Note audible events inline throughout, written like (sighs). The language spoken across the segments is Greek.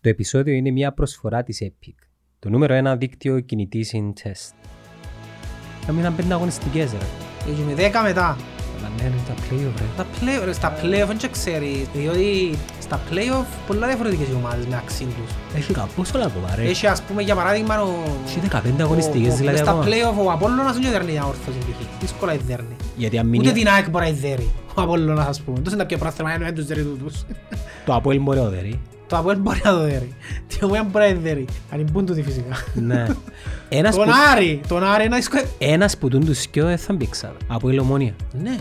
Το επεισόδιο είναι μια προσφορά της Epic, το νούμερο 1 δίκτυο κινητής in test. Να μην πέντε αγωνιστικές ρε. Έγινε δέκα μετά. Αλλά ναι, είναι τα play ρε. Τα play, ρε, στα play-off δεν και ξέρει, διότι στα play-off πολλά διαφορετικές οι ομάδες μεταξύ τους. Έχει καπούς όλα ακόμα ρε. Έχει ας πούμε για παράδειγμα ο... Έχει 15 αγωνιστικές ο- δηλαδή Στα ακόμα. play-off ο Απόλλωνας δεν δέρνει την αόρθωση π.χ. Δύσκολα δεν δέρνει. Γιατί αν μείνει Ούτε την ΑΕΚ μπορεί να δέρει ο Απόλλωνας ας πούμε. Τόσο είναι τα πιο πρόθυμα είναι τους δέρει τούτους. (laughs) το Αποέλ μπορεί να δερεί. Το Απόλλων μπορεί να το δέρει. Τι ομόια μπορεί να δέρει. Ανυμπούν τούτοι φυσικά. Ναι. Ένας που, Τον Άρη, τον Άρη να δυσκολεύει. ένας που τούν τους δυο δεν θα μπει ξανά. Αποέλ ομόνια. Ναι.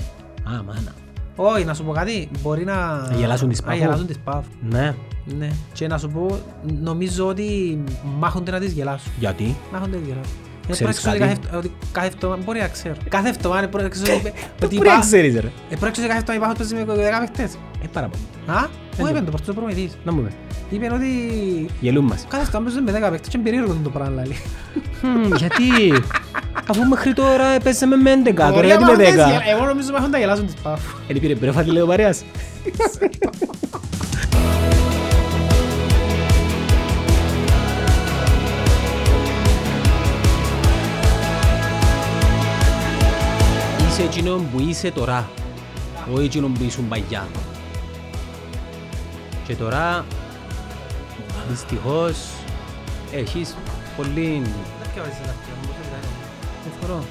Α, μάνα. Όχι, να σου πω κάτι, μπορεί να... Να γελάσουν τις να πάφου. γελάσουν τις πάφου. Ναι. Ναι. Και να σου πω, νομίζω ότι μάχονται να τις γελάσουν. Γιατί. Μάχονται να τις γελάσουν. Είναι Ξέρεις πρόεξης ότι κάτι? κάθε- ότι Κάθε εβδομάδα μπορεί να ξέρω. Κάθε εβδομάδα είναι πρόεξης ότι- Το ότι πρέπει να υπά- ξέρεις ρε. ε, πρόεξης ότι κάθε εβδομάδα υπάρχουν παίζει με δέκα παίχτες. Ε, πάρα πολύ. Α, μου Ε, είπε το πρώτο προμηθής. Να μου πες. Είπε ότι Γελούν μας. κάθε εβδομάδα παίζει με δέκα παίχτες και είναι περίεργο το πράγμα. λέει. Μμμ, Γιατί. Αφού μέχρι τώρα παίζαμε με 11, τώρα Μπορεί γιατί με να μάθουν τις 10. γελα- ε, Εγώ νομίζω μάχονται να γελάσουν τις πάφου. Εν πήρε μπρέφα τη λέω παρέας. Είσαι εκείνον που είσαι τώρα, όχι εκείνον που ήσουν παγιά. Και τώρα, δυστυχώς, έχεις πολύ Διαφορό.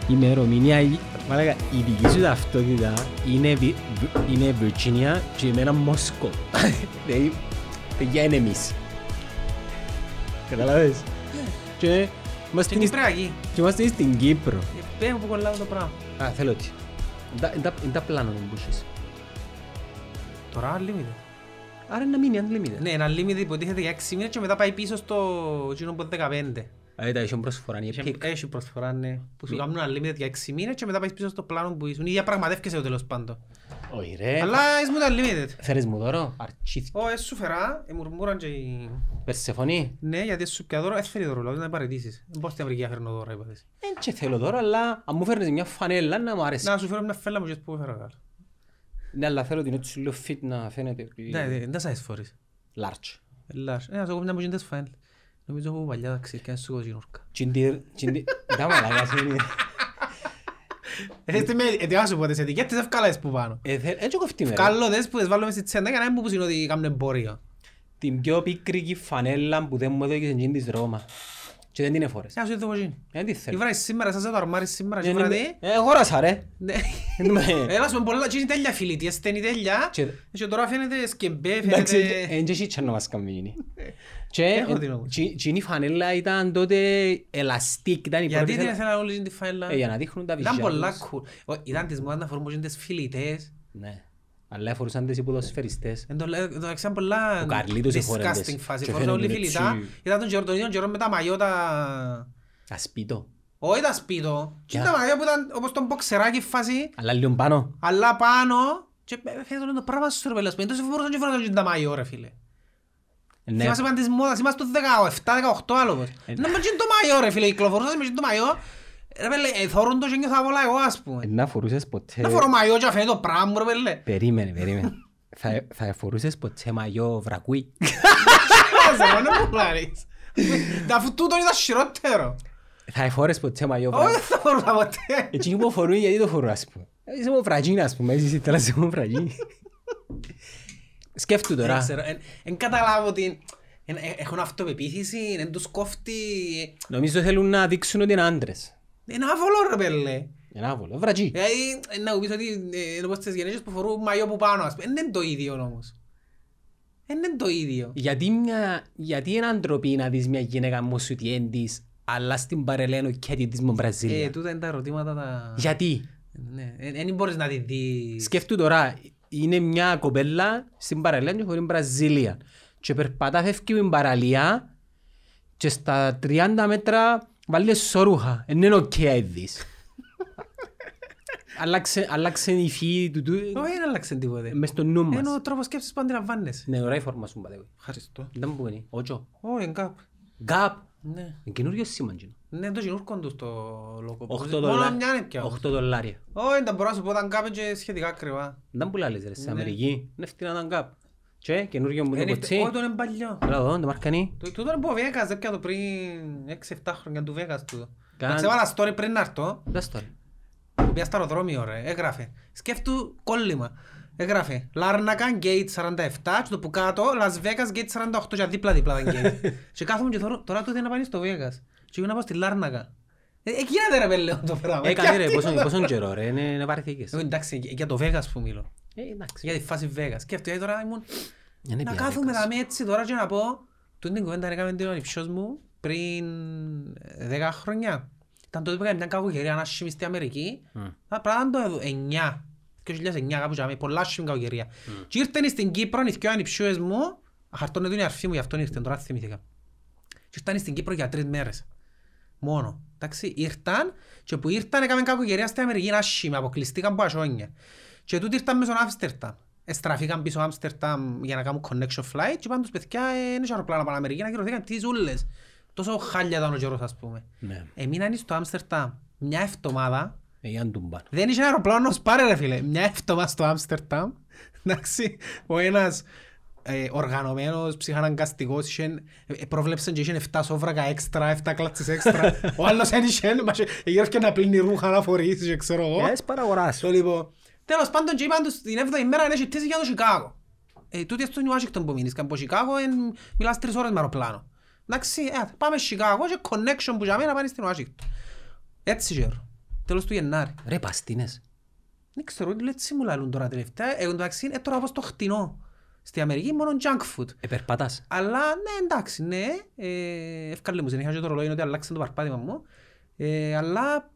Η ημερομηνία, η- μάλακα, η δική σου ταυτότητα είναι, Βι- Βι- είναι Virginia και εμένα (laughs) Μόσκο. Δηλαδή, παιδιά είναι εμείς. Καταλάβες. Και είμαστε Και τι εις- πρέπει να γίνει. και είμαστε στην Κύπρο. Ε, πες μου που κολλάω το πράγμα. Α, θέλω τι. Τα- τα- Τα πλάνα μου που έχεις. Τώρα unlimited. Άρα να μείνει unlimited. Ναι, ένα limit υποτίθεται για 6 μήνες και μετά πάει πίσω στο εκείνο που είναι 15. Δηλαδή, τα είχε προσφορά, είναι Έχει- πικ. Έχει προσφορά, ναι. Που σου Μη- κάνουν unlimited για 6 μήνες και μετά πάει πίσω στο πλάνο που ήσουν. Ή διαπραγματεύκεσαι το τέλος πάντων. Όχι ρε. Αλλά είσαι μου το unlimited. Φέρεις μου δώρο, αρτσίθι. Ω, έσου φερά, ε, μουρμούραν και... οι- Περσεφωνή. Ναι, γιατί έσου πια δώρο, έφερε δώρο, δηλαδή να παραιτήσεις. Δεν μπορείς στην Αμερική να φέρνω δώρο, είπατε. Δεν και θέλω δώρο, αλλά αν μου φέρνεις μια φανέλα να μου αρέσει. Να σου φέρω μια φέλα μου και που έφερα καλά. Ναι, αλλά θέλω την έτσι λίγο fit να φαίνεται ότι- Ναι, ναι, δεν σ' αρέσει φορείς. large. Ελλάς. Ε, να σου έχω μια μου γίνεται φαίλ. Νομίζω έχω παλιά ταξίδια και να σου έχω γινόρκα. Τσιντι- τσιντι- Τα μαλακάς είναι. Εσείς Ε, τι με ετοιμάσου ποτέ σε ετικέτες, ευκάλες που πάνω. Ε, θε- έτσι κοφτεί με, ρε. Καλώδες που τις βάλουμε στη τσέντα για να μην μου πούσουν ότι κάνουν εμπόριο. Την πιο πικρική φανέλα που δεν μου έδωκες εκείνη της Ρώμα. Και δεν την εφόρες. Να σου δω εγώ γίνει. Δεν τη Η θέλω. βράδυ σήμερα, σας θα το αρμάρει σήμερα και Ε, βράδυ. Ε, αγόρασα, ρε. Ναι. Ε, με- Ε, ας πούμε πολλά, και είναι τέλεια φιλίτη, ασθενή τέλεια. Και- Και τώρα φαίνεται σκεμπέ, Εντάξει, ε, φαίνεται... εν και σίτσαν να μας κάνει γίνει. Και ε, Έχω ε, την όμως. τσι- τσινή φανέλα ήταν τότε ελαστικ, ήταν η πρώτη Γιατί δεν φανέλα. ήθελα όλοι την φαίλα. Ε, για να δείχνουν τα Ήταν βυζιά πολλά τους. cool. Ο- Ήταν της μόδας να φορούν πως είναι τις φιλίτες. Ναι. Αλλά εφορούσαν τις οι ποδοσφαιριστές. Εν το λέ- το έξαν πολλά Ο Καρλίτος εφόρεν disgusting τες. φάση. Και Φορούσαν όλοι φαίνονταν φιλιτά. έτσι. Ήταν τον καιρό- τον ίδιο καιρό με τα μαγιώτα... Ασπίτο. Όχι τα σπίτο. Και Για. τα μαγιώτα που ήταν όπως τον μποξεράκι φάση. Αλλά λίγο πάνω. Αλλά πάνω... Και ε, φαίνεται όλο το πράγμα σου ρε πελάς. Εντός φορούσαν και φορούσαν τα μαγιώ ρε φίλε. Ναι. Θυμάσαι πάντα της μόδας, είμαστε το 17-18 άλλο πως. Ε, Να με γίνει το μαγιό ρε φίλε, κυκλοφορούσαμε με γίνει το μαγιό. Ρε πέλε, ε, θωρούν το και νιώθω αβολά εγώ ας Ε, πούμε. Να φορούσες ποτέ... Να φορώ μαγιό και αφήνει το πράγμα μου ρε πέλε. Περίμενε, περίμενε. θα, θα φορούσες ποτέ μαγιό βρακούι. Άσε, μα, να μου πλάρεις. Τα αφού τούτο ήταν χειρότερο. θα φορές ποτέ μαγιό Όχι, βρακούι. δεν θα φορούσα ποτέ. Εκείνοι που φορούν γιατί το φορούν ας πούμε. Ε, Είσαι μου βραγίνα ας πούμε. Είσαι τώρα είσαι μου βραγίνα. Σκέφτου Δεν τώρα. ξέρω, εν- εν καταλάβω την... εν- ε, Έχουν αυτοπεποίθηση, εν τους κόφτει... ε, Νομίζω θέλουν να δείξουν ότι είναι άντρες. Είναι άβολο ρε πέλε. Είναι άβολο. Βραγί. Δηλαδή, ε, να μου πεις ότι ε, είναι όπως τις γενέσεις που φορούν μαγιό που πάνω ας πούμε. Ε, δεν Είναι το ίδιο όμως. Ε, δεν Είναι το ίδιο. γιατί, μια, γιατί είναι αντροπή να δεις μια γυναίκα μου σου τι εν της, αλλά στην παρελαίνω και τη της μου Βραζίλια. Ε, τούτα είναι τα ερωτήματα τα... γιατί. Ναι, δεν μπορείς να τη δεις. Σκέφτου τώρα, είναι μια κοπέλα στην παραλία και χωρίς Βραζίλια. Και περπατά φεύγει με την παραλία και στα 30 μέτρα βάλει σωρούχα. Εν είναι οκ να δεις. Αλλάξε, αλλάξε η φύη του του Όχι, δεν άλλαξε τίποτε. μες στο νου Είναι μας. ο τρόπος σκέψης που αντιλαμβάνεσαι. Ναι, ωραία η φόρμα σου πατέγω. Ευχαριστώ. Δεν μου είναι, ότσο. Όχι, είναι κάπου. Γκάπ. Ναι. Είναι καινούριο σήμα εκείνο. Ναι, το γινούρκον τους το λόγο. 8 Μόνο μια είναι δολάρια. πια. 8 δολάρια. Όχι, δεν μπορώ να σου πω, ήταν κάπου και σχετικά ακριβά. Δεν πουλάλες ρε, στην Ναι. Αμερική. Είναι φτηνά τα γκάπ. Και καινούργιο μου το Είναι κοτσί. Ε, Όχι, τον είναι παλιό. Έλα εδώ, το μαρκανί. Το- Τούτο είναι που ο Vegas, δεν πιάνω πριν 6-7 χρόνια του Vegas τούτο. Καν- Να ξέρω ένα story πριν να έρθω, Δες το. ρε. πήγα στο αεροδρόμιο ρε, έγραφε. Σκέφτου κόλλημα. Έγραφε Λάρνακα, Gate 47, και το που κάτω, Las Vegas, Gate 48, και δίπλα δίπλα ήταν (laughs) Gate. Και κάθομαι και θωρώ, τώρα τούτο είναι να πάνε στο Vegas. Και εγώ να πάω στη Λάρνακα. Ε, ε, γίνεται ρε πέλε το πράγμα. Έκανε Ε, ρε, Ε, Γιατί- πόσο- πόσον καιρό ρε, είναι είναι βαρύθηκες. Εγώ, Ε, Εντάξει, για- για το Vegas που μιλώ. Ε, εντάξει. Για τη φάση Vegas. Σκέφτομαι ε, τώρα ήμουν Δεν είναι να πια κάθομαι Vegas. να έτσι τώρα και να πω Τούν την κουβέντα έκαμε την ανυψιός μου πριν ε, δέκα χρόνια Ήταν τότε που έκανε μια κακοκαιρία ένα σχήμι στη Αμερική Μμ. Τα πράγματα το 9 2009 κάπου και πολλά σχήμι κακοκαιρία Και ήρθαν στην Κύπρο οι δυο ανυψιούες μου Αχαρτώνε την αρφή μου γι' αυτό ήρθαν τώρα θυμήθηκα Και ήρθαν στην Κύπρο για τρεις μέρες Μόνο. Εντάξει, ήρθαν και που ήρθαν έκαμε κακοκαιρία στην Αμερική ένα σχήμα, αποκλειστήκαν από ασόνια. Και τούτοι ήρθαν μέσω Άμστερνταμ. Εστραφήκαν πίσω Άμστερνταμ για να κάνουν connection flight και πάντως παιδιά ε, είναι σε αεροπλάνα πάνω Αμερική, ανακυρωθήκαν τις ούλες. Τόσο χάλια ήταν ο καιρός ας πούμε. Ναι. Εμείναν στο Άμστερνταμ μια εβδομάδα Ε, για να τούμπαν. δεν είχε αεροπλάνος να σπάρε ρε φίλε. Μια εβδομάδα στο Άμστερνταμ. Εντάξει, ο ένας ε, οργανωμένος, ψυχαναγκαστικός, είχε, ε, πρόβλεψε και είχε 7 σόβρακα έξτρα, 7 κλάτσες έξτρα. ο άλλος δεν είχε, μα είχε- γύρευκε να πλύνει ρούχα να φορήσει και ξέρω εγώ. Ες παραγοράς. Το λοιπόν. Τέλος πάντων και είπαν τους την 7η μέρα να έχει πτήσει για το Σικάγο. Ε, τούτοι στον Ουάσιγκτον που μείνεις, από Σικάγο ε, μιλάς τρεις ώρες με αεροπλάνο. Εντάξει, ε, πάμε Σικάγο και connection που για μένα πάνε στην Ουάσιγκτον. Έτσι γέρω. Τέλος του Γενάρη. Ρε, παστίνες. Δεν ξέρω, τι λέτσι μου λαλούν τώρα τελευταία. Εγώ εντάξει, ε, τώρα πάω στο χτινό. Στη Αμερική μόνο junk food. Ε, περπατάς. Αλλά ναι, εντάξει, ναι. Ε, ευκάλλει μου, δεν είχα και το ρολόι, είναι ότι αλλάξαν το παρπάτημα μου. Ε, αλλά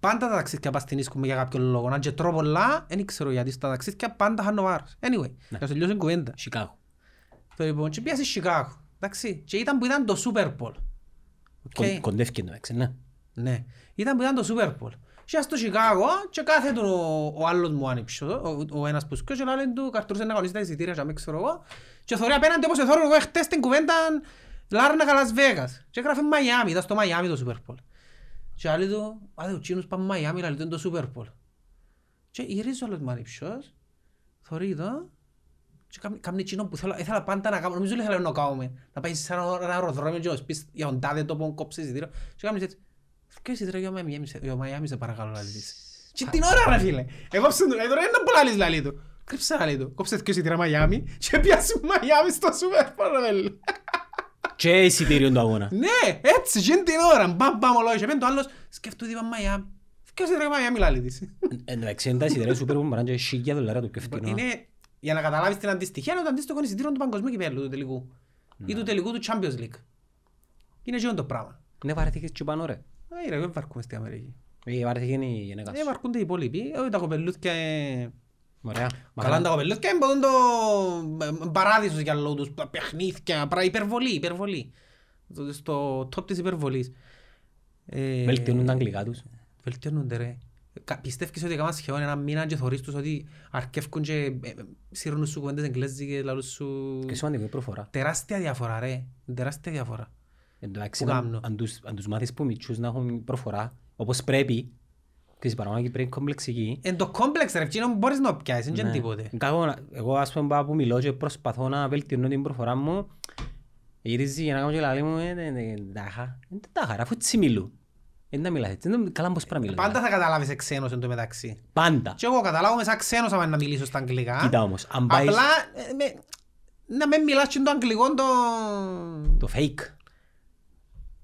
πάντα τα ταξίδια παστινίσκουμε για κάποιον λόγο. Αν και τρώω πολλά, δεν ξέρω γιατί στα ταξίδια πάντα χάνω βάρος. Anyway, Ναι. να τελειώσω την κουβέντα. Σικάγο. Το λοιπόν, και πήγα στη Σικάγο. Εντάξει, και ήταν που ήταν το Super Bowl. Οκ. Κον- Κοντεύκει το έξι, ναι. Ναι. Ήταν που ήταν το Super Bowl. Και στο Σικάγο και κάθε του ο, ο άλλος μου άνοιξε, ο, ο ένας που σκέφτηκε, ο άλλος του καρτουρούσε να αγωνίσει τα εισιτήρια και αμέσως ξέρω εγώ. Και θωρεί απέναντι όπως εθώρουν εγώ χτες την κουβέντα Λάρνακα Las Vegas. Και έγραφε Μαϊάμι, ήταν στο Μαϊάμι το Super Bowl. Και άλλοι του, άντε ο Τσίνος πάμε Μαϊάμι, αλλά είναι το Super Bowl. Και γυρίζει ο άλλος μου άνοιξος, θωρεί το, και κάμνει- κάμνει τσινό που θέλω, ήθελα πάντα να κάνω, νομίζω ήθελα να κάνουμε, να πάει σε ένα ένα αεροδρόμιο και να σου πεις για τον τάδε τόπο κόψεις εισιτήριο. Και κάμνεις έτσι, Ποιος εισιτήριο για Μαϊάμι, σε- για Μαϊάμι σε παρακαλώ να ζητήσεις. Και την ώρα ρε φίλε, εγώ ψήνω, ε, τώρα είναι πολλά λες λαλί του. Κρύψε λαλί του, κόψε ποιος εισιτήριο Μαϊάμι και πιάσει Μαϊάμι στο Super Bowl, ρε φίλε. Και εισιτήριον του αγώνα. Ναι, έτσι, γίνει την ώρα, μπαμ μπαμ ολόγια, και μπαίνει το άλλος, σκεφτούται είπα Μαϊάμι. Ποιος εισιτήριο για Μαϊάμι λαλί της. Ε, Εντάξει, είναι τα εισιτήρια Super Bowl μπορεί να είναι και χίλια δολάρια το πιο φτηνό. Είναι, για να καταλάβεις την αντιστοιχεία, είναι το αντίστοιχο εισιτήριο του παγκοσμίου κυπέλλου του τελικού. Ή του τελικού του Champions League. Είναι εκείνο το πράγμα. Ναι, βαρέθηκες και πάνω ρε. Άι ρε, δεν βαρκούμε στην Αμερική. Ε, βαρέθηκε είναι η γυναίκα Ε, σου. βαρκούνται οι υπόλοιποι. Ε, τα κοπελούθια... ε, Ωραία. Καλά Μαχαλά. τα κοπελούθια, είναι ποτόν το ε, παράδεισος για λόγους τους. τα Παιχνίδια, πρα- υπερβολή, υπερβολή. Το- Στο top της υπερβολής. Ε, Βελτιώνουν τα αγγλικά τους. Βελτιώνονται ρε. Κα- Πιστεύεις ότι έκαναν σχεδόν ένα μήνα και θωρείς τους ότι αρκεύκουν και ε, ε, σύρνουν σου κουβέντες εγγλέζικες, λαλούν σου... Και σημαντικό η προφορά. Τεράστια διαφορά ρε, τεράστια διαφορά. Εντάξει, Που αν, κάμνω. αν, τους, αν τους μάθεις που μικρούς να έχουν προφορά, όπως πρέπει, ξέρεις παραπάνω και πρέπει κομπλεξική. Εν το κόμπλεξ ρε, εκείνο μπορείς να πιάσεις, δεν Ναι. είναι τίποτε. Κάγω να- εγώ ας πούμε πάω που μιλώ και προσπαθώ να βελτιώνω την προφορά μου, γυρίζει για να κάνω και λαλή μου, «Ε, ναι, ναι, τάχα. Ε, δεν τάχα, ρε, αφού έτσι μιλούν. Ε, να μιλάς έτσι, Ε, καλά πώς πρέπει να μιλάς. Πάντα θα καταλάβεις σε ξένος εν τω μεταξύ. Πάντα. Και εγώ καταλάβω σαν ξένος άμα να μιλήσω στα αγγλικά. Κοίτα όμως, αν πάει Απλά ε, με- να μην μιλάς και το αγγλικό το... το fake,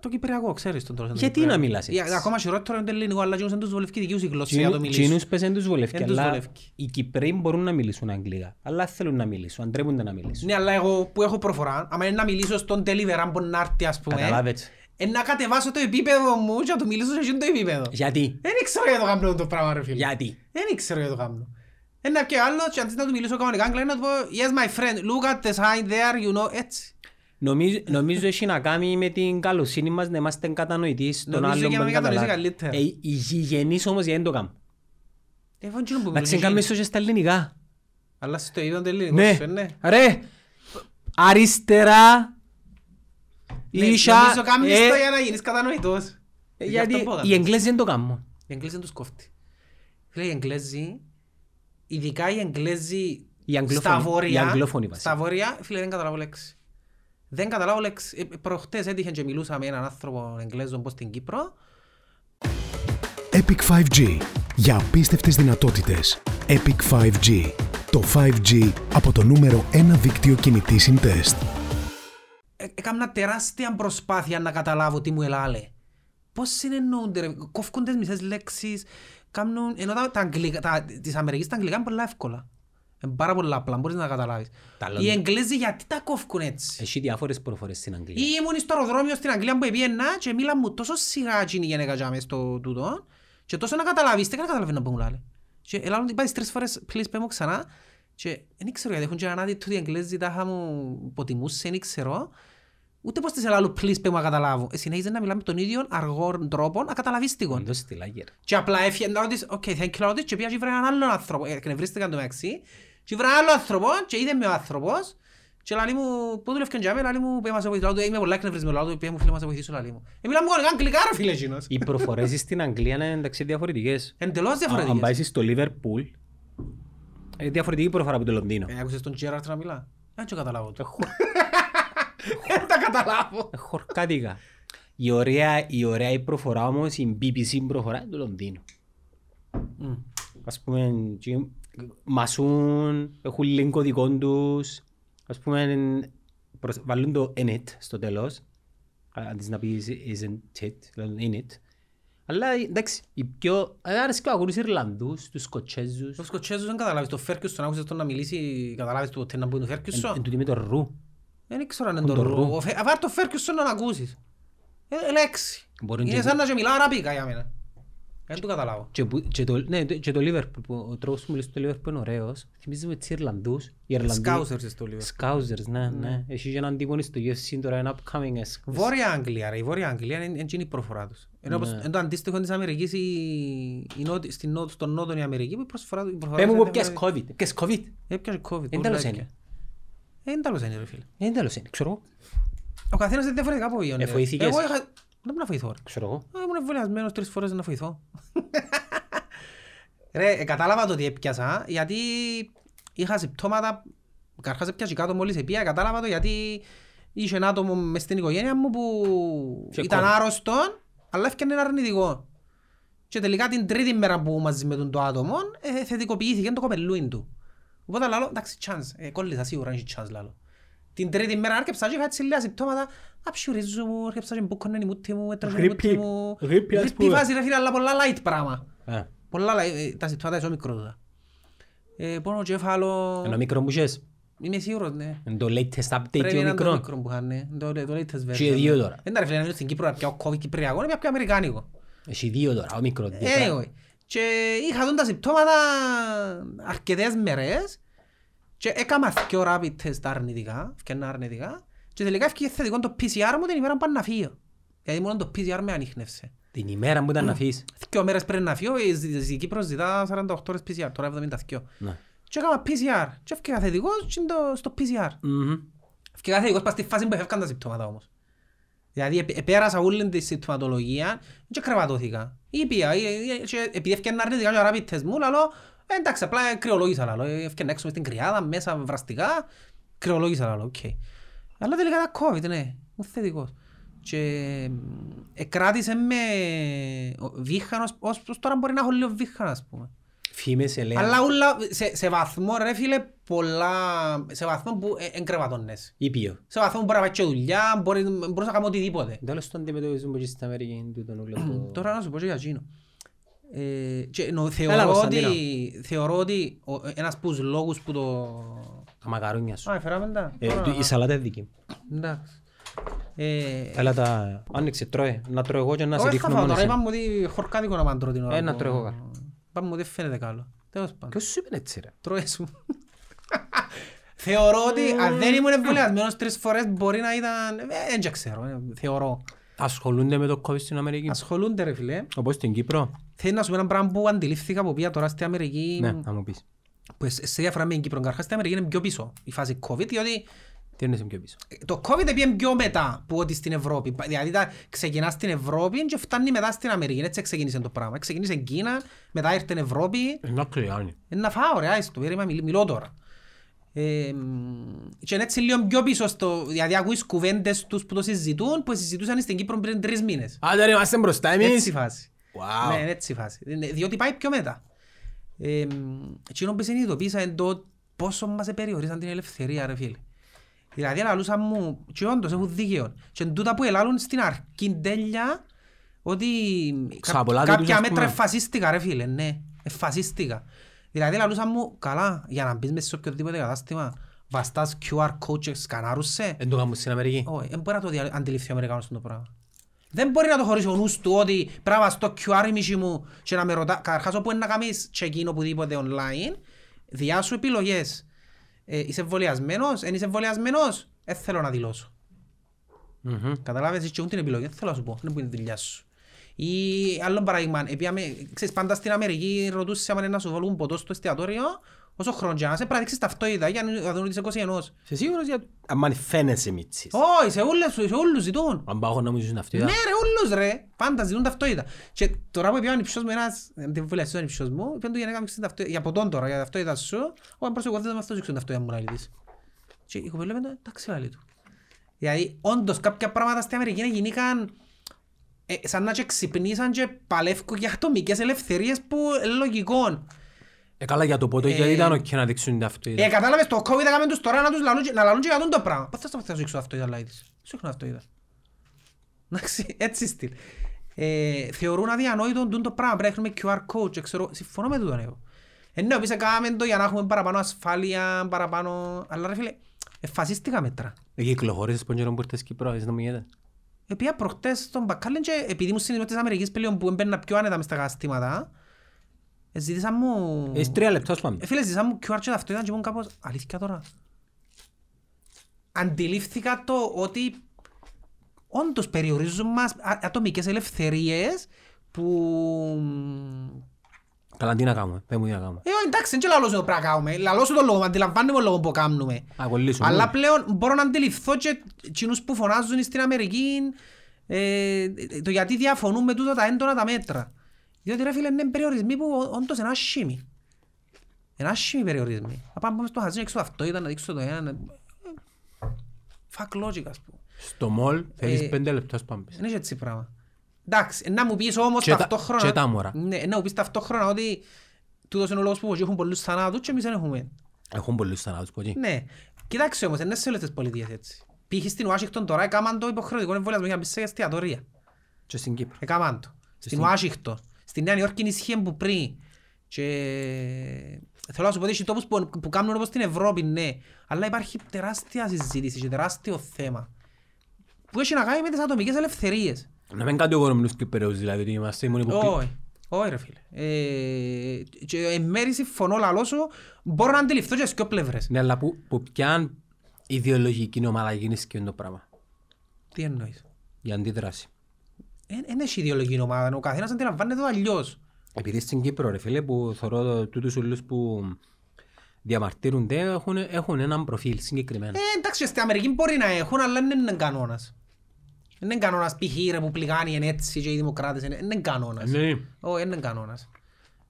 Το κυπριακό, ξέρεις τον τώρα. Γιατί να μιλάς έτσι? έτσι. Ακόμα χειρότερο είναι το ελληνικό, αλλά γίνονται τους βολευκοί δικιούς η γλώσσα για να το μιλήσουν. Τσίνους πες δεν τους βολεύει, Εν τους αλλά βολεύκει. οι Κυπρέοι μπορούν να μιλήσουν αγγλικά, αλλά θέλουν να μιλήσουν, αντρέπονται να μιλήσουν. Ναι, αλλά εγώ που έχω προφορά, άμα είναι να μιλήσω στον delivery, αν μπορεί να έρθει ας πούμε, Καταλάβετε. ε, να κατεβάσω το επίπεδο μου και να του μιλήσω σε εκείνο το επίπεδο. Γιατί, Δεν ήξερα γιατί το κάνω το πράγμα ρε φίλε. γιατί. Δεν ήξερα γιατί το κάνω. Ένα και άλλο και αντί να του μιλήσω κανονικά αγγλικά να του πω Yes my friend, look at the sign there, you know, έτσι. Νομίζω, νομίζω έχει να κάνει με την καλοσύνη μας να είμαστε κατανοητοί στον Νομίζω άλλον για να που με δεν κατανοήσει καταλάβει. καλύτερα. Ε, οι γηγενείς όμως γιατί δεν το κάνουν. Ε, φόν τσινούν που Να μιλούν ξεκάμε εκείνοι. ίσως και στα ελληνικά. Αλλά στο ίδιο τελείο, Ναι. σου, ε, ναι. Ρε, αριστερά, Ναι, ίσα, Νομίζω κάνεις ε, το για να γίνεις κατανοητός. ε, Γι' γιατί αυτό που έκανα. οι Εγγλέζοι δεν το κάνουν. Οι Εγγλέζοι δεν τους κόφτει. Φίλε, οι Εγγλέζοι, ειδικά οι Εγγλέζοι Οι Στα αγγλόφωνοι. Οι βόρεια, αγγλόφωνοι βασικά. στα βόρεια, φίλε, δεν καταλάβω λέξη. Δεν καταλάβω λέξη. Ε, Προχτές έτυχε και μιλούσα με έναν άνθρωπο Εγγλέζο πως στην Κύπρο. Epic 5G. Για απίστευτες δυνατότητες. Epic 5G. Το 5G από το νούμερο 1 δίκτυο κινητής συντεστ. Ε, Έκανα τεράστια προσπάθεια να καταλάβω τι μου ελάλε. Πώς συνεννοούνται, ρε, κόφκουν τις μισές λέξεις. Κάνουν, ενώ τα, τα αγγλικά, τα, της Αμερικής τα αγγλικά είναι πολλά εύκολα. Είναι πάρα πολλά απλά, μπορείς να καταλάβεις. Τα Οι λόγια. Εγγλέζοι γιατί τα κόφκουν έτσι. Έχει διάφορες προφορές στην Ή Αγγλία. ήμουν στο αεροδρόμιο στην Αγγλία που επίαινα και μίλα μου τόσο σιγά εκείνη η γενέκα για μες στο τούτο και τόσο να καταλάβεις, δεν καταλαβαίνω που μου λάλε. Και ελάβουν ότι πάει τρεις φορές, please πέμω ξανά και δεν ξέρω γιατί έχουν και έναν άτιτο οι Αγγλέζοι τα είχα μου ποτιμούσε, δεν ξέρω. Ούτε πως τις ελάλουν please πέμω να καταλάβω. Ε, συνέχιζε να μιλάμε με τον ίδιο αργό τρόπο να καταλαβείς τι γον. Όντως στη Λοιπόν, Λάγερ. Και απλά έφυγε να ρωτήσεις, «Οκ, thank you» να ρωτήσεις και πήγα και βρε έναν άλλον άνθρωπο. Ε, Εκνευρίστηκαν το μεταξύ. Και βρε έναν άλλο άνθρωπο και είδε με ο άνθρωπος. Και λαλεί μου, πού δουλεύκαν για μένα, λαλεί μου, πήγα μας βοηθήσει. Λαλεί του, «Ε, είμαι πολλά εκνευρισμένο, λαλεί του, πήγα μου φίλε μας βοηθήσει, λαλεί μου. Ε, μιλάμε μόνο αγγλικά ρε φίλε εκείνος. Οι προφορές στην Αγγλία είναι εντάξει διαφορετικές. Εντελώς Α, Αν διαφορετικές. πάει στο Λίβερπουλ, ε, διαφορετική προφορά από το Λονδίνο. Ε, Άκουσες τον Gerrard να μιλά. Δεν το καταλάβω το. (laughs) Δεν τα καταλάβω. Ε, Χορκάτικα. Η ωραία, η ωραία η προφορά όμως, η BBC προφορά είναι το Λονδίνο. Μμ. Ας πούμε, τσι- μασούν, έχουν λίγο δικό τους. Ας πούμε, προσ- βάλουν το in it στο τέλος. Α, Αντί να πεις isn't it, λένε in it. Αλλά εντάξει, οι πιο... ε, Άρεσε και ο αγωνίς Ιρλανδούς, τους Σκοτσέζους. Το Σκοτσέζος δεν καταλάβεις, το Ferguson, άκουσες τον να μιλήσει, καταλάβεις του ποτέ να μπουν το Ferguson. Εν- Εν τούτη με το ρου. Δεν ξέρω αν είναι το το ρου. ρου. Ο Φε- Αβάρ το Ferguson να ακούσεις. Ε, λέξη. Μπορούν Είναι και- σαν να και μιλάω αραπικά για μένα. Δεν το καταλάβω. Και, που- και το, ναι, το- και το Liverpool, που ο τρόπος που μιλείς στο Liverpool είναι ωραίος. Θυμίζει με τις Ιρλανδούς. Οι Ιρλανδοί- Σκάουσερς στο λίγο. Σκάουζερς, ναι, ναι. Έχει και έναν τύπο στο UFC τώρα, ένα upcoming. ε, σκ- Βόρεια Αγγλία, ρε. Η Βόρεια Αγγλία είναι έτσι είναι η προφορά τους. Ενώ όπως- Ναι. είναι το αντίστοιχο της Αμερικής, η, η νότ- στην νότ- στον νότον η Αμερική, που η προσφορά του. η προφορά Πες μου τους που είναι έπιασες διαφορετική. COVID. Έπιασες COVID. Έπιασε COVID. Εν πώς τέλος να είναι. έπιασε. Ε, εν τέλος είναι, ρε φίλε. Ε, εν τέλος είναι, ξέρω εγώ. Ο καθένας είναι διαφορετικά από ποιον. Ε, ρε. φοηθήκες. Εγώ είχα- Δεν μπορώ να φοηθώ, ρε. Ξέρω εγώ. Ε, Ήμουν εμβολιασμένος τρεις φορές να φοηθώ. (laughs) Ρε, ε, κατάλαβα το ότι έπιασα, γιατί είχα συμπτώματα, καρχάς έπιασα κάτω μόλις επία, κατάλαβα το γιατί είχε ένα άτομο μες στην οικογένεια μου που Είχε ήταν κόμμα. άρρωστο, αλλά έφτιανε ένα αρνητικό. Και τελικά την τρίτη μέρα που μαζί με τον το άτομο, ε, θετικοποιήθηκε το κοπελούιν του. Οπότε λαλώ, εντάξει, chance, ε, κόλλησα σίγουρα, είναι chance λαλώ. Την τρίτη μέρα άρκεψα και είχα έτσι λίγα συμπτώματα, αψιουρίζω μου, άρκεψα και μπούκωνε η μούτη μου, έτρωγε η μούτη Γρήπη. μου. Γρήπη, ας Γρήπη πούμε. βάζει ρε φίλε, αλλά πολλά light πράγμα. Ε, Πολλά λα- ε, τα συμπτώματα είναι μικρό τώρα. Ε, πόνο κεφάλο, Ένα μικρό που είχες. είμαι σίγουρος, ναι. Είναι το latest update Πρέπει Ε, και να ο είναι το μικρό. μικρό που είχαν, ναι. το, το latest version. Και δύο τώρα. Δεν τα ρε φίλε, να μείνω στην Κύπρο να πιάω COVID κυπριακό, να πιάω πιο αμερικάνικο. Έχει δύο τώρα, ο μικρό. δύο Ε, τώρα. όχι. Και είχα δουν τα συμπτώματα αρκετές μέρες και έκανα δυο rapid test αρνητικά, ευκαιρνά αρνητικά και τελικά έφυγε θετικό το PCR μου την ημέρα που πάνε να φύγω. Γιατί μόνο το PCR με ανείχνευσε. Την ημέρα που ήταν να φύγεις. Δυο μέρες πριν να φύγω, η- η η Κύπρος ζητά 48 ώρες PCR, τώρα 72. Ναι. Και έκανα PCR και έφυγε θετικός και το- στο PCR. Μμμ. Και κάθε εγώ στη φάση που έφευκαν τα συμπτώματα όμως. Δηλαδή επ- επέρασα όλη τη συμπτωματολογία και κρεβατώθηκα. ε, Ή πια, επειδή έφτιανα αρνητικά και αράπη τεστ μου, λαλώ, «Ε, εντάξει, απλά κρυολόγησα λαλώ, έφτιανα έξω μες στην κρυάδα, μέσα βραστικά, κρυολόγησα λαλώ, οκ. Αλλά τελικά τα COVID, ναι, μου θετικός. Και ε, κράτησε με ο- βήχαν, ως- ως ως τώρα μπορεί να έχω λίγο βήχαν, ας πούμε. Φήμες ελέγχουν. Αλλά ούλα, σε, σε βαθμό ρε φίλε, πολλά, σε βαθμό που ε, εν κρεβατώνεσαι. Ήπιο. Σε βαθμό που μπορεί να πάει και δουλειά, μπορείς, μπορείς να κάνω οτιδήποτε. Εν τέλος το αντιμετωπίζουν που και στην Αμερική. είναι τούτον όλο το- Τώρα να σου πω και για εκείνο. Ε, και, εννοώ, Έλα, θεωρώ, Κωνσταντίνο. ότι, θεωρώ ότι ο, ένας από τους λόγους που το... Τα μακαρόνια σου. Α, έφεραμε τα. Ε, Τώρα, το- Η σαλάτα είναι δική μου. Εντάξει. Ε, Έλα τα... Άνοιξε, τρώε. Να τρώω εγώ και να εγώ σε δεν ε, δείχνω θα φάω μόνο τώρα, εσένα. είπαμε ότι χορκάδικο να μάντρω την ώρα. Ε, να που- τρώω εγώ κάτι. Είπαμε ότι δεν φαίνεται καλό. Τέλος πάντων. Ποιος σου είπε έτσι ρε. Τρώες μου. Θεωρώ ότι αν δεν ήμουν εμβολιασμένος τρεις φορές μπορεί να ήταν... Ε, Δεν και ξέρω, ε, θεωρώ. Ασχολούνται με το COVID στην Αμερική. Ασχολούνται ρε φίλε. Όπως στην Κύπρο. Θέλω να σου πω ένα πράγμα που αντιλήφθηκα που πήγα τώρα στην Αμερική. Ναι, να μου πεις. Που σε- σε διαφορά με την Κύπρο. Καρχάς στην Αμερική είναι πιο πίσω η φάση COVID, διότι ε, Τι είναι σε πιο πίσω. το COVID πήγε πιο μετά που ότι στην Ευρώπη. Πα- Δηλαδή τα ξεκινάς στην Ευρώπη και φτάνει μετά στην Αμερική. Έτσι ξεκίνησε το πράγμα. Ξεκίνησε Κίνα, μετά ήρθε η Ευρώπη. Να κρυάνει. Ε, Να φάω ρε, άιστο, περίμενα, μιλ- μιλώ τώρα. Ε, και είναι έτσι λίγο πιο πίσω στο, δηλαδή ακούεις κουβέντες τους που το συζητούν, που συζητούσαν στην Κύπρο πριν τρεις μήνες. Άντε ρε, είμαστε μπροστά Έτσι η εμείς. φάση. Wow. Ναι, είναι έτσι η φάση. Είναι- Διότι πάει πιο μετά. Ε, μ, Εκείνο που συνειδητοποίησα είναι το πόσο μας περιορίσαν την ελευθερία, ρε φίλε. Δηλαδή, λαλούσαν μου, και όντως έχουν δίκαιο. Και εν τούτα που ελάλουν στην αρχή τέλεια, ότι κα- Ξαπολάτε τους, κάποια ας μέτρα πούμε. εφασίστηκα, ρε φίλε, ναι, εφασίστηκα. Δηλαδή, λαλούσαν μου, καλά, για να μπεις μέσα σε οποιοδήποτε κατάστημα, βαστάς QR code και σκανάρουσαι, Εν το κάνουμε στην Αμερική. όχι, δεν ε, μπορεί να το δια- αντιληφθεί ο Αμερικάνος αυτό το πράγμα. Δεν μπορεί να το χωρίσει ο νους του ότι πρέπει να στο QR η μισή μου και να με ρωτά. Καταρχάς όπου είναι να κάνεις check-in οπουδήποτε online, διάσου επιλογές. Ε, είσαι εμβολιασμένος, δεν είσαι εμβολιασμένος, δεν θέλω να δηλώσω. Μμμ. Καταλάβες, είσαι την επιλογή, δεν θέλω να σου πω, δεν μπορεί να δουλειά σου. Ή άλλο παράδειγμα, επίαμε, ξέρεις, πάντα στην Αμερική ρωτούσες άμα είναι να σου βάλουν ποτό στο εστιατόριο, όσο χρόνο και να είσαι, πρέπει να δείξεις ταυτότητα για να να δουν ότι είσαι 21. Είσαι σίγουρος για... Αν φαίνεσαι μίτσις. Όχι, σε όλες- σε όλους ζητούν. Αν πάω να μου ζουν αυτοί. Ναι ρε, όλους ρε. Πάντα ζητούν ταυτότητα. Και τώρα που είπε ο ανυψιός μου ένας, ε, την βουλευτή ο ανυψιός μου, είπε του για να κάνεις την ταυτότητα, για ποτόν τώρα, για ταυτότητα σου, όταν πρόσεχε εγώ δεν με αυτός ήξερε την ταυτότητα μου να λύτης. Και η κοπέλα είπε, εντάξει βάλει του. Δηλαδή, όντως κάποια πράγματα στην Αμερική γίνηκαν ε, σαν να και ξυπνήσαν και παλεύκουν για ατομικές ελευθερίες που ε, λογικών. Ε, καλά για το πότο, γιατί ήταν οκ να δείξουν την ταυτότητα. Ε, κατάλαβες, το COVID έκαμε τους τώρα να τους λαλούν και- να λαλούν και για τον το πράγμα. Πώς θα σταματήσω έξω αυτό είδα λαϊ της. Σου έχουν αυτό είδα. Εντάξει, έτσι στυλ. Ε, θεωρούν αδιανόητο τούτο το πράγμα. Πρέπει να έχουμε QR code και ξέρω, συμφωνώ με τούτον εγώ. Ενώ εμείς έκαμε το για να έχουμε παραπάνω ασφάλεια, παραπάνω... Αλλά ρε φίλε, εφασίστηκα μέτρα. Ε, κυκλοφορήσεις πόν καιρό που ήρθες Κύπρο, έτσι να μου γίνεται. Επειδή προχτές στον Μπακάλεν και επειδή μου συνειδημιώ της Αμερικής πλέον που έμπαιρνα πιο άνετα μες στα καταστήματα, ε, ζήτησα μου... Έχεις τρία λεπτά, ας πάμε. Ε, Φίλε, ζητά μου QR και ταυτότητα και ήμουν κάπως αλήθεια τώρα. Αντιλήφθηκα το ότι όντως περιορίζουν μας α- ατομικές ελευθερίες που... Καλά, τι να κάνουμε, δεν μου τι να κάνουμε. Ε, ω, εντάξει, δεν λαλώσω το πράγμα κάνουμε. Λαλώσω το λόγος, αντιλαμβάνομαι το λόγο που κάνουμε. Α, κολλήσουμε. Αλλά πλέον μπορώ να αντιληφθώ και κοινούς που φωνάζουν στην Αμερική ε, το γιατί διαφωνούν με τούτα τα έντονα τα μέτρα. Διότι ρε φίλε είναι περιορισμοί που ό- όντως είναι άσχημοι. Είναι άσχημοι περιορισμοί. Να πάμε στο χαζί, να δείξω το αυτό, ήταν να δείξω το ένα. να- Fuck logic ας πούμε. Στο μολ θέλεις Ε, πέντε λεπτά, ας πάμε. Δεν είναι έτσι πράγμα. Εντάξει, να μου πεις όμως Και τα- ταυτόχρονα... και τα μωρά. Ναι, να μου πεις ταυτόχρονα ότι τούτος είναι ο λόγος που έχουν πολλούς θανάτους και εμείς δεν έχουμε. Έχουν πολλούς θανάτους ποτέ. Ναι. Κοιτάξτε όμως, είναι σε όλες τις πολιτείες έτσι. Π.χ. στην Ουάσιγκτον τώρα έκαναν το υποχρεωτικό εμβολιασμό για να μπεις σε εστιατορία. Και στην Κύπρο. Έκαναν το. Στην στην- Ουάσιγκτον. Στη Νέα Νιόρκη ισχύει που πριν. Και... Θέλω να σου πω ότι έχει τόπους που, που κάνουν όπως στην Ευρώπη, ναι. Αλλά υπάρχει τεράστια συζήτηση και τεράστιο θέμα. Που έχει να κάνει με τις ατομικές ελευθερίες. Να μην κατηγορούμε τους Κυπρέους, δηλαδή, ότι είμαστε οι μόνοι που πει- Όχι, όχι ρε φίλε. Ε, και εν μέρει συμφωνώ λαλό σου, μπορώ να αντιληφθώ και στις δυο πλευρές. Ναι, αλλά που, που πιάν ιδεολογική ομάδα γίνεις και το πράγμα. Τι εννοείς. Η αντίδραση. Δεν έχει ιδεολογική ομάδα, ο καθένας αντιλαμβάνεται το αλλιώς. Επειδή στην Κύπρο, ρε φίλε, που θεωρώ το- τούτους ούλους που διαμαρτύρονται έχουν, έχουν έναν προφίλ συγκεκριμένο. Ε, εντάξει, στην Αμερική μπορεί να έχουν, αλλά δεν είναι κανόνας. Δεν είναι κανόνας π.χ. οι Ρεπουμπλικάνοι είναι έτσι και οι Δημοκράτες είναι, δεν είναι κανόνας. ναι. Όχι, δεν είναι κανόνας.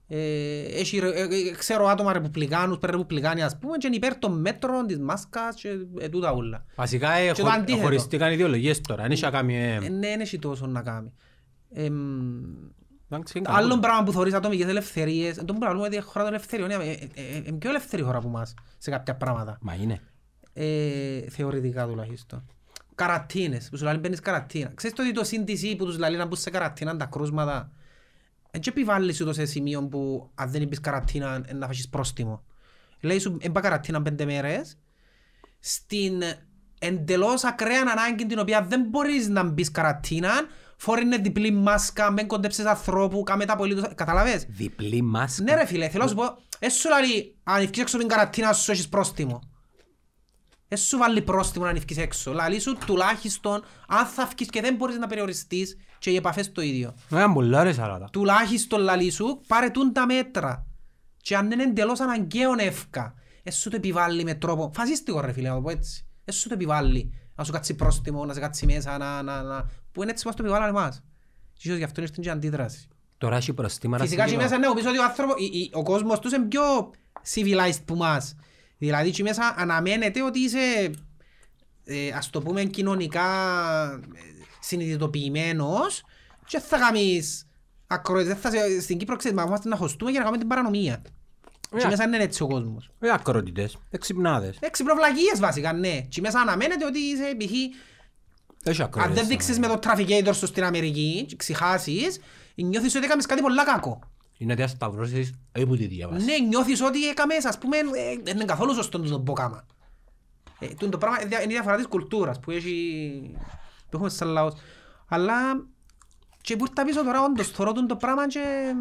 Ε, έχει, ρε- ε, ε, ξέρω άτομα Ρεπουμπλικάνους, περρεπουμπλικάνοι ας πούμε και είναι υπέρ των μέτρων, της μάσκας και ε, τούτα όλα. Βασικά ε, Και χω- το αντίθετο. χωριστήκαν ιδεολογίες τώρα. Αν είχε κάνει... ε, Ε, ναι, δεν έχει τόσο να κάνει. Εμ, εντάξει, είναι Άλλο καλό. πράγμα που θεωρείς ατομικές ελευθερίες, εν τω που λέμε ότι η χώρα των ελευθεριών είναι ε, ε, ε, ε, πιο ελεύθερη χώρα από εμάς σε κάποια πράγματα. Μα είναι. Ε, θεωρητικά τουλάχιστον. Καρατίνες, που σου λαλεί μπαίνεις καρατίνα. Ξέρεις το ότι το CDC που τους λαλεί να μπουν σε καρατίνα τα κρούσματα, δεν και επιβάλλεις ούτως σε σημείο που αν δεν είπεις καρατίνα ε, να φάσεις πρόστιμο. Λέει σου έμπα καρατίνα πέντε μέρες, στην εντελώς ακραία ανάγκη την οποία δεν μπορείς να μπεις καρατίνα, φόρεινε διπλή μάσκα, μην κοντέψεις ανθρώπου, κάμε τα απολύτως, καταλαβες. Διπλή μάσκα. Ναι ρε φίλε, θέλω να σου πω, έσου λαλεί, αν ευκείς έξω από την καρατίνα σου έχεις πρόστιμο. Έσου βάλει πρόστιμο αν ευκείς έξω. Λαλεί σου τουλάχιστον, αν θα ευκείς και δεν μπορείς να περιοριστείς και οι επαφές το ίδιο. Ναι, πολλά ρε σαράτα. Τουλάχιστον λαλεί σου, πάρε τούν τα μέτρα. Και αν είναι εντελώς αναγκαίο εύκα, έσου το επιβάλλει με τρόπο. Φασίστικο ρε φίλε, να το πω έτσι. Έσου το επιβάλλει. Να σου κάτσει πρόστιμο, να σε κάτσει μέσα, να, να, να. Που είναι έτσι μας το επιβάλλανε εμάς. Και ίσως γι' αυτό ήρθε και η αντίδραση. Τώρα έχει προστήμαρα Φυσικά και στην μέσα Κύπρο. ναι, ο πίσω ότι ο, άνθρωπος, ο κόσμος τους είναι πιο civilized που μας. Δηλαδή, εκεί μέσα αναμένεται ότι είσαι, ε, ας το πούμε, κοινωνικά ε, συνειδητοποιημένος και θα κάνεις ακροές. Δεν θα σε- Στην Κύπρο ξέρεις, μα είμαστε να χωστούμε για να κάνουμε την παρανομία. Και Ε, μέσα είναι έτσι ο κόσμος. Ε, ακρότητες, εξυπνάδες. Εξυπνοβλαγίες βασικά, ναι. Και μέσα αναμένεται ότι είσαι, π.χ. Έχεις Αν ακρότητες. δεν δείξεις με το trafficator σου στην Αμερική και ξεχάσεις, νιώθεις ότι έκαμες κάτι πολύ κακό. Είναι ότι ασταυρώσεις όπου τη διαβάσεις. Ναι, νιώθεις ότι έκαμες, ας πούμε, ε, δεν είναι καθόλου σωστό το που κάμα. Ε, τούτο το πράγμα είναι η διαφορά της κουλτούρας που έχει... που έχουμε σαν λαός. Αλλά και που ήρθα πίσω τώρα όντως θωρώ τούτο το πράγμα και...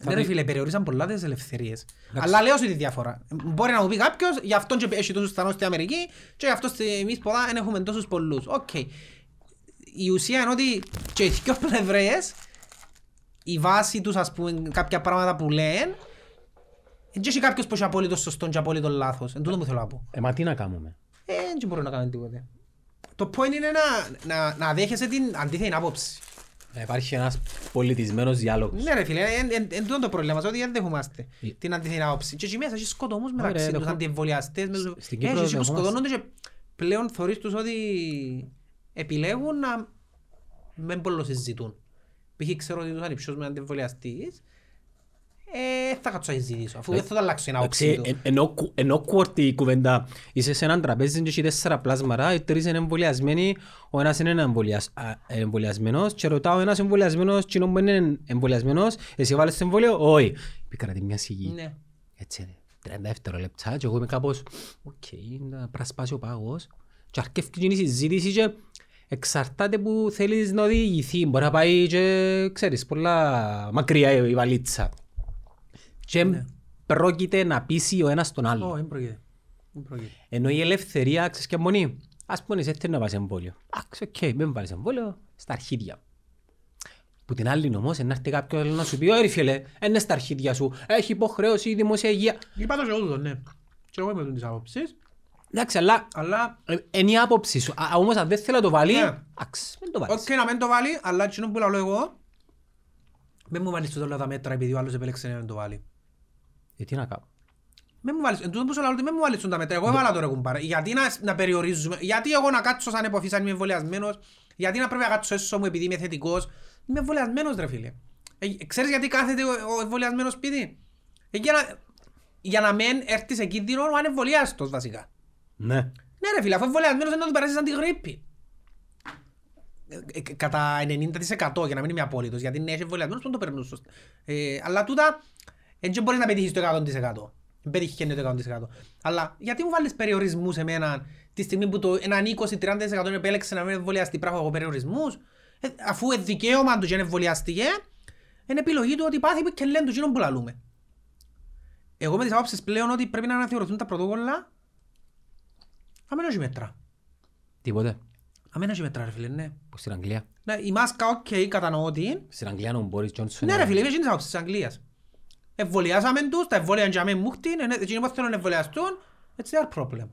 Ναι ρε πει- φίλε, περιορίσαν πολλά τις ελευθερίες. Αλλά λέω σου τη διαφορά. Μπορεί να μου πει κάποιος, γι' αυτόν και έχει τόσους θανούς στην Αμερική και γι' αυτό στη- εμείς πολλά δεν έχουμε τόσους πολλούς. Οκ. Η ουσία είναι ότι και οι δυο πλευρές, η βάση τους ας πούμε κάποια πράγματα που λένε, δεν έχει κάποιος που έχει απόλυτο σωστό και απόλυτο λάθος. Εν τούτο μου θέλω να πω. Ε, μα τι να κάνουμε. Ε, δεν μπορώ να κάνω τίποτα. Το point είναι να, να, να δέχεσαι την αντίθετη άποψη. Να υπάρχει ένας πολιτισμένος διάλογος. Ναι ρε φίλε, εν- εν- εν τούτο το πρόβλημα, ότι δεν δεχόμαστε Ε. την αντίθετη άποψη. Και εκεί μέσα έχεις σκοτωμούς Ωραία, μεταξύ τους, δεχόμαστε. αντιεμβολιαστές, με τους- στην Ε, Κύπρο έχεις εκεί που δεχόμαστε. σκοτώνονται και πλέον θωρείς τους ότι επιλέγουν να μην πολλο συζητούν. Π.χ. ξέρω ότι τους ανυψιούς με αντιεμβολιαστής, ε, θα κάτσω να συζητήσω, Ε, αφού δεν θα το αλλάξω την άποψη Εντάξει, του. εν- ενώ κου- ενώ κουόρτη η κουβέντα είσαι σε έναν τραπέζι και έχει τέσσερα πλάσματα, οι τρεις είναι εμβολιασμένοι, ο ένας είναι εμβολιασ- α, εμβολιασμένος και ρωτά ο ένας εμβολιασμένος, κοινό που είναι εμβολιασμένος, εσύ βάλεις το εμβόλιο, όχι. Επικρατεί μια σιγή. Ναι. Έτσι, 30 δευτερόλεπτα και εγώ είμαι κάπως «Οκ, να πρασπάσει ο πάγος» και αρκεύει και η συζήτηση και εξαρτάται που θέλεις να οδηγηθεί. Μπορεί να πάει και, ξέρεις, πολλά μακριά η βαλίτσα. Και πρόκειται να πείσει ο ένας τον άλλο. Όχι, δεν πρόκειται. Δεν πρόκειται. Ενώ η ελευθερία, ξέρεις και μονή, ας πούμε εσύ θέλει να πάρεις εμβόλιο. Εντάξει, οκ, μην πάρεις εμβόλιο, στα αρχίδια. Που την άλλη όμως, να έρθει κάποιος άλλος να σου πει, «Ωρι φίλε, είναι στα αρχίδια σου, έχει υποχρέωση η δημόσια υγεία». Είπα το και εγώ τούτο, ναι. Και εγώ είμαι με τις άποψεις, Εντάξει, αλλά αλλά Ε, Είναι η άποψη σου. Α, Όμως αν δεν θέλει να το βάλει, Ναι. αξ, μην το βάλεις. Οκ, να μην το βάλει, αλλά εκείνο που λαλώ εγώ, μην μου βάλεις όλα τα μέτρα επειδή ο άλλος επέλεξε να μην το βάλει. Ε, τι να κάνω. Μην μου βάλεις, εν τούτο που σου λαλώ, ότι μην μου βάλεις τα μέτρα, εγώ έβαλα τώρα κουμπάρα. Γιατί να, να περιορίζουμε, γιατί εγώ να κάτσω σαν εποφής αν είμαι εμβολιασμένος, γιατί να πρέπει να κάτσω έσω μου επειδή είμαι θετικός. Είμαι εμβολιασμένος ρε φίλε. Ε, ξέρεις γιατί κάθεται ο, ο εμβολιασμένος σπίτι. Ε, για, να, για να μην έρθει σε κίνδυνο ο ανεμβολιάστος βασικά. Ναι. Ναι ρε φίλε, αφού εμβολιασμένος είναι να του περάσεις σαν τη γρήπη. Ε, ε, Κατά 90% για να μην είμαι απόλυτος, γιατί ναι, είσαι εμβολιασμένος που το περνούν σωστά. Ε, αλλά τούτα, ε, δεν μπορείς να πετύχεις το 100%. Δεν πετύχει ναι το 100%. Αλλά γιατί μου βάλεις περιορισμούς εμένα τη στιγμή που το έναν 20-30% επέλεξε να μην εμβολιαστεί πράγμα από περιορισμούς, ε, αφού ε, δικαίωμα του και εμβολιαστήκε, είναι ε, επιλογή του ότι πάθει και λένε του εκείνον που λαλούμε. Εγώ με τις άποψεις πλέον ότι πρέπει να αναθεωρηθούν τα πρωτόκολλα Αμήν όχι μέτρα. Τίποτε. Αμήν όχι μέτρα ρε φίλε, ναι. Που στην Αγγλία. Ναι, η μάσκα οκ, κατανοώ την. Στην Αγγλία ο Μπόρις Τζόνσον. Ναι ρε φίλε, είναι άποψης της Αγγλίας. Εμβολιάσαμε τους, τα εμβόλια για μένα μούχτην, ε, ναι, εκείνοι που θέλουν να εμβολιαστούν, it's their problem.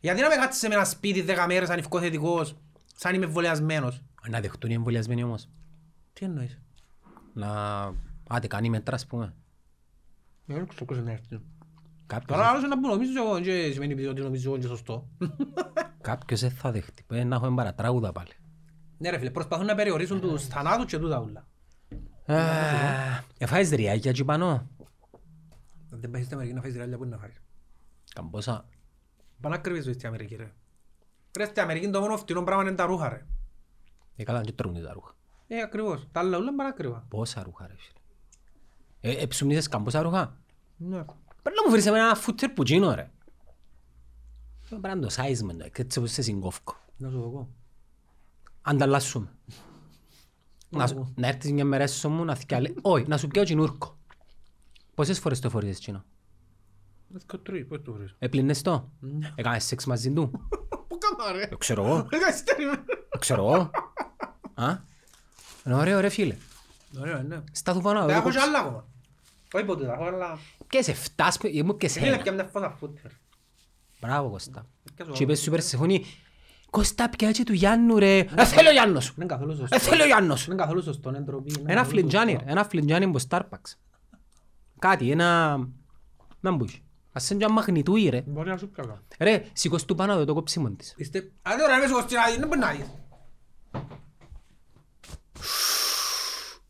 Γιατί να με κάτσεις σε ένα σπίτι δέκα μέρες αν ευκώ θετικός, σαν είμαι εμβολιασμένος. Να δεχτούν οι εμβολιασμένοι όμως. Τι εννοείς. Να... Άντε κάνει μέτρα ας πούμε. Ε, Δεν ξέρω πώς είναι έρθει. Κάποιος, Τώρα άλλος να που νομίζω εγώ, και σημαίνει επειδή ότι νομίζω εγώ είναι σωστό. κάποιος δεν θα δεχτεί. Πρέπει να έχουμε παρατράγουδα πάλι. Ναι ρε φίλε, προσπαθούν να περιορίσουν τους θανάτους και τούτα ούλα. Ναι, Α, Ε, Εφάεις ριάκια εκεί πάνω. Δεν πάει στην Αμερική να φάεις ρεάλια που είναι να φάρεις. Καμπόσα. Πάνε ακριβή ζωή στην Αμερική ρε. Ρε στην Αμερική το μόνο φτηνό πράγμα είναι τα ρούχα ρε. Ε, καλά και τρώνε τα ρούχα. Ε, ακριβώς. Τα άλλα όλα πάνε ακριβά. Πόσα ρούχα ρε φίλε. Ε, ε, ψουμνίζες καμπόσα ρούχα. Ναι. Πρέπει να μου βρεις εμένα ένα φούτσερ που τζίνω ρε. Ε, Πρέπει να το σάισμα, το, έτσι όπως σε συγκόφκω. Να σου το πω. ανταλλάσσουμε. Να, σου- να έρθεις μια μέρα έσω μου να θυκιάλε. Όχι, να σου πιάω τσινούρκο. Πόσες φορές το φορείς τσινό. Να σου κοτρεί, πώς το βρεις. Έπλυνες το. Ναι. Έκανες σεξ μαζί του. Πού κάμα ρε. Ε, Ξέρω εγώ. Καθυστερημένο. ε, Ξέρω εγώ. Α. Είναι ωραίο ρε φίλε. Ωραίο, ναι. Στάθου πάνω. να δω Τα έχω και κόψη. άλλα ακόμα. Όχι ποτέ τα έχω, αλλά... Πιες εφτάς, πι- ε, μου πιες Φίλε, ένα. πια μια φώτα φούτερ. Μπράβο Κώστα. Πιάσω Και εγώ. είπες σούπερ συμφωνή. Κώστα πιάτσε του Γιάννου ρε. Ναι. Ε, θέλω Γιάννο σου. Είναι καθόλου σωστό. Ε, θέλω Γιάννο σου. Είναι καθόλου σωστό, είναι ντροπή. ναι, είναι Ένα καθόλου φλιτζάνι, ρε, ένα φλιτζάνι από Starbucks. Κάτι, ένα... Να μπούχει. Ας είναι και ένα μαγνητούι ρε. Μπορεί να σου πλάκα. Ρε, σηκώσ' του πάνω εδώ το κόψιμο της. Είστε... Α, δεν ωραία, μέσα στην άλλη, δεν μπορεί να δεις.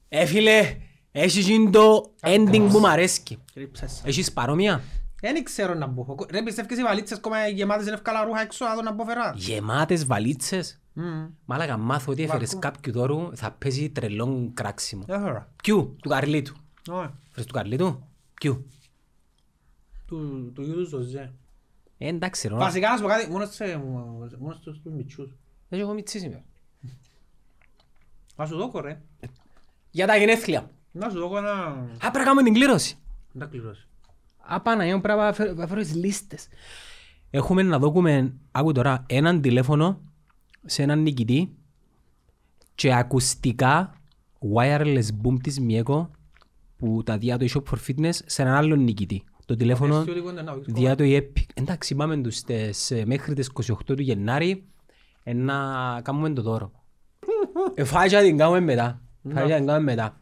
Ε, φίλε, έχεις γίνει το ending που μ' αρέσκει. Κρύψες. Έχεις παρόμοια. Ε, Δεν ξέρω να μπω. Ρε, πιστεύεις οι βαλίτσες ακόμα γεμάτες είναι ευκάλα ρούχα έξω, να δω να μπω φερά. Γεμάτες βαλίτσες. Μμμ. Μάλακα, μάθω ότι έφερες Βαρκού. κάποιου δώρου, θα παίζει τρελό κράξιμο. Έφερα. Ποιου, του Καρλίτου. Ωραία. Έφερες του Καρλίτου. Ποιου. Του του γιου του Ζωζέ. Ε, εντάξει ρε, Βασικά να σου πω κάτι, μόνος σε- μόνος στους στους μητσούς. δεν έχω μητσί σήμερα. Να σου δώκω ρε. Για τα γενέθλια. Να σου δώκω ένα... Α, πρέπει να κάνουμε την κλήρωση. Να τα κληρώσω. Α, Παναγιώ, πρέπει να φέρω- να φέρω τις λίστες. Έχουμε να δούμε, άκου τώρα, έναν τηλέφωνο σε έναν νικητή και ακουστικά wireless boom της Μιέκο που τα διά το eShop for Fitness σε έναν άλλον νικητή. Το τηλέφωνο Εσύ λίγο είναι να βγεις διά το Epic. Εντάξει, πάμε τους στις- ε, μέχρι τις 28 του Γενάρη ε, να κάνουμε το δώρο. Ε, Φάγια την κάνουμε μετά. Φάγια την κάνουμε μετά.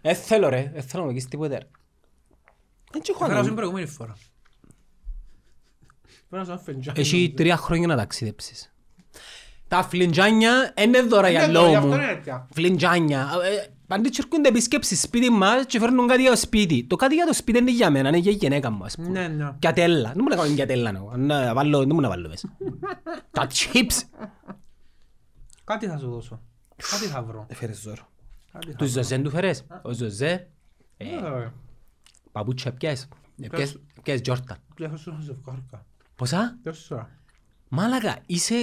Ε, θέλω ρε, ε, θέλω να βγεις τίποτε. ρε. Δεν τσ' έχω κόμμα. Έφερα άλλο. στην προηγούμενη φορά. Πρέπει να σου αφεντζάκι. Ναι, Έχει τρία χρόνια να ταξιδέψεις. Τα φλιντζάνια είναι δώρα για Είναι δώρα, ναι, γι' λόγο αυτό μου. είναι τέτοια. Φλιντζάνια. Ε, Πάντα και έρχονται επισκέψεις σπίτι μας και φέρνουν κάτι για το σπίτι. Το κάτι για το σπίτι είναι για μένα, είναι για η γενέκα μου ας πούμε. Ναι, ναι. Και ατέλα. Δεν μου να κάνω και ατέλα. ναι. Αν να βάλω- Δεν μου να βάλω μέσα. Τα chips. Κάτι θα σου δώσω. Κάτι θα βρω. Έφερες ζώρο. Κάτι θα Του Ζωζέ του φέρες. Ο Ζωζέ. ε, Ε, Παπούτσια πιες. Ε, Πιες- Πιες Τζόρτα. ε. πλέον σου να σε βγάρκα. Πόσα. Τέσσερα. Μάλακα, είσαι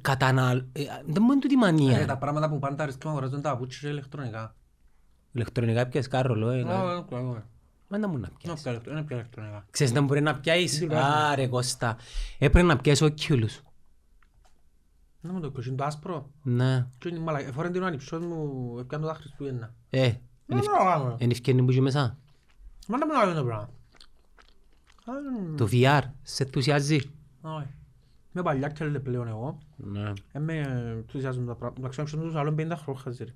καταναλ... ε, Δεν μου είναι τούτη μανία. Ρε, Ε, τα πράγματα που πάντα αρισκούν αγοράζουν τα παπούτσια και ηλεκτρονικά. Ηλεκτρονικά πιες κάρολο, ε, Α, ναι. δεν ξέρω, εγώ. Μα να μου να Είναι πιάσεις. πια ηλεκτρο- Είναι πια ηλεκτρονικά. Ξέρεις να μπορεί να πιάσεις. Α, ρε Κώστα. Έπρεπε να πιάσεις Oculus. Να μου το κολλήσει, το άσπρο. Ναι. Και είναι μαλακ- εφόρεν την ανυψό μου, έπιαν το δάχτυλο του ένα. Ε, Δεν μπορώ να κάνω. εν ευκαινή που είσαι μέσα. Μα να μην κάνω το πράγμα. Α, δεν- Το VR σε ενθουσιάζει. όχι. ε. Είμαι παλιά και λέει πλέον εγώ. Ναι. Ε, με ενθουσιάζουν τα πράγματα. Να ξέρω ποιος είναι τους άλλων 50 χρόνια, ρε.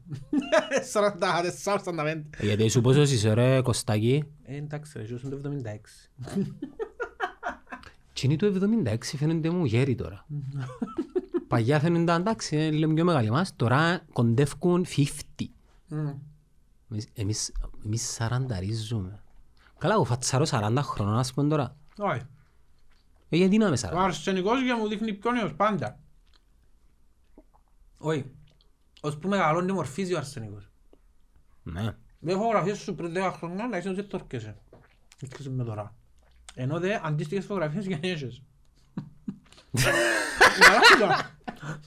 44, 45. Ε, Γιατί σου πόσο είσαι ρε Κωστάκη. Ε, εντάξει, ρε, ζω στον το 76. Τι είναι το 76 φαίνεται μου γέροι τώρα. Παλιά φαίνονται εντάξει, ε, λέμε πιο μεγάλοι μας. Τώρα κοντεύκουν 50. Μμ. Εμείς- Εμείς, εμείς σαρανταρίζουμε. Καλά, εγώ φατσάρω 40 χρονών, ας πούμε τώρα. Όχι. Ε, γιατί να είμαι Ο 40. αρσενικός για μου δείχνει πιο νέος πάντα. Όχι. ε. Ως που μεγαλώνει μορφίζει ο αρσενικός. Ναι. Με φωτογραφίες σου πριν 10 χρόνια να είσαι ότι δεν το έρχεσαι. Έρχεσαι με τώρα. Ενώ δε αντίστοιχες φωτογραφίες για νέες. Καλά,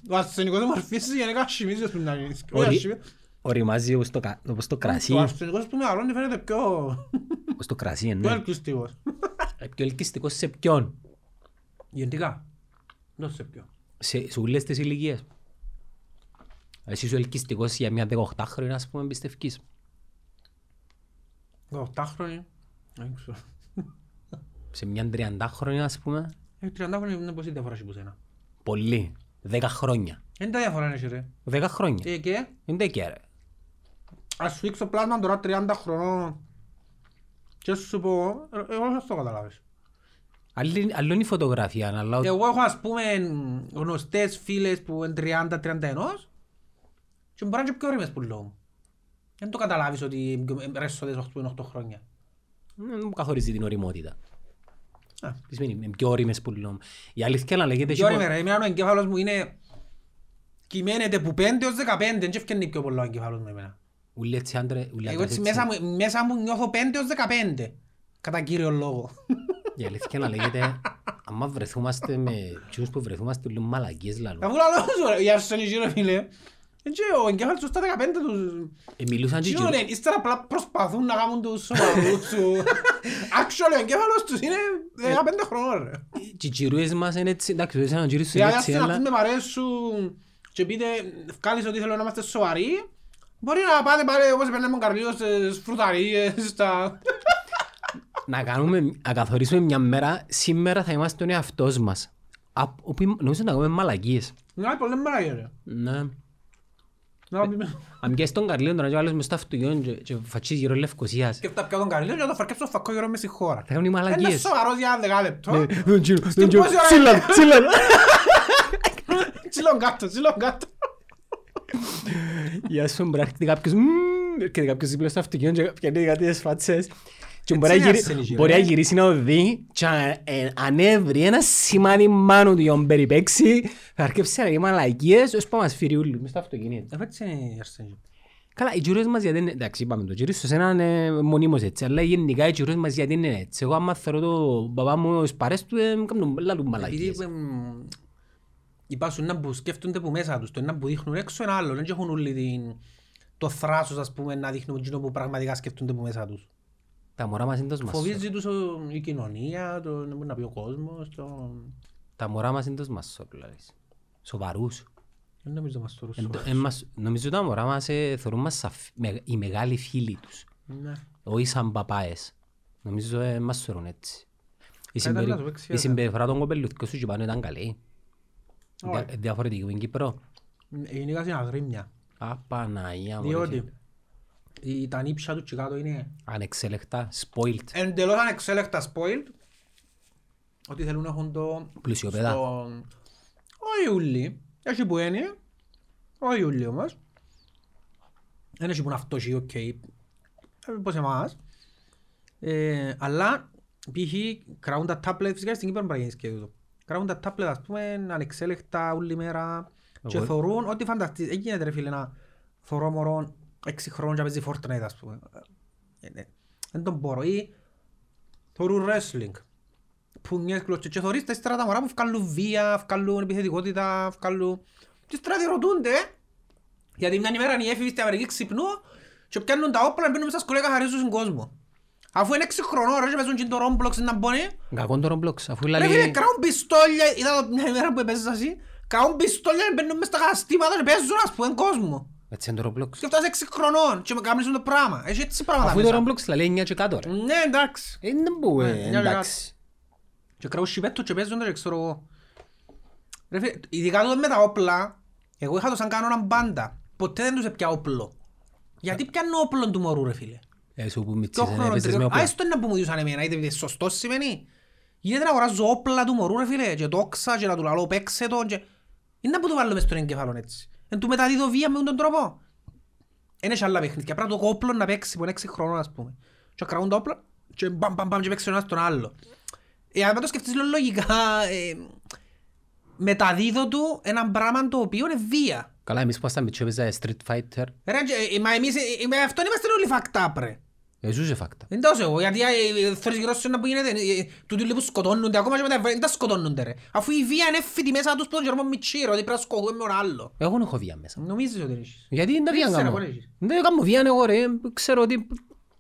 Ο αρσενικός μορφίζει γενικά ασχημίζει ας πούμε να γίνεις. Όχι Ορι- ασχημί- Οριμάζει όπως το, κα- όπως το κρασί. Ο αρσενικός που μεγαλώνει φαίνεται πιο Όπως το κρασί, πιο ναι. ελκυστικός. Ε, πιο ελκυστικός σε ποιον. Γενικά. Δώσε πιο. Σε, σε όλες τις ηλικίες. Εσύ είσαι ελκυστικός για μια 18χρονη, ας πούμε, εμπιστευκής. 18 χρόνια. Δεν ξέρω. Σε μια 30χρονη, ας πούμε, Ε, 30 χρόνια είναι πως η διαφορά έχει που σένα. πολύ. 10 χρόνια. Είναι τα διαφορά είναι ρε. 10 χρόνια. Ε, και Είναι και ρε. ας σου δείξω πλάσμα τώρα 30 χρονών και σου πω, ε, εγώ θα το καταλάβεις. Άλλη, άλλο είναι η φωτογραφία, αλλά ο- Εγώ έχω ας πούμε γνωστές φίλες που είναι 30-31 και μπορεί να είναι και πιο ωρίμες που λέω μου. Δεν το καταλάβεις ότι ρέσσοδες 8 χρόνια. Ναι, δεν μου καθορίζει την οριμότητα. Α. Τις σημαίνει, είναι πιο όριμες που λέω. Η αλήθεια να λέγεται... Και έχει ώριμες ρε, εμένα ο εγκέφαλος μου είναι κυμαίνεται από 5 έως 15, δεν ευκαινεί πιο πολύ ο εγκέφαλος μου εμένα. Ούλοι έτσι άντρε, ούλοι Εγώ άντρες έτσι έτσι. μέσα μου, μέσα μου νιώθω 5 έως 15, κατά κύριο λόγο. (laughs) Η αλήθεια να λέγεται, άμα βρεθούμαστε με τσιούς που βρεθούμαστε, λέω μαλακίες λαλό. Αφού λαλό σου ρε, η αρσενική ρε φίλε. Είναι και ο εγκέφαλος τους στα 15 τους... Ε, μιλούσαν και Τι οι είναι, γύρω- ύστερα απλά προσπαθούν να κάνουν τους σοβαρούς σου. Actually, ο εγκέφαλος τους είναι 15 χρονών ρε. και οι γυρούες μας είναι έτσι, εντάξει, το έσαι γυρούς είναι Δηλαδή, Ε, έτσι, ας την αυτούν αλλά με παρέσουν και πείτε, βγάλεις ότι θέλω να είμαστε σοβαροί, μπορεί να πάτε πάλι όπως παίρναμε ο Καρλίος στις φρουταρίες, στα... να κάνουμε, να καθορίσουμε μια μέρα, σήμερα θα είμαστε ο εαυτός μας. Από- όπου- Νομίζω να κάνουμε μαλακίες. Να, πολλές μαλακίες ρε. Ναι. Να μην- Αν πιάσεις τον Καρλίον τώρα και βάλεις μες στο αυτοκίνητο και- και φατσίσεις γύρω Λευκοσίας. Σκέφτα πια τον Καρλίον και θα φαρκέψω στο φακό γύρω μέσα στη χώρα. Θα κάνουν οι Ένα μαλακίες. Ναι. σοβαρός για ένα δεκάλεπτο. Τον κύριο, τον Στην κύριο. πόση ώρα Τσίλαν, είναι. (laughs) τσίλαν. Τσιλόν κάτω, τσιλόν κάτω. Γεια σου, μπορεί να έρχεται κάποιος, μμμ, έρχεται κάποιος δίπλα στο αυτοκίνητο και πιάνει κάτι τις φάτσες. Και μπορεί να είναι γυρι- ασθενή γύρω, μπορεί να ε. γυρίσει να το δει και αν- ε, αν έβρει ένα σημάδι μάνου του για να περιπέξει, θα αρκέψει να λέει μαλακίες, ώσπου να μας φύρει ούλους μες στο αυτοκίνητο. Έτσι είναι η Αρσένη. Καλά, οι τζουρές μας γιατί είναι... Εντάξει, είπαμε το τζουρί σου σένα είναι μονίμως έτσι, αλλά γενικά οι τζουρές μας γιατί είναι έτσι. Εγώ άμα θεωρώ το παπά μου ως παρές του, ε, κάνω λάλου μαλακίες. Επειδή εμ, υπάρχουν ένα που σκέφτονται που μέσα τους, το ένα που δείχνουν έξω ένα άλλο. Δεν και έχουν όλοι την... το θράσος ας πούμε να δείχνουν εκείνο που πραγματικά σκέφτονται που μέσα τους. Τα μωρά μας είναι τόσο μασόρα. Φοβίζει τους ο- η κοινωνία, το να μπορεί να πει ο κόσμος, το... Τα μωρά μας είναι τόσο μασόρα, δηλαδή. Σοβαρούς. Δεν νομίζω μας το Εν ρωσό. τω- εν μας- Νομίζω τα μωρά μας ε, θεωρούν μας σαφ- με- οι μεγάλοι φίλοι τους. Ναι. Όχι σαν παπάες. Νομίζω ε, μας θεωρούν έτσι. Η, Καλά, συμπερι... να το παίξει, η ε. συμπεριφορά των κοπελουθκών σου και πάνω ήταν καλή. Δια- Διαφορετική που είναι Κύπρο. Ε, Γενικά είναι αγρίμια. Απαναγία μου. ρε φίλε. Διότι η- τα νύψια του Τσικάτο είναι Ανεξέλεκτα, spoiled, εντελώς ανεξέλεκτα spoiled. Ότι θέλουν να έχουν το πλουσιοπέδα. Στον- Ο Ιούλη. Έχει που είναι. Ο Ιούλη όμως. Δεν έχει που να φτώσει, οκ. Ε, Όπως εμάς. Ε, αλλά π.χ. κραούν τα τάπλετ, φυσικά στην Κύπρο μπορεί να γίνει και τούτο. Κραούν τα τάπλετ ας πούμε ανεξέλεκτα όλη μέρα και Εγώ- θωρούν ό,τι φανταστείς. Δεν γίνεται ρε φίλε να θωρώ μωρόν έξι χρόνια και να παίζει Fortnite ας πούμε. Ε, ε, Δεν τον μπορώ. Ή θωρούν wrestling που μιας κλωτσιές και θωρείς τα ύστερα τα μωρά που βγάλουν βία, βγάλουν επιθετικότητα, βγάλουν... Και ύστερα διερωτούνται, ε. γιατί μια ημέρα οι έφηβοι στην Αμερική ξυπνούν και πιάνουν τα όπλα και μπαίνουν μέσα σκολέ καθαρίζουν τον κόσμο. Αφού είναι έξι χρονών ρε και παίζουν και το Roblox να μπώνει, Κακόν το Roblox, αφού ρε φίλε λαλεί... κραούν πιστόλια, είδα το μια ημέρα που έπαιζες εσύ, κραούν πιστόλια και μπαίνουν μέσα στα καταστήματα και παίζουν ας πούμε κόσμο. Έτσι είναι το Roblox. Και φτάσεις έξι χρονών και με κάνουν το πράγμα. Έχει έτσι πράγματα Αφού το μέσα. Roblox λαλεί 9 και κάτω ρε. Ναι εντάξει. Ε, Δεν μπορεί, Ναι, μια εντάξει. Και κράω σιπέτο και παίζονται και ξέρω εγώ. Ρε φίλε, ειδικά τότε με τα όπλα, εγώ είχα το σαν κανόνα μπάντα. Ποτέ δεν τους έπια όπλο. Γιατί πιάνω όπλο του μωρού ρε φίλε. Ε, σου που Και ο μητσίσαι, χρόνος έπαιζες με τριών. Α, όπλα. έστω να που μου διούσαν εμένα, είτε είναι σωστός σημαίνει. Γίνεται να αγοράζω όπλα του μωρού ρε φίλε και τόξα και να του λαλώ παίξε τον και... Είναι να που του βάλω μες στον εγκεφάλο έτσι. Εν του μεταδίδω βία με τον τρόπο. Ένα έχει άλλα παιχνίδια. Πρέπει να το όπλο να παίξει που είναι έξι χρόνων ας πούμε. Και κρατούν τα όπλα και μπαμ μπαμ μπαμ και παίξει ο ένας τον άλλο. Ε, αν το σκεφτείς λίγο λογικά, ε, μεταδίδω του ένα πράγμα το οποίο είναι βία. Καλά, εμείς που ήμασταν μητσί, έπαιζα Street Fighter. Ρε, και, ε, μα εμείς, ε, ε, με αυτόν είμαστε όλοι fucked up ρε. Ε, ζούσε φάκτα. Δεν τόσο εγώ, γιατί ε, ε, θεωρείς γύρω σου ένα που γίνεται, ε, ε, τούτοι λέει που σκοτώνονται, ακόμα και με τα- δεν τα σκοτώνονται ρε. Αφού η βία είναι έφυτη μέσα τους που τον γερμό μητσίρο, ότι πρέπει να σκοτώνουμε με τον άλλο. Εγώ δεν έχω βία μέσα. Νομίζεις ότι έχεις. Γιατί δεν τα βία Δεν ξέρω, κάνω. μπορεί να έχεις. Δεν κάνω βία εγώ ρε. Ξέρω ότι...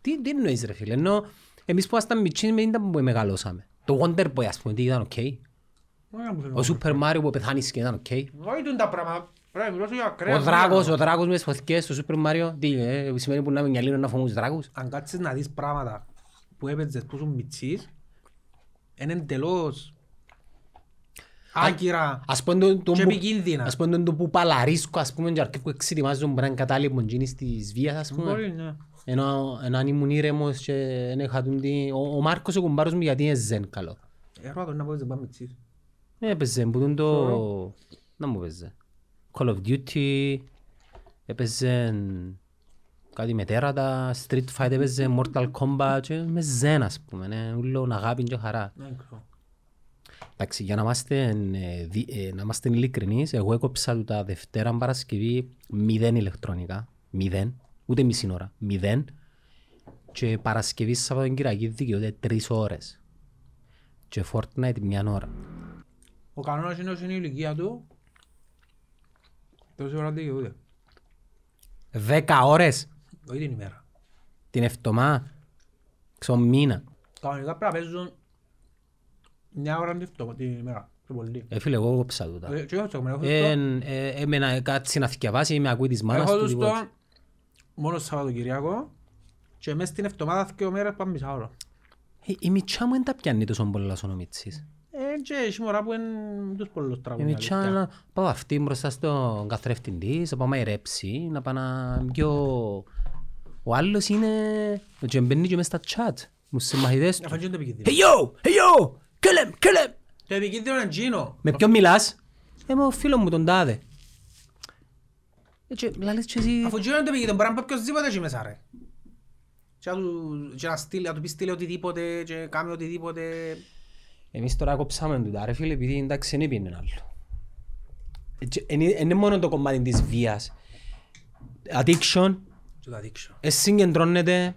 Τι, τι εννοείς ρε φίλε. Ενώ εμείς που ήμασταν μητσί με ήταν που μεγαλώσαμε. Το Wonder Boy ας πούμε τι ήταν οκ. Ο Super Mario που πεθάνεις και ήταν οκ. Βοηθούν τα πράγματα. Ρε, μιλώ σου για ακραία Ο βία. δράκος, ο δράκος με τις φωτιές στο Super Mario. Τι ε, σημαίνει που να είμαι γυαλίνο να φοβούμαι τους δράκους. Αν κάτσεις να δεις πράγματα που έπαιζες που ήσουν μητσής, είναι εντελώς άκυρα Ας πούμε το, το, και που- επικίνδυνα. ας πούμε το, το που παλαρίσκω ας πούμε και αρκεύω εξετοιμάζω μπορεί να είναι κατάλοιπον γίνεις της βίας ας πούμε. Μπορεί, ναι. Ενώ, ενώ αν ήμουν ήρεμος και δεν είχα τον τι... Ο, ο Μάρκος ο κουμπάρος μου γιατί είναι ζεν καλό. Ε, ρώτα τον να πω ότι δεν πάμε μητσής. Ε, Έπαιζε που τον το... Να μου έπαιζε. Call of Duty, έπαιζε κάτι με τέρατα, Street Fight, έπαιζε Mortal Kombat και με ζεν ας πούμε, ναι, ούλο αγάπη και χαρά. Δεν ξέρω. Εντάξει, για να είμαστε, ε, δι- ε, να είμαστε ειλικρινείς, εγώ έκοψα του τα Δευτέρα Παρασκευή μηδέν ηλεκτρονικά, μηδέν, ούτε μισή ώρα, μηδέν. Και Παρασκευή Σάββατο Κυριακή δικαιούται τρεις ώρες. Και Fortnite μια ώρα. Ο κανόνας είναι όσο είναι η ηλικία του, τόση ώρα δικαιούται. Δέκα ώρες Όχι την ημέρα. την εβδομάδα, ξέρω μήνα. Κανονικά πρέπει να παίζουν μια ώρα αντίφτω την ημέρα. Το πολύ. Ε, φίλε, εγώ έκοψα του τα. Ε, και εγώ το έχω, έχω Ε, το- ε, Έμενα κάτσι να θυκευάσει, με ακούει της μάνας Έχω του. τους τίποτα. το μόνο Σαββατοκυριακό και μέσα στην εβδομάδα δύο μέρες πάμε μισά ώρα. Ε, Η μητσά μου δεν τα πιάνει τόσο πολλά σαν ο Μιτσής. Ε, και έχει μωρά που είναι τους πολλούς Είναι τραγούδια. η τσάνα να πάω αυτή μπροστά στον καθρέφτη της, να πάω να μαϊρέψει, να πάω να πιω... Ο άλλος είναι... Και μπαίνει και μέσα στα chat. Μου συμμαχητές του. Αυτό είναι το επικίνδυνο. Hey yo! Hey yo! Kill him! Kill him! Το επικίνδυνο είναι Τζίνο. Με ποιον μιλάς? Ε, με ο φίλος μου τον τάδε. Ε, και λαλείς και εσύ... Αφού Τζίνο είναι το επικίνδυνο, μπορεί να πει οποιοςδήποτε εκεί μέσα ρε. Και να του- και να στείλει- να του πει στείλε οτιδήποτε και κάνει οτιδήποτε. Εμείς τώρα κόψαμε τούτα ρε φίλε επειδή εντάξει δεν είναι άλλο. Ε, και Είναι είναι μόνο το κομμάτι της βίας. Addiction, Του τα δείξω. ε, συγκεντρώνεται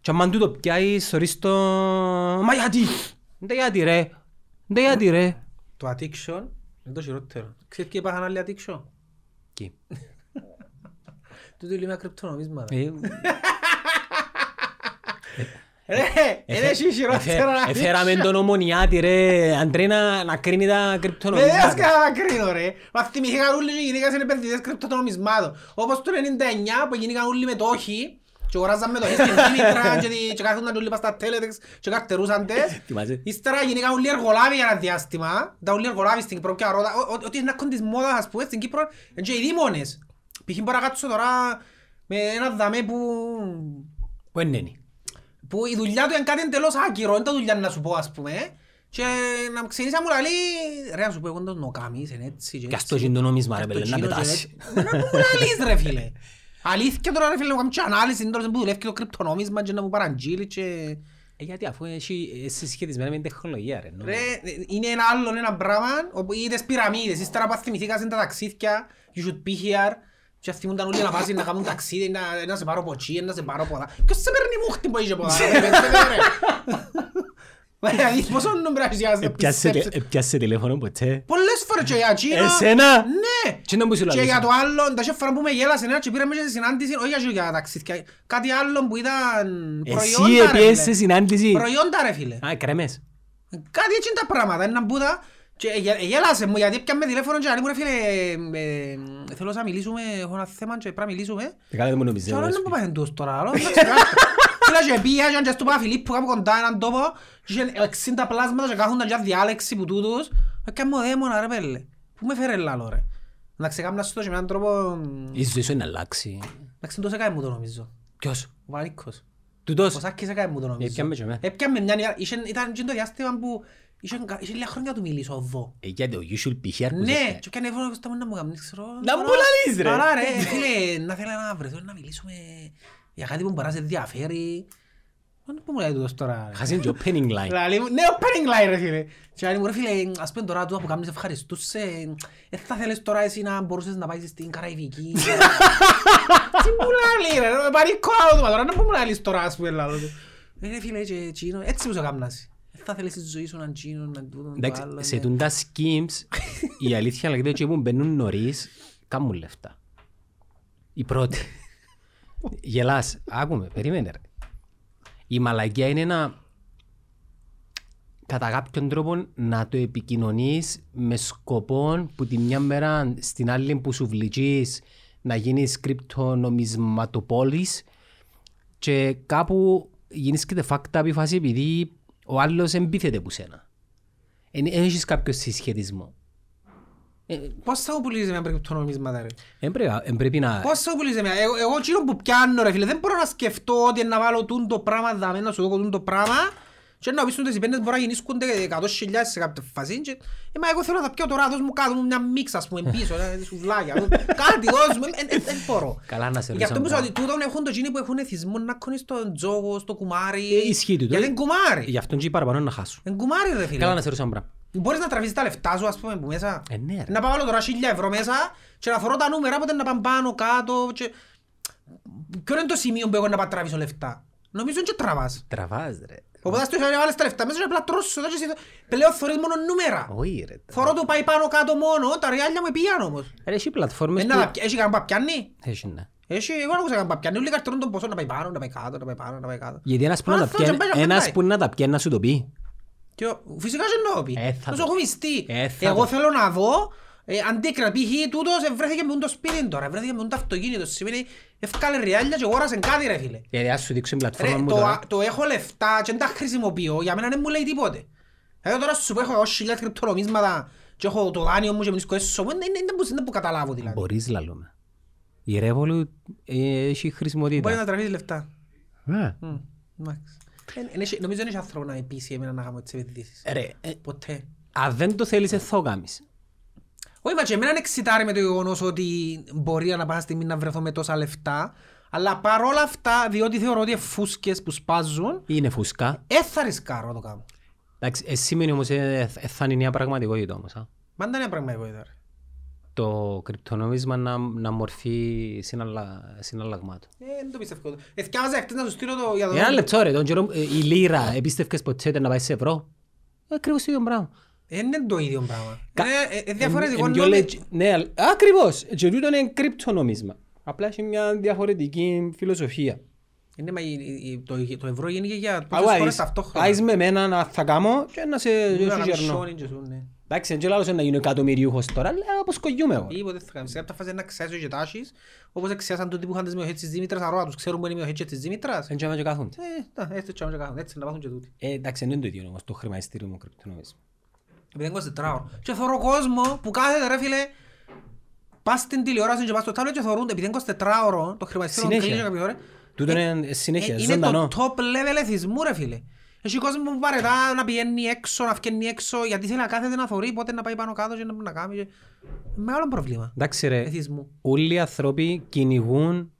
και άμα του το πιάει σωρίς το... Μα γιατί! Ντε γιατί ρε! Ντε γιατί ρε! Το addiction είναι το χειρότερο. Ξέρεις ποιοι υπάρχουν άλλοι addiction. Κι. Τούτοι λέει μια κρυπτονομίσματα. Ε, Ε, Ρε, είναι ε, εσύ χειρότερα εφέ- να δείξω. Εφέραμε τον ομονιάτη ρε, αντρέ να, να κρίνει τα Δεν Ε, ας κρυπτονομίσματα. κατακρίνω ρε. Μα θυμηθήκαν όλοι και γίνηκαν σε επενδυτές κρυπτονομισμάτων. Όπως το 99 που γίνηκαν όλοι με το όχι και αγοράζαν με το όχι στην Κίνητρα και, τη- και κάθονταν όλοι πας στα τέλετεξ και καρτερούσαν τες. Θυμάσαι. Ύστερα γίνηκαν όλοι εργολάβοι για ένα διάστημα. Τα όλοι εργολάβοι στην Κύπρο και αρρώτα. Ό- ό- Ό,τι είναι ακόμη της μόδας ας πούμε στην Κύπρο είναι και οι δήμονες. Π.χ. μπορώ να κάτσω τώρα με ένα δαμέ που Πού είναι που η δουλειά του είναι κάτι εντελώς άκυρο, είναι τα δουλειά να σου πω ας πούμε. Και να ξεκινήσει να μου λέει, ρε να σου πω εγώ το νοκάμις, είναι έτσι και Κι ας το έτσι. γίνει το νόμισμα Κι ρε ας πέλε Ε, το να γίνω και πετάσει. έτσι». Να μου λαλείς ρε φίλε. Αλήθεια τώρα ρε φίλε, να κάνω και ανάλυση τώρα που δουλεύει και το κρυπτονόμισμα και να μου παραγγείλει και... Ε, γιατί αφού έχει ε, συσχετισμένα με την τεχνολογία ρε. νόμιμα. Ρε, είναι ένα άλλο ένα πράγμα, όπου ή τις πυραμίδες, ύστερα πας θυμηθήκασαν τα ταξίδια, you should be here, και θυμούνταν όλοι να πας να κάνουν ταξίδι, να, να σε πάρω ποτσί, να σε πάρω ποδά. Ποιος σε παίρνει μούχτη που είχε ποδά, ρε, πέστε με, ρε. Μα, δηλαδή, πόσο νούμερα έχεις για να σε Έπιασε Ε, τε- πιστέψεις. Έπιασε τηλέφωνο ποτέ. Πολλές φορές και για εκείνο. Εσένα. Ναι. Τι να μου σου Και λαλείς. ε? για το άλλο, τα φορά που με γέλασε ένα και πήραμε και σε συνάντηση, όχι για- για τα ταξίδια, κάτι άλλο που ήταν Εσύ προϊόντα, ρε, έπιασε φίλε. συνάντηση. Προϊόντα, ρε, φίλε. Α, κρέμες. Κάτι έτσι είναι τα πράγματα, είναι να μπούτα και γε- γέλασε μου γιατί πιάμε τηλέφωνο και λέει μου ρε φίλε ε, ε, θέλω να μιλήσουμε, έχω ένα θέμα και πρέπει να μιλήσουμε Δεν κάνετε μόνο και πιστεύω. όλα δεν μου πάει εντός τώρα, άλλο Φίλα και πήγα και αν και στο πάω Φιλίππου κάπου κοντά έναν τόπο και είχε 60 πλάσματα και κάθονταν για διάλεξη που τούτους Ε, και μου δαίμονα ρε πέλε, που με φέρε λάλο ρε Να ξεκάμνασαι το και με έναν τρόπο, μ, Η ζωή σου είναι να αλλάξει. εντάξει τόσο έκανε μου το νομίζω, Ποιος. ο Βανίκος Τούτος. ο Σάκης έκανε μου το νομίζω. Έπιαμε και εμένα. Έπιαμε μια νέα- είχε- ήταν και το διάστημα που είχε κα- είχε λίγα χρόνια να του μιλήσω εδώ. Ε, γιατί το you should be here. που Ναι, είσαι. και πιάνε ευρώ στα μόνα μου γαμνείς, ξέρω. Να μου λαλείς, ρε. Καλά ρε, φίλε, να θέλω να βρεθώ, να μιλήσουμε για κάτι που μπορεί να σε ενδιαφέρει. Μα να Πού μου λέει τούτος τώρα. ρε. Χάσιν και opening line. Λαλεί μου, Ναι, opening line ρε φίλε. Και λέει μου, ρε φίλε, ας πούμε τώρα τούτα που κάνεις ευχαριστούσε, ε, θα θέλεις τώρα εσύ να μπορούσες να πάεις στην (laughs) Καραϊβική. Τι μου λαλεί ρε, με πανικό άτομα τώρα, να πού μου λαλείς τώρα ας πούμε λαλό του. Ε, Ρε φίλε, και τσίνο, έτσι μου σε κάμνας. Ε, Θα θέλεις στη ζωή σου να τσίνο, να τούτο, να το άλλο. Εντάξει, σε ναι. τούντα schemes, η αλήθεια λέγεται ότι όπου μπαίνουν νωρίς, κάνουν λεφτά. Η πρώτη. Γελάς, άκουμε, περίμενε ρε. Η μαλακία είναι να κατά κάποιον τρόπο να το επικοινωνείς με σκοπό που τη μια μέρα στην άλλη που σου βλητζείς να γίνεις κρυπτονομισματοπόλης και κάπου γίνεις και de facto η φάση επειδή ο άλλος εμπίθεται που σένα. Εν, εν έχεις κάποιο συσχετισμό. Ε, Πώς θα μου πουλήσεις με κρυπτονομίσματα ρε. Εν πρέπει, εν πρέπει να... Πώς θα μου πουλήσεις εμένα. Εγώ, Ε, εγώ εκείνο που πιάνω ρε φίλε, δεν μπορώ να σκεφτώ ότι να βάλω τούν το πράγμα δαμέ, να σου δω τούν το πράγμα και να πεις ότι οι πέντες μπορεί να γεννήσκονται 100.000 σε κάποια φασίν και ε, μα εγώ θέλω να τα πιω τώρα, δώσ' μου κάτω μου μια μίξα ας πούμε πίσω, ένα σουβλάκια, δώσ' κάτι δώσ' μου, ε, ε, ε, δεν μπορώ. Καλά να σε Γι' αυτό ρωτήσω που σου κάτι. ότι τούτον έχουν το εκείνοι που έχουν εθισμό να κόνει στον τζόγο, στο κουμάρι. Ε, ισχύει τούτο. Γιατί είναι κουμάρι. Γι' αυτόν και παραπάνω να χάσω. Είναι κουμάρι ρε φίλε. Καλά να σε ρωτήσω ένα πράγμα. Μπορείς να τραβήσεις τα λεφτά σου ας πούμε που μέσα. Ε, ναι, ρε. Να πάω άλλο τώρα 1000 ευρώ μέσα και να θωρώ τα νούμερα πότε να πάνε πάνω κάτω και... Ποιο είναι το σημείο που εγώ να πάω τραβήσω λεφτά. Νομίζω είναι και τραβάς. Τραβάς ρε. Οπότε ας το είχα να βάλεις τα λεφτά μέσα και απλά τρώσω τα και εσύ... Πλέον θωρείς μόνο νούμερα. Όχι ρε. Θωρώ το πάει πάνω κάτω μόνο, τα ριάλια μου πήγαν όμως. Ρε, Έχει πλατφόρμες Ένα Ε, να που... πια- Έχει κανένα παπιάνι. Έχει ναι. Έχει, εγώ δεν ξέρω κανένα πιάνει. Όλοι καρτερούν τον ποσό να πάει πάνω, να πάει κάτω, να πάει πάνω, να πάει κάτω. Γιατί ένας που να Άρα τα θέλω και πιάνει, πάει να ένας πετάει. που να τα πιάνει να σου το πει. Και ο- Φυσικά και εννοώ πει. Ε, θα Τόσο το- έχω μισθεί. Ε, θα το- Εγώ θέλω να δω ε, αντίκρα. Π.χ. τούτος ε, βρέθηκε με το σπίτι τώρα, βρέθηκε με το αυτοκίνητο. Σημαίνει ευκάλε ριάλια και αγόρασε κάτι ρε φίλε. Γιατί ας σου δείξω την Ρε, πλατφόρμα μου το, τώρα. α- το έχω λεφτά και δεν τα χρησιμοποιώ, για μένα δεν μου λέει τίποτε. Δηλαδή τώρα σου πω έχω όσοι χιλιάδες κρυπτονομίσματα και έχω το δάνειο μου και μιλήσω έσω μου, είναι- είναι- είναι που- είναι που καταλάβω δηλαδή. Μπορείς λαλούμε. Η Revolut ε, έχει Μπορεί χρησιμότητα. να τραβήξει λεφτά. Ναι. Μμ, εντάξει. Ε, εν έχει- Νομίζω δεν έχει άνθρωπο να επίσει εμένα να κάνω τις επενδύσεις. Ρε, ε, Ποτέ. αν δεν το θέλεις, ε, θα το κάνεις. Όχι, μα και εμένα δεν εξητάρει με το γεγονός ότι μπορεί να πάω στιγμή να βρεθώ με τόσα λεφτά. Αλλά παρόλα αυτά, διότι θεωρώ ότι φούσκες που σπάζουν, Είναι φουσκά. ε, θα ρισκάρω να το κάνω. Εντάξει, ε, σημαίνει όμως ε, ε, θα είναι η νέα πραγματικότητα όμως. α. Πάντα είναι πράγμα εγώ είδα. ρε. Το κρυπτονομίσμα να, να μορφεί συναλλα, συναλλαγμάτων. Ε, δεν το πιστεύω. Εθιάβαζα χτες να σου στείλω το για το... Ένα λεπτό ρε, τον καιρό, ε, η λίρα, επίστευκες ποτέ ήταν να πάει σε ευρώ. Ε, Ακριβώς το ίδιο πράγμα. Ε, δεν είναι το ίδιο πράγμα. Κα- Είναι ε, διαφορετικό Εν- εν δυο νόμι. λε- Ναι, αλλά- ακριβώς. Και τούτο είναι κρυπτονομίσμα. Απλά έχει μια διαφορετική φιλοσοφία. Είναι, μα, η- η- η- το- το ευρώ γίνηκε για Αγώ, πολλές χώρες άεις- ταυτόχρονα. άεις με εμένα να θα κάνω και να σε Μπορεί να σου κάνεις γερνώ. σόνι και σου, ναι. Εντάξει, δεν ξέρω να γίνω εκατομμυριούχος τώρα, αλλά αποσκογιούμαι εγώ. Ή ποτέ θα κάνεις. Σε κάποια φάση να ξέσω και τάσεις, όπως εξέσαν τούτοι που είχαν τις μειοχές της Δήμητρας Αρώα, τους ξέρουν που είναι οι μειοχές της Δήμητρας. Δεν ξέρω και κάθονται. Ε, να, έτσι τσάμε και κάνουν, έτσι να πάθουν και τούτοι. Ε, Εντάξει, δεν είναι το ίδιο όμως το χρηματιστήριο μου κρυπτονομίσμα. Επειδή είναι 24ωρο. Και θωρώ κόσμο που κάθεται ρε φίλε, πας στην τηλεόραση και πας στο tablet και θωρούν, επειδή είναι 24ωρο, το χρηματιστήριο Συνέχεια. κλείνει κάποια ώρα. Τούτο είναι Ε, συνέχεια, Είναι το ζωντανό. top level εθισμού ρε φίλε. Έχει κόσμο που βαρετά να πηγαίνει έξω, να φκένει έξω, γιατί θέλει να κάθεται να θωρεί, πότε να πάει πάνω κάτω και να, να κάνει. Και... Μεγάλο πρόβλημα Εντάξει ρε, εθισμού. όλοι οι άνθρωποι κυνηγούν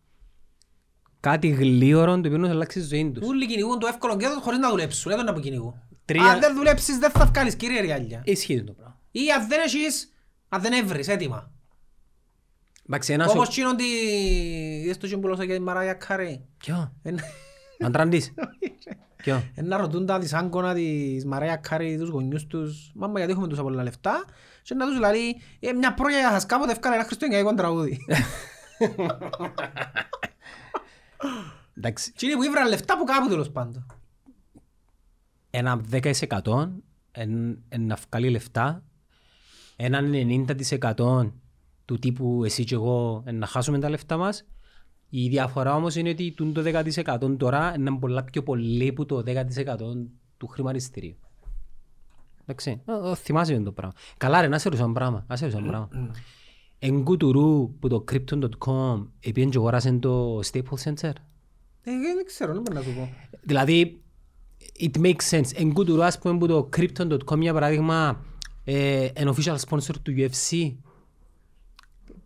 κάτι γλίωρο το οποίο να τους αλλάξει η ζωή τους. Όλοι κυνηγούν το εύκολο κέρδος χωρίς να δουλέψουν, δεν είναι που κυνηγούν. Τρία- Αν δεν δουλέψεις δεν θα βγάλεις κύριε Ριάλια. Ισχύει το πράγμα. Ή αν δεν έχεις, αν δεν έβρεις έτοιμα. Εντάξει, ένας... Όπως γίνονται, είδες το κιμπουλόσα για τη Μαράια Καρέ. Ποιο? Εν- Αν (laughs) τραντείς. Ποιο? εν Να ρωτούν τα δυσάγκωνα της Μαρέα Κάρη, τους γονιούς τους, μάμα γιατί έχουμε τόσα πολλά λεφτά και να τους λέει «Ε, μια πρόκεια για σας κάποτε έφκανε ένα (laughs) χριστουγεννιακό τραγούδι. Εντάξει, Τι είναι που ήβραν λεφτά που κάπου τέλος πάντων. ένα 10% εν, εν να βγάλει λεφτά, ένα 90% του τύπου εσύ και εγώ εν να χάσουμε τα λεφτά μας. Η διαφορά όμως είναι ότι τούν το 10% τώρα είναι πολλά πιο πολύ που το 10% του χρηματιστηρίου. Εντάξει, ε, ε, θυμάσαι το πράγμα. Καλά ρε, να σε ρωτήσω ένα πράγμα. Να σε ρωτήσω ένα πράγμα. Εν κουτουρού που το Crypto.com επειδή και αγοράσαν το Staples Center. Ε, Δεν ξέρω, δεν μπορώ να σου πω. Δηλαδή, it makes sense. Εν κούτουρο, ας πούμε, που το Crypto.com, για παράδειγμα, ε, an official sponsor του UFC,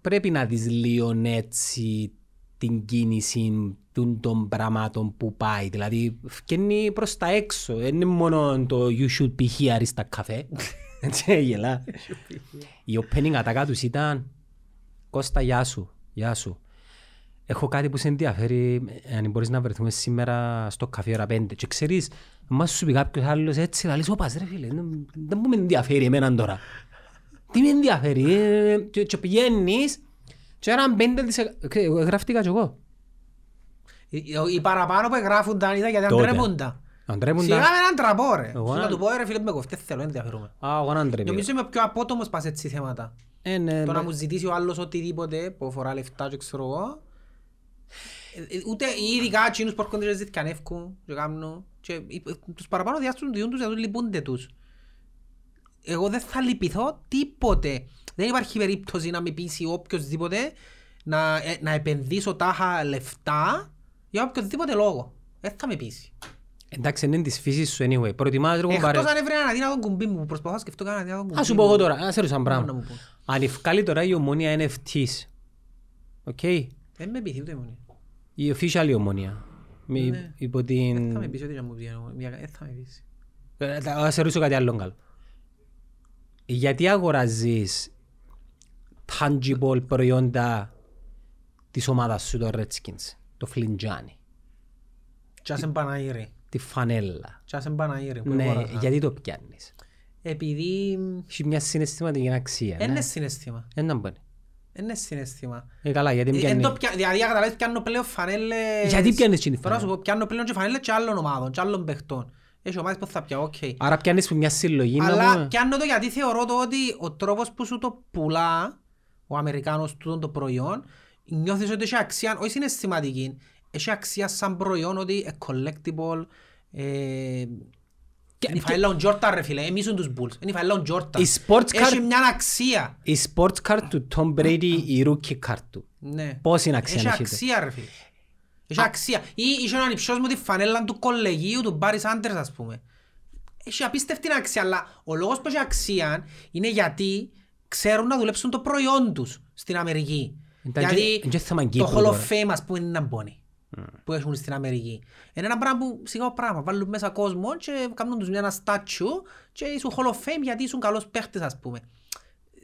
πρέπει να δεις λίγο έτσι την κίνηση των, των πραγμάτων που πάει. Δηλαδή, φκένει προς τα έξω. Δεν είναι μόνο το you should be here στα καφέ. Έτσι, γελά. Η opening attack τους ήταν «Κώστα, γεια σου, γεια σου». Έχω κάτι που σε ενδιαφέρει, ε, αν μπορείς να βρεθούμε σήμερα στο καφέ ώρα πέντε. Και ξέρεις, μα σου πει κάποιος άλλος έτσι, θα λες, «Ωπας ρε φίλε, δεν- δεν μου με ενδιαφέρει εμένα τώρα». Τι με ενδιαφέρει, ε, και, και πηγαίνεις και έναν 5% γράφτηκα κι εγώ. Οι- οι- Οι παραπάνω που εγγράφουν τα ήταν γιατί Τότε. αντρέπουν τα. Αν τρέπουν Σιγά τα... με έναν τραπό ρε. Εγώ Να να- του πω ρε φίλε με κοφτές θέλω, δεν ενδιαφέρομαι. Α, εγώ να ντρέπω. Νομίζω είμαι πιο απότομος πας έτσι θέματα. Ε, ναι, Το ναι. να μου ζητήσει ο άλλος οτιδήποτε που αφορά λεφτά και ξέρω εγώ. ε, ε, Ούτε οι ειδικά εκείνους που έρχονται και ζητήκαν εύκου και κάνουν. Και οι- ε, τους παραπάνω διάστησουν διούν τους γιατί λυπούνται τους. Εγώ δεν θα λυπηθώ τίποτε. Δεν υπάρχει περίπτωση να με πείσει οποιοδήποτε να, ε, να επενδύσω τάχα λεφτά για οποιοδήποτε λόγο. Δεν θα με πείσει. Εντάξει, είναι της φύσης σου, anyway. Προτιμάς λίγο Εκτός παρέ... αν έβρε ένα δυνατόν κουμπί μου που προσπαθώ να σκεφτώ κανένα δυνατόν κουμπί Ας σου μου. πω εγώ τώρα, να σε ρωτήσω ένα Να μου πράγμα. πω. Αν ευκάλει τώρα η ομόνια NFTs, οκ, Δεν Ε, με πείθει ούτε εμένα. η official η ομόνια, μη- Ναι. υπό Δεν θα την... με πείσει ότι να μου βγει ένα- μια- δεν θα με πείσει. Ε, θα- Θα σε ρωτήσω κάτι άλλο καλό. Γιατί αγοράζεις tangible προϊόντα της ομάδας σου, το Redskins, το φλιντζάνι, Κι ας εμπαναήρει. τη φανέλα. Κι ας εμπαναήρει που Ναι, αγόρασα. γιατί το πιάνεις. Επειδή μ, Έχει μια συναισθηματική αξία. εν ναι. είναι συναισθήμα. Ε, να μπορεί. Εν είναι συναισθήμα. Ε, καλά, γιατί Ε, εν πιάνει. το πια- Δηλαδή αν καταλάβεις πιάνω πλέον φανέλες... Γιατί πιάνεις την Τώρα σου φανέλα? πω πιάνω πλέον και φανέλες και άλλων ομάδων και άλλων παιχτών. Έχει ομάδες που θα πιάω, οκ. Άρα πιάνεις που μια συλλογή να Αλλά πούμε. πιάνω το γιατί θεωρώ το ότι ο τρόπος που σου το πουλά ο Αμερικάνος τούτον το προϊόν νιώθεις ότι έχει αξία, όχι συναισθηματική, έχει αξία σαν προϊόν ότι είναι collectible, ε, Και- Είναι η φαέλα ο Τζόρτα ρε φίλε, εμείς είναι τους Bulls. Είναι η φαέλα ο Τζόρτα. Η sports car- Έχει μια αξία. Η sports card του Tom Brady, η rookie card του. Ναι. Πώς είναι αξία Έχει να έχετε. αξία ρε φίλε. Έχει αξία. Ή είχε έναν υψιός μου τη φανέλα του κολεγίου του Μπάρι Σάντερς ας πούμε. Έχει απίστευτη αξία, αλλά ο λόγος που έχει αξία είναι γιατί ξέρουν να δουλέψουν το προϊόν τους στην Αμερική. Ήταν και- και θέμα το Κύπρου Hall of τώρα. Fame ας πούμε είναι ένα μπόνι που έχουν στην Αμερική. Είναι ένα πράγμα που σιγά πράγμα. Βάλουν μέσα κόσμο και κάνουν τους μια ένα στάτσιο και ήσουν Hall of Fame γιατί ήσουν καλός παίχτης ας πούμε.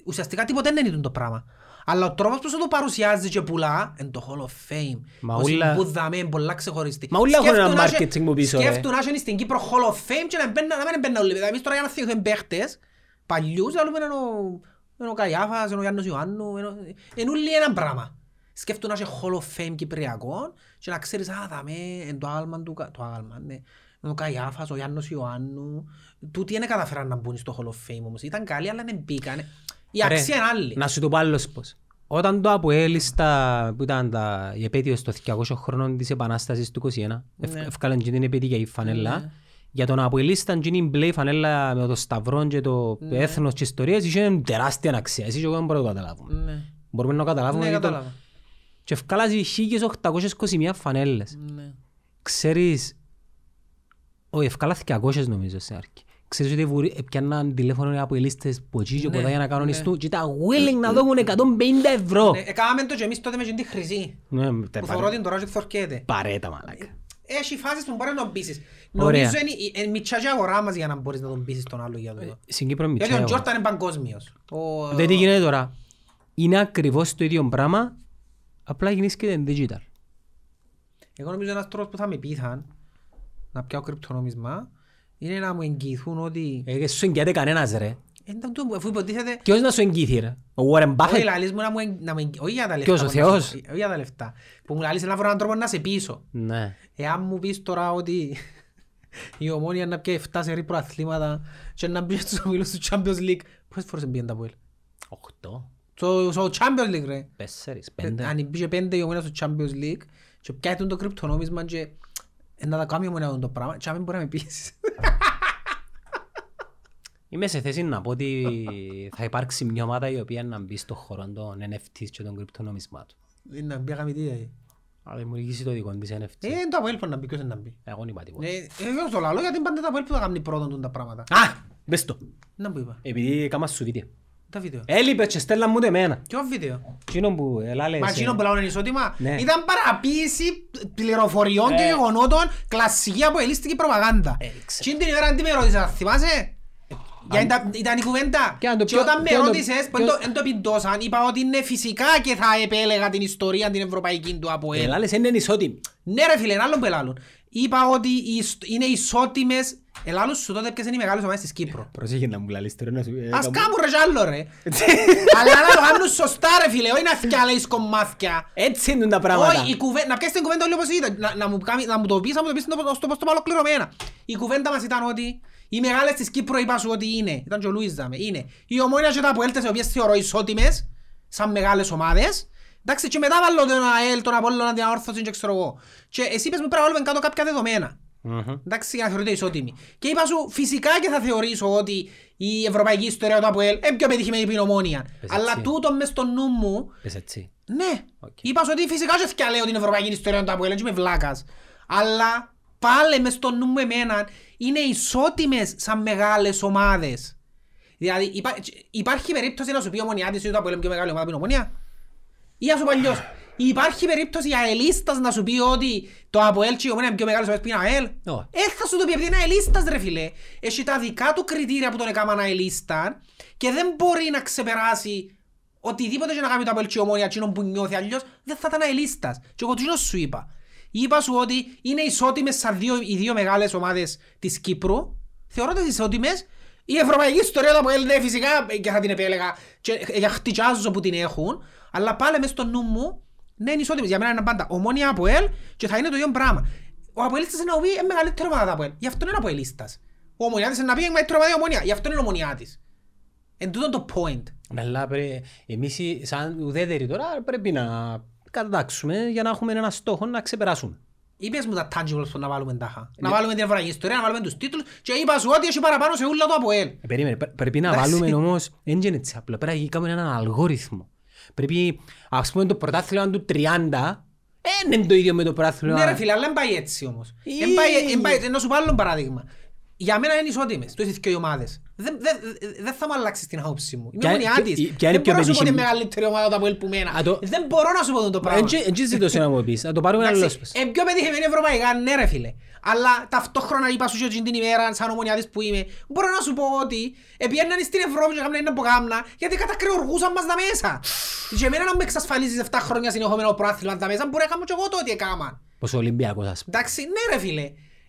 Ουσιαστικά τίποτε δεν είναι το πράγμα. Αλλά ο τρόπος που σου το παρουσιάζει και πουλά είναι το Hall of Fame. Μα Όσοι όλα- Που δαμέ, είναι πολλά ξεχωριστή. Μα όλα έχουν ένα Σκέφτου να είσαι- marketing μου πίσω, ρε. Σκέφτου να είσαι στην Κύπρο Hall of Fame και να μπαίνουν- να μην μπαίνουν όλοι. Δηλαδή, Εμείς τώρα για να θυμηθούμε παίχτες παλιούς, να λέμε είναι ο- είναι ο Καϊάφας, είναι ο Γιάννος Ιωάννου, είναι ο- είναι όλοι ένα πράγμα. Σκέφτου να είσαι Hall of Fame Κυπριακών και να ξέρεις, α, δαμέ, είναι το άλμα του, Κα- το άλμα, ναι. Είναι ο Καϊάφας, ο Γιάννος Ιωάννου. Τούτοι δεν καταφέραν να μπουν στο Hall of Fame όμως. Ήταν καλοί, αλλά δεν μπήκαν. Η Ρε, αξία είναι άλλη. Να σου το πω άλλος πώς. Όταν το ΑΠΟΕΛ στα- που ήταν τα, η επέτειος των 200 χρόνων της Επανάστασης του 21, ναι. ευκάλαν και την επέτεια η Ναι, φανέλα, για τον Αποελίσταν και η μπλε φανέλα με το σταυρό και το Ναι. έθνος και ιστορίες είχε τεράστια αξία. Εσύ και εγώ δεν μπορούμε να το καταλάβουμε. Ναι. Μπορούμε να το καταλάβουμε. Ναι, γιατί το- κατάλαβα. Και ευκάλαζε 1821 Ναι. φανέλες. Ξέρεις, όχι ευκάλα 200 νομίζω σε άρκη. Ξέρεις ότι βουρί- έπιαναν τηλέφωνο οι αποελίστες που εκεί Ναι, και κοντά για να κανονιστούν και ήταν willing Ε, να δώσουν 150 ευρώ. Ναι, Έκαναμε το και εμείς τότε με την τη χρυσή. Ναι, τε- Που παρέ- θεωρώ την τώρα και θωρκέται. παρέτα μαλάκα. Έχει φάσεις που μπορεί να τον πείσεις. Ωραία. Νομίζω είναι η- η μητσιά και αγορά μας για να μπορείς να τον πείσεις τον άλλο για το. Στην Κύπρο Γιατί ο μητσάει Ε, αγορά. Τζόρταν είναι παγκόσμιος. Ο- Δεν τι γίνεται τώρα. Είναι ακριβώς το ίδιο πράγμα, απλά γεννήσκεται digital. Εγώ νομίζω ένας τρόπος που θα με πείθαν να πιάω κρυπτονόμισμα είναι να μου εγγυηθούν ότι... Ε, και σου εγγυάται κανένας ρε. Ε, ήταν τούτο που- Αφού υποτίθεται... Ποιος να σου εγγύθει ρε. Ο Warren Όχι, Buffett. λαλείς μου να μου εγγυ- να μου εγγυ- όχι για τα λεφτά. Ε, Ποιος, ο που να Θεός? σου- Όχι για τα λεφτά. Που μου λαλείς να βρω έναν τρόπο να σε πείσω. Ναι. Εάν μου πεις τώρα ότι η ομόνια να πιάει 7 σερή προαθλήματα και να μπει στους ομίλους του Champions League, πόσες φορές μπήκε τα Αποέλ. 8, Στο στο Champions League ρε. 4, 5. Αν μπήκε πέντε η ομόνια στο Champions League και πιάει τον το κρυπτονόμισμα και ε, να τα κάνει η ομόνια το πράγμα και αν μπορεί να με πεις. Είμαι σε θέση να πω ότι θα υπάρξει μια ομάδα η οποία να μπει στο χώρο των NFTs και των κρυπτονομισμάτων. Ε, Να μπει αγαμητή δηλαδή. Αλλά δημιουργήσει το δικό της NFT. Ε, είναι το Αποέλ που να μπει, ποιος είναι να μπει. Εγώ δεν είπα τίποτα. Ε, ε, Εγώ στο λαλό γιατί πάντα τα Αποέλ που θα κάνει πρώτον τούτα πράγματα. Α! Δες το. Να που είπα. Επειδή έκανα σου βίντεο. Τα βίντεο. Έλειπε και στέλνα μου το εμένα. Ποιο βίντεο. Εκείνο που ελάλε Μα σε- εκείνο που λαούν είναι εισόδημα Ναι. ήταν παραποίηση πληροφοριών και γεγονότων κλασική αποελίστικη προπαγάνδα. ξέρω. Εκείνη την ημέρα τι με ρώτησες, θυμάσαι? Για ήταν- Ήταν η κουβέντα. Και αν το Και πιο- όταν με και αν το- ρώτησες, που ποιος- εν το πιντώσαν, είπα ότι είναι φυσικά και θα επέλεγα την ιστορία την ευρωπαϊκή του από ελ. Ελάλε σε ε, είναι ισότιμη. Ναι ρε φίλε, είναι άλλο που ελάλουν. Είπα ότι ισ- είναι ισότιμες. Ελάλουν σου τότε ποιες είναι οι μεγάλες ομάδες της Κύπρου. Πρόσεχε να μου λαλείς τώρα να σου... Ας κάνουν ρε κι άλλο (laughs) ρε. Αλλά να το κάνουν σωστά ρε φίλε, όχι να θυκιαλείς κομμάτια. Έτσι είναι τα πράγματα. Όχι, η κουβέντα, να πιάσεις την κουβέντα όλοι όπως ήταν, να, να, μου, κάνει- να μου το πεις, να μου το πεις στο στο- στο- στο ολοκληρωμένα. Η κουβέντα μας ήταν ότι οι μεγάλες της Κύπρου είπα σου ότι είναι, ήταν και ο Λουίς δάμε, είναι. Η ομόνια και τα αποέλτες, οι οποίες θεωρώ ισότιμες, σαν μεγάλες ομάδες. Εντάξει, και μετά βάλω τον ΑΕΛ, τον Απόλλωνα, την Αόρθωση και ξέρω εγώ. Και εσύ είπες μου πρέπει να βάλουμε κάτω κάποια δεδομένα. Μμμ. Εντάξει, για να θεωρείται ισότιμη. Και είπα σου, φυσικά και θα θεωρήσω ότι η ευρωπαϊκή ιστορία του ΑΠΟΕΛ είναι πιο πετυχημένη από την ομόνια. Πες Αλλά έτσι. τούτο μες στο νου μου Πες έτσι. ναι. Οκ. Είπα σου ότι φυσικά και θυκιαλέω την ευρωπαϊκή ιστορία του Αποέλ, έτσι είμαι βλάκας. Αλλά πάλι μες στο νου μου εμένα είναι ισότιμες σαν μεγάλες ομάδες. Δηλαδή υπά, υπάρχει περίπτωση να σου πει η ομονιά της ή το Αποέλ είναι πιο μεγάλη ομάδα από την ομονιά. Ή να σου πω αλλιώς. Υπάρχει περίπτωση η αελίστας να σου πει ότι το Αποέλ και η ομονιά είναι πιο μεγάλες ομάδες που είναι αελ. Όχι. Ε, θα σου το πει επειδή είναι αελίστας ρε φίλε. Έχει τα δικά του κριτήρια που τον έκαναν αελίστα και δεν μπορεί να ξεπεράσει οτιδήποτε και να κάνει το απελτσί ομόνια εκείνον που νιώθει αλλιώς δεν θα ήταν αελίστας. Και εγώ τίνος σου είπα. Είπα σου ότι είναι ισότιμες σαν δύο, οι δύο μεγάλες ομάδες της Κύπρου. Θεωρώ τις ισότιμες. Η ευρωπαϊκή ιστορία του Αποέλ ναι, φυσικά ε, και θα την επέλεγα και ε, για χτυκιάζω που την έχουν. Αλλά πάλι μες στο νου μου ναι είναι ισότιμες. Για μένα είναι πάντα ομόνια Αποέλ και θα είναι το ίδιο πράγμα. Ο Αποέλιστας είναι να πει είναι μεγαλύτερη ομάδα του Αποέλ. Γι' αυτό είναι Αποέλιστας. Ο Ομονιάτης είναι να πει είναι μεγαλύτερη ομάδα η Ομονία. Γι' αυτό είναι ο Ομονιάτης. Εν τούτον το point. Αλλά πρέ... εμείς οι- σαν ουδέτεροι τώρα πρέπει να κατατάξουμε για να έχουμε ένα στόχο να ξεπεράσουμε. Είπες μου τα tangibles που να βάλουμε τάχα. Ναι. Να βάλουμε την ευραγή ιστορία, να βάλουμε τους τίτλους και είπα σου ότι έχει παραπάνω σε ούλα το ΑΠΟΕΛ. Ε, Περίμενε, πρέ- πρέπει να βάλουμε όμως, δεν είναι έτσι απλά, πρέπει να κάνουμε έναν αλγόριθμο. Πρέπει, ας πούμε το πρωτάθλημα του 30, δεν είναι το ίδιο με το πρωτάθλημα. Ναι ρε φίλε, αλλά δεν πάει έτσι όμως. Ή. Δεν πάει, δεν πάει, να σου πάρω άλλο παράδειγμα. Για μένα είναι ισότιμες, το είσαι και οι ομάδες. Δεν δεν- δεν θα μου αλλάξεις την άποψη μου. Είμαι Ποια- ομονιάτης. ποια- ποια είναι Δεν πιο μπορώ να σου πω ότι είναι επιτυχημένη? μεγαλύτερη ομάδα από που Α, εμένα. το- Δεν μπορώ να σου πω το πράγμα. Ε, Εν τσι ζητώ σε να μου πεις, να το πάρουμε άλλο Εντάξει, ε- σπες. Εν πιο πετυχημένη ευρωπαϊκά, ναι ρε φίλε. Αλλά ταυτόχρονα είπα σου και εκείνη την ημέρα, σαν ομονιάτης που είμαι, μπορώ να σου πω ότι επιέναν στην Ευρώπη και έκαναν ένα από κάμνα, γιατί κατακρεουργούσαν μας τα μέσα. Και εμένα να με εξασφαλίζεις 7 χρόνια συνεχόμενο πρόαθλημα τα μέσα, μπορεί να κάνω και εγώ το ότι έκανα. Πως ο Ολυμπιακός ας πούμε. Εντάξει, ναι ρε φίλε.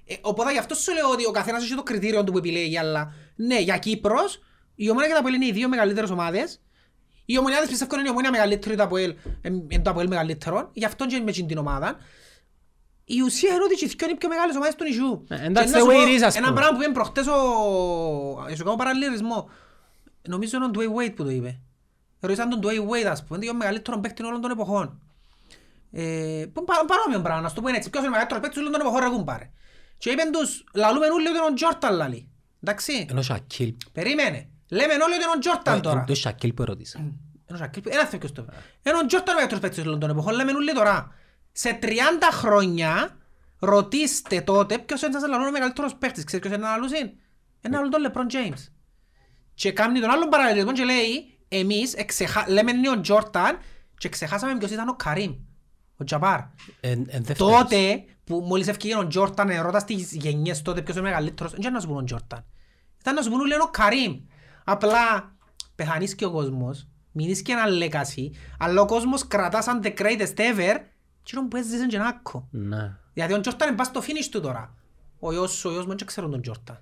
Ε, οπότε γι' αυτό σου λέω ότι ο καθένας έχει το κριτήριο του που επιλέγει, αλλά ναι, για Κύπρος, η Ομόνια και τα Αποέλ είναι οι δύο μεγαλύτερες ομάδες. Η Ομονιάδες πιστεύω είναι η Ομόνια μεγαλύτερη του Αποέλ, ε, είναι το Αποέλ μεγαλύτερο, γι' αυτό και με εκείνη την ομάδα. Η ουσία είναι ότι οι δυο είναι οι πιο μεγάλες ομάδες του νησιού. Ε, εντάξει, Και να the σου way πω it is, ας Ένα πούμε. πράγμα που είπε προχτές ο... ε, Σου κάνω παραλληλισμό. Νομίζω είναι ο Dwayne Wade που το είπε. Ρωτήσαν τον Dwayne Wade, ας πούμε, είναι ο μεγαλύτερος παίκτης όλων των εποχών. Ε, που πα- παρόμοιο πράγμα, να σου το πω έτσι. Ποιος είναι ο μεγαλύτερος παίκτης όλων των εποχών, ρε κουμπάρε. Και είπαν τους, λαλούμε όλοι ότι είναι ο Τζόρταν λαλεί. Εντάξει, Ενώ ο Σακίλ, περίμενε. Λέμε όλοι ότι είναι ο Ε, Τζόρταν τώρα. το Σακίλ που ερώτησα. Ένας Σακίλ, ένα θεό και στο. Ένα Τζόρταν μεγαλύτερος παίκτης όλων των εποχών, λέμε όλοι τώρα. Σε 30 χρόνια, ρωτήστε τότε ποιος είναι σας λαλούν ο μεγαλύτερος παίκτης. Ξέρεις ποιος είναι να λαλούσιν. Ένα άλλο τον Λεπρόν Τζέιμς. Και κάνει τον άλλον παραλληλισμό και λέει εμείς εξεχα... λέμε είναι ο Τζόρταν και ξεχάσαμε ποιος ήταν ο Καρίμ. Ο Τζαμπάρ. Ε, Τότε που μόλις έφυγε ο Τζόρταν ερώτα στις γενιές τότε ποιος είναι ο μεγαλύτερος. Δεν ήταν να σου πούν ο Τζόρταν. Ήταν να σου πούν λένε ο Καρίμ. Απλά πεθανείς και ο κόσμος. Μείνεις και ένα λέκαση. Αλλά ο κόσμος κρατά σαν the greatest ever. Τι που έζησες και να άκου. Να. Γιατί ο Τζόρταν είναι στο finish του τώρα. Ο γιος, ο γιος μου δεν ξέρουν τον Τζόρταν.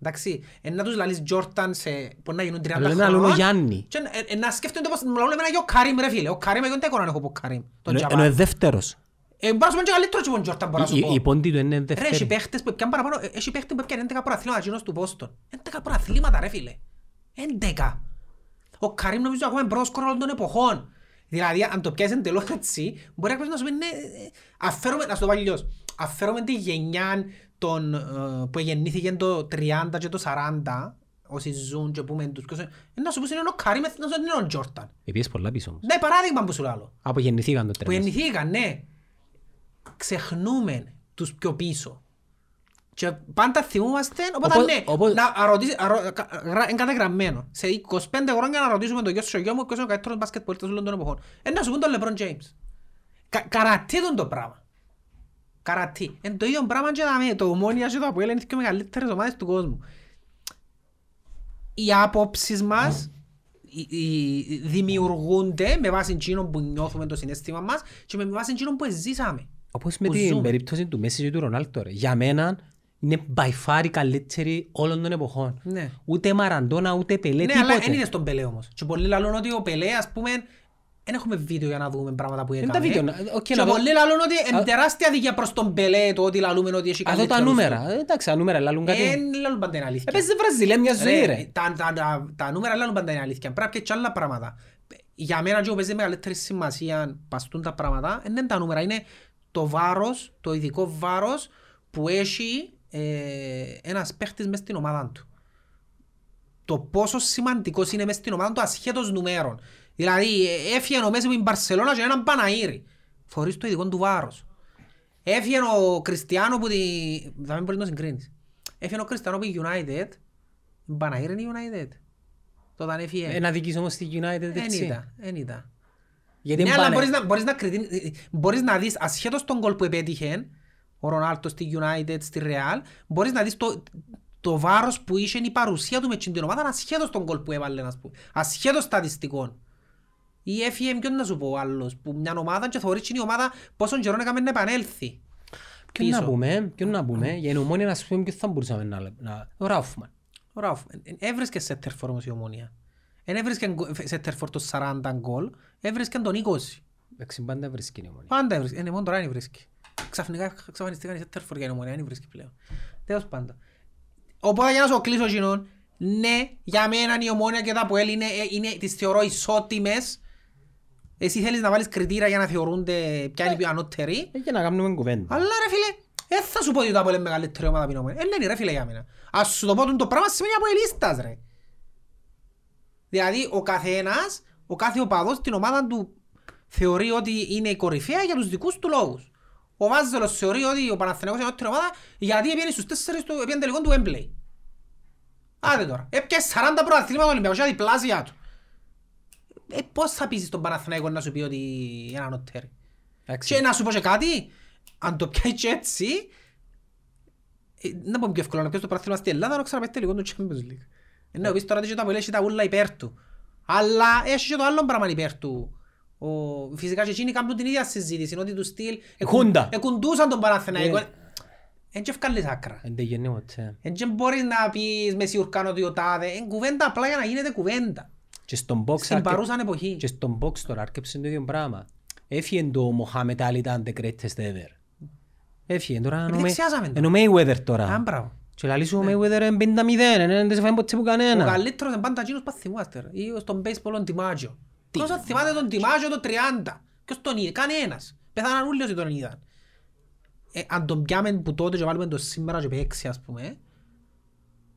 Εντάξει, ε, να τους λαλείς Τζόρταν σε... Μπορεί να γίνουν 30 Αλλά να λαλούν ο χρόνων. Γιάννη. Και, ε, ε, να σκέφτονται πως μου λαλούν εμένα για ο Καρίμ ρε φίλε. Ο Καρίμ, εγώ δεν έχω να έχω πω Καρίμ. Τον Ενώ- Ενώ Τζαπάν. είναι δεύτερος. Ε, μπορώ να σου πω και καλύτερο από τον Τζόρταν, μπορώ να σου Η- πω. Η πόντη του είναι Ρε, έχει δεύτερη. παίχτες που έπιαν παραπάνω, ε, έχει παίχτες που έπιαν 11 προαθλήματα εκείνος του Πόστον. 11 προαθλήματα ρε φίλε. 11. Ο Καρίμ νομίζω ακόμα είναι πρώτος σκόρερ όλων των εποχών. Δηλαδή αν το πιάσεις εντελώς έτσι, μπορεί να να σου πει ναι, ε, αφαίρομαι, να σου το πω αλλιώς, αφαίρομαι τη γενιά των, ε, που γεννήθηκε το 30 και το 40, όσοι ζουν και πούμε τους ποιος είναι, ε, να σου πεις είναι ο Καρίμ, να σου πεις είναι ο Τζόρταν. Επίσης πολλά πίσω όμως. Ναι, παράδειγμα που σου λέω. Από γεννηθήκαν το Που τρένο. γεννηθήκαν, ναι. Ξεχνούμε τους πιο πίσω. Και πάντα θυμούμαστε, οπότε Οπότε- ναι, οπότε- να αρωτήσει, αρω, κα- γρα- είναι καταγραμμένο. Σε 25 χρόνια να ρωτήσουμε τον γιο σου, γιος μου, ποιος είναι ο καλύτερος μπάσκετ πολίτης όλων των εποχών. Ε, να σου πούν τον Λεμπρόν Τζέιμς. Κα, καρατή τον το πράγμα. Καρατή. Εν το ίδιο πράγμα και δαμε, το Ομόνια και το Αποέλ είναι οι δύο μεγαλύτερες ομάδες του κόσμου. Οι άποψεις μας οι- οι- δημιουργούνται με βάση εκείνο που νιώθουμε το συνέστημα μας και με βάση εκείνο που ζήσαμε. Όπως με που την ζούμε. περίπτωση του Μέση και του Ρονάλτο. ρε. Για μένα είναι by far η καλύτερη όλων των εποχών. Ναι. Ούτε Μαραντόνα, ούτε Πελέ, ναι, αλλά τίποτε. δεν είδες τον Πελέ όμως. Και πολλοί λαλούν ότι ο Πελέ, ας πούμε, δεν έχουμε βίντεο για να δούμε πράγματα που Δεν έκανε. τα βίντεο. να- οκ, Και να δω- πολλοί λαλούν ότι Α- είναι τεράστια δίκαια προς τον Πελέ το ότι λαλούμε ότι έχει Α, δω τα καλύτερους. νούμερα. Ε, Εντάξει, τα νούμερα λαλούν κάτι. Ε, Δεν λαλούν πάντα είναι αλήθεια. Έπαιζε Βραζιλία μια ζωή, Ρε, ρε. Τα, τα, τα, τα νούμερα λένε πάντα είναι αλήθεια. Πρέπει να πιέτσι άλλα πράγματα. Για μένα και παίζει μεγαλύτερη σημασία αν παστούν τα πράγματα. Δεν είναι τα νούμερα, είναι το βάρος, το ειδικό βάρος που έχει ε, ένας παίχτης μέσα στην ομάδα του. Το πόσο σημαντικός είναι μέσα στην ομάδα του ασχέτως νούμερων. Δηλαδή ε, έφυγε ο Μέση με την Μπαρσελώνα και έναν Παναήρη. Φορείς το ειδικό του βάρος. Έφυγε ο Κριστιανό που τη... Θα μην μπορεί να το συγκρίνεις. Έφυγε ο Κριστιανό που η United. Παναγύρι είναι η United. Τότε έφυγε. Ένα δικής όμως στη United, ε, Εν έτσι. ήταν, εν ήταν. Γιατί Ναι, αλλά μπάνε- μπορείς να, μπορείς να, κριτήν- ε, ε, μπορείς να δεις ασχέτως τον κόλ που επέτυχε ο Ρονάλτο στη United, στη Real, μπορείς να δεις το, το βάρος που είχε η παρουσία του με την ομάδα ασχέτως τον κόλ που έβαλε, ας πούμε. ασχέτως στατιστικών. Ή έφυγε ποιον να σου πω ο άλλος, που μια ομάδα και θεωρείς την ομάδα πόσον καιρό έκαμε να επανέλθει. Ποιον να πίσω. πούμε, ποιον να πούμε, για την ομόνια να σου πούμε ποιον θα μπορούσαμε να λέμε. να- Ο Ράουφμαν. Ωραία, έβρισκε σε τερφόρ όμως η ομόνια. Εν έβρισκε γκο- σε τερφόρ το 40 γκολ, έβρισκε τον 20. Εντάξει, πάντα βρίσκει η ομόνια. Πάντα βρίσκει. Είναι μόνο τώρα είναι βρίσκει. Ξαφνικά εξαφανιστήκαν οι Σέτερφορ για νομονία, είναι βρίσκει πλέον. Τέλος πάντων. Οπότε για να σου κλείσω γινόν, ναι, για μένα η ομόνια και τα που είναι, ε, είναι τις θεωρώ ισότιμες. Ε, Εσύ θέλεις να βάλεις κριτήρα για να θεωρούνται ποια είναι οι πιο ανώτεροι. Ε, Για να κάνουμε κουβέντα. Αλλά ρε φίλε, δεν θα σου πω ότι το Απόελ είναι μεγαλύτερη ομάδα πεινόμενη. Ε, λένε ρε φίλε για μένα. Ας σου το πω τούτο το πράγμα σημαίνει Αποελίστας ρε. Δηλαδή ο καθένας, ο κάθε οπαδός την ομάδα του θεωρεί ότι είναι η κορυφαία για τους δικούς του λόγους. Ο Βάζελος θεωρεί ότι ο Παναθηναϊκός είναι η ανώτερη ομάδα γιατί έπιανε στους τέσσερις του έπιανε τελικών του Wembley. Άντε τώρα. Ε, Έπιασε 40 προαθλήματα Ολυμπιακός για διπλάσια του. Ε, πώς θα πείσεις τον Παναθηναϊκό να σου πει ότι είναι ανώτερη. Εντάξει. Και να σου πω και κάτι, αν το πιάει και έτσι, ε, να πω πιο εύκολα να πιάσει το πράθυμα στην Ελλάδα, να ξαναπέσει τελικό του Champions League. Ε, ναι, πεις τώρα ότι και το Αποέλ έχει τα ούλα υπέρ του. Αλλά έχει και το άλλο πράγμα υπέρ του. Ο, φυσικά και εκείνοι κάνουν την ίδια συζήτηση, ότι τους στυλ... εκου- Χούντα. Εκουντούσαν τον Παναθηναϊκό. Ε. Εν και ευκάλλεις άκρα. Εν δεν γεννή ποτέ. Εν και μπορείς να πεις μες σιουρκάνο ότι ο τάδε. Εν κουβέντα απλά για να γίνεται κουβέντα. Και στον box Στην άρκε- παρούσαν εποχή. Και στον box τώρα άρκεψε το ίδιο πράγμα. Έφυγε το Μοχάμετ Άλλη ήταν the greatest ever. Έφυγε τώρα. Επειδή ξιάζαμε Ε, το. Ενώ Mayweather Α, τώρα. μπράβο. Και λαλείς ο Mayweather είναι 50-0. ε, Δεν σε φάει ποτέ που Ναι. Ο κανένα. καλύτερος είναι πάντα εκείνος που θα θυμάστε. ρε. Ή στον baseball τον Τιμάτζιο. Ποιος θα θυμάται τον Τιμάτζιο το 30. Ποιος τον είδε. Κανένας. Πεθάναν όλοι όσοι τον είδαν. Ε, αν τον πιάμε που τότε και βάλουμε το σήμερα και παίξει ας πούμε.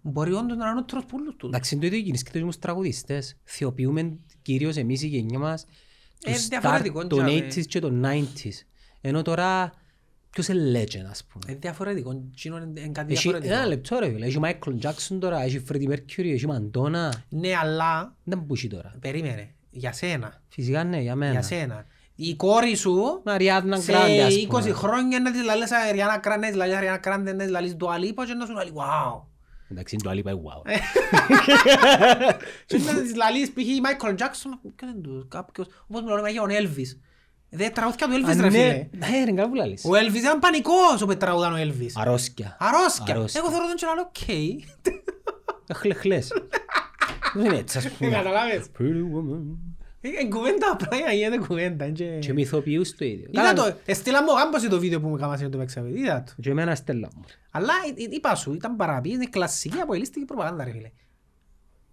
Μπορεί όντως να είναι ανώτερος που όλους τους. Εντάξει, είναι το ίδιο γίνει και τους μου τραγουδιστές. Θεοποιούμε κυρίως εμείς η γενιά μας Ε, τους start διαφορετικό, των τζάμε. 80s και των 90s. Ενώ τώρα ποιος είναι legend ας πούμε. Είναι διαφορετικό. Εκείνο είναι είναι κάτι Έχει ένα Ε, διαφορετικό. λεπτό ρε φίλε. Έχει ο Michael Jackson τώρα, έχει Freddie Mercury, έχει η Madonna. Ναι αλλά Δεν μπούχει τώρα. περίμενε. Για σένα. Φυσικά ναι, για Για μένα. σένα. Η κόρη σου Μαριάδνα σε Γκράντε ας 20 πούμε. χρόνια να της λαλείς Αριάννα Κράντε, να της λαλείς Αριάννα Κράντε, να της λαλείς Dua Lipa και να σου λαλεί «Wow». Εντάξει, είναι το άλλη πάει Ε, wow. Και να της λαλείς π.χ. η Μάικλ Τζάκσον, ποιος είναι του, κάποιος, όπως με λένε για τον Έλβις. Δεν τραγούδια του Έλβις ρε Αν φίλε. είναι- Ναι, ρε, καλά που λαλείς. Ο Έλβις ήταν πανικός όπου τραγουδαν ο Έλβις. Αρρώσκια. Αρρώσκια. Αρρώσκια. Εγώ θεωρώ τον και λαλώ, οκ. Χλεχλές. Δεν είναι έτσι ας πούμε. Καταλάβες. Pretty woman. Ε, ε, Κουβέντα απλά για να γίνεται κουβέντα. ε, και- Και μυθοποιούς το ίδιο. Είδα Καλά, το, ε, στείλα μου ο γάμπος το βίντεο που μου έκανα να το παίξα. παιδί, Είδα το. Και εμένα στέλνα μου. Αλλά ε, ε, είπα σου, ήταν παραπή, είναι κλασική αποελίστικη προπαγάνδα ρε φίλε.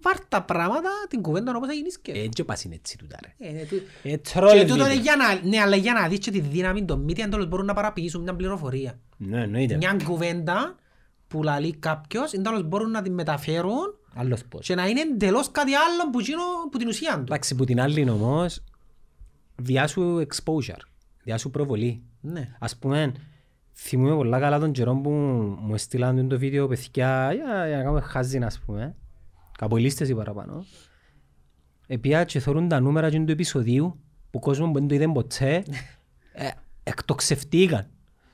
Βάρ τα πράγματα, την κουβέντα όπως έγινε και. Ε, και πας είναι έτσι τούτα ρε. Ε, του- Ε, Και τρόλ τούτο είναι βίντεο. για να, ναι, αλλά για να δεις και τη δύναμη των media εντόλων μπορούν να παραποιήσουν μια πληροφορία. Ναι, εννοείται. Μια κουβέντα που λαλεί κάποιος, εντόλος μπορούν να την μεταφέρουν Άλλος πώς. και να είναι εντελώς κάτι άλλο που, εκείνο, που την ουσία του. Εντάξει, που την άλλη είναι όμως, διάσου exposure, διάσου προβολή. Ναι. Ας πούμε, θυμούμαι πολλά καλά τον καιρό που μου έστειλαν το βίντεο παιδιά για, για να κάνουμε χάζιν ας πούμε. Καπολίστες ή παραπάνω. Επία και θεωρούν τα νούμερα εκείνου του επεισοδίου που κόσμο που δεν το είδε ποτέ ε, εκτοξευτήκαν.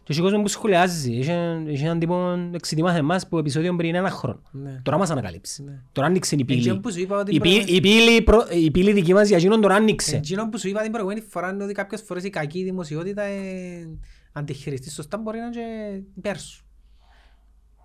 Και έχει κόσμος που σχολιάζει. Είχε, είχε έναν τύπο εξητήμασε εμάς που επεισόδιο πριν ένα χρόνο. Ναι. Ε, Τώρα μας ανακαλύψει. Τώρα άνοιξε η Εκείνο πύλη. που σου είπα ότι Η πύλη- πρέπει- η πύλη προ- Η πύλη δική μας για εκείνον τώρα άνοιξε. Εκείνο που σου είπα την προηγούμενη φορά είναι ότι κάποιες φορές η κακή δημοσιότητα ε, αν τη χειριστείς σωστά μπορεί να είναι και υπέρ σου.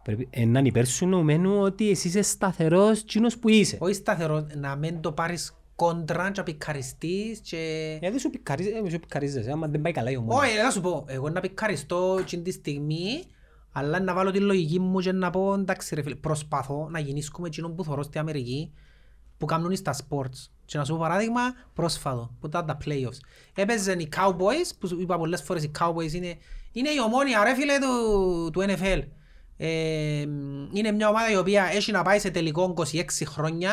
Πρέπει να είναι υπέρ σου νοουμένου ότι εσύ είσαι σταθερός τσίνος που είσαι. Όχι σταθερός να μην το πάρεις κόντρα και να πικαριστείς και... Ε, δεν σου πικαρίζεσαι, δεν σου πικαρίζεσαι, άμα δεν πάει καλά η ομάδα. Όχι, θα σου πω. Εγώ να πικαριστώ την τη στιγμή, αλλά να βάλω τη λογική μου και να πω εντάξει ρε φίλε, προσπαθώ να γεννήσκουμε εκείνο που θωρώ στην Αμερική που κάνουν στα sports. Και να σου πω παράδειγμα, πρόσφατο, που ήταν τα playoffs. Έπαιζαν οι Cowboys, που σου είπα πολλές φορές οι Cowboys είναι, είναι η ομόνια ρε φίλε του, του NFL. Ε, είναι μια ομάδα η οποία έχει να πάει σε τελικό 26 χρόνια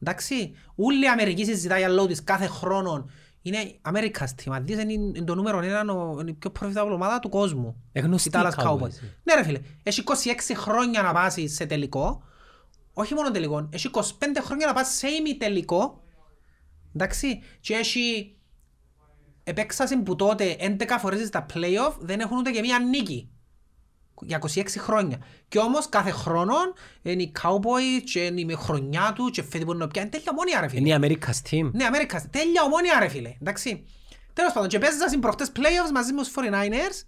Εντάξει, όλη η Αμερική συζητάει για λόγω της κάθε χρόνο. Είναι Αμερικάς team. Αν δεις, είναι το νούμερο ένα, ο- είναι η πιο profitable ομάδα του κόσμου. Ε, γνωστή Οι Dallas Cowboys. Ναι ρε φίλε, έχει 26 χρόνια να πας σε τελικό. Όχι μόνο τελικό, έχει 25 χρόνια να πας σε ημιτελικό. Εντάξει, και έχει επέξασαν που τότε 11 φορές στα play-off δεν έχουν ούτε και μία νίκη. Για 26 χρόνια. Και όμως κάθε χρόνο είναι οι Cowboys και είναι η χρονιά τους και φέτοι που είναι πια. Είναι τέλεια ομόνια ρε Είναι φίλε. η America's team. Ναι, Αμέρικα. Τέλεια ομόνια ρε φίλε. Εντάξει. Τέλος πάντων, και παίζα στην προχτές play-offs μαζί με τους 49ers.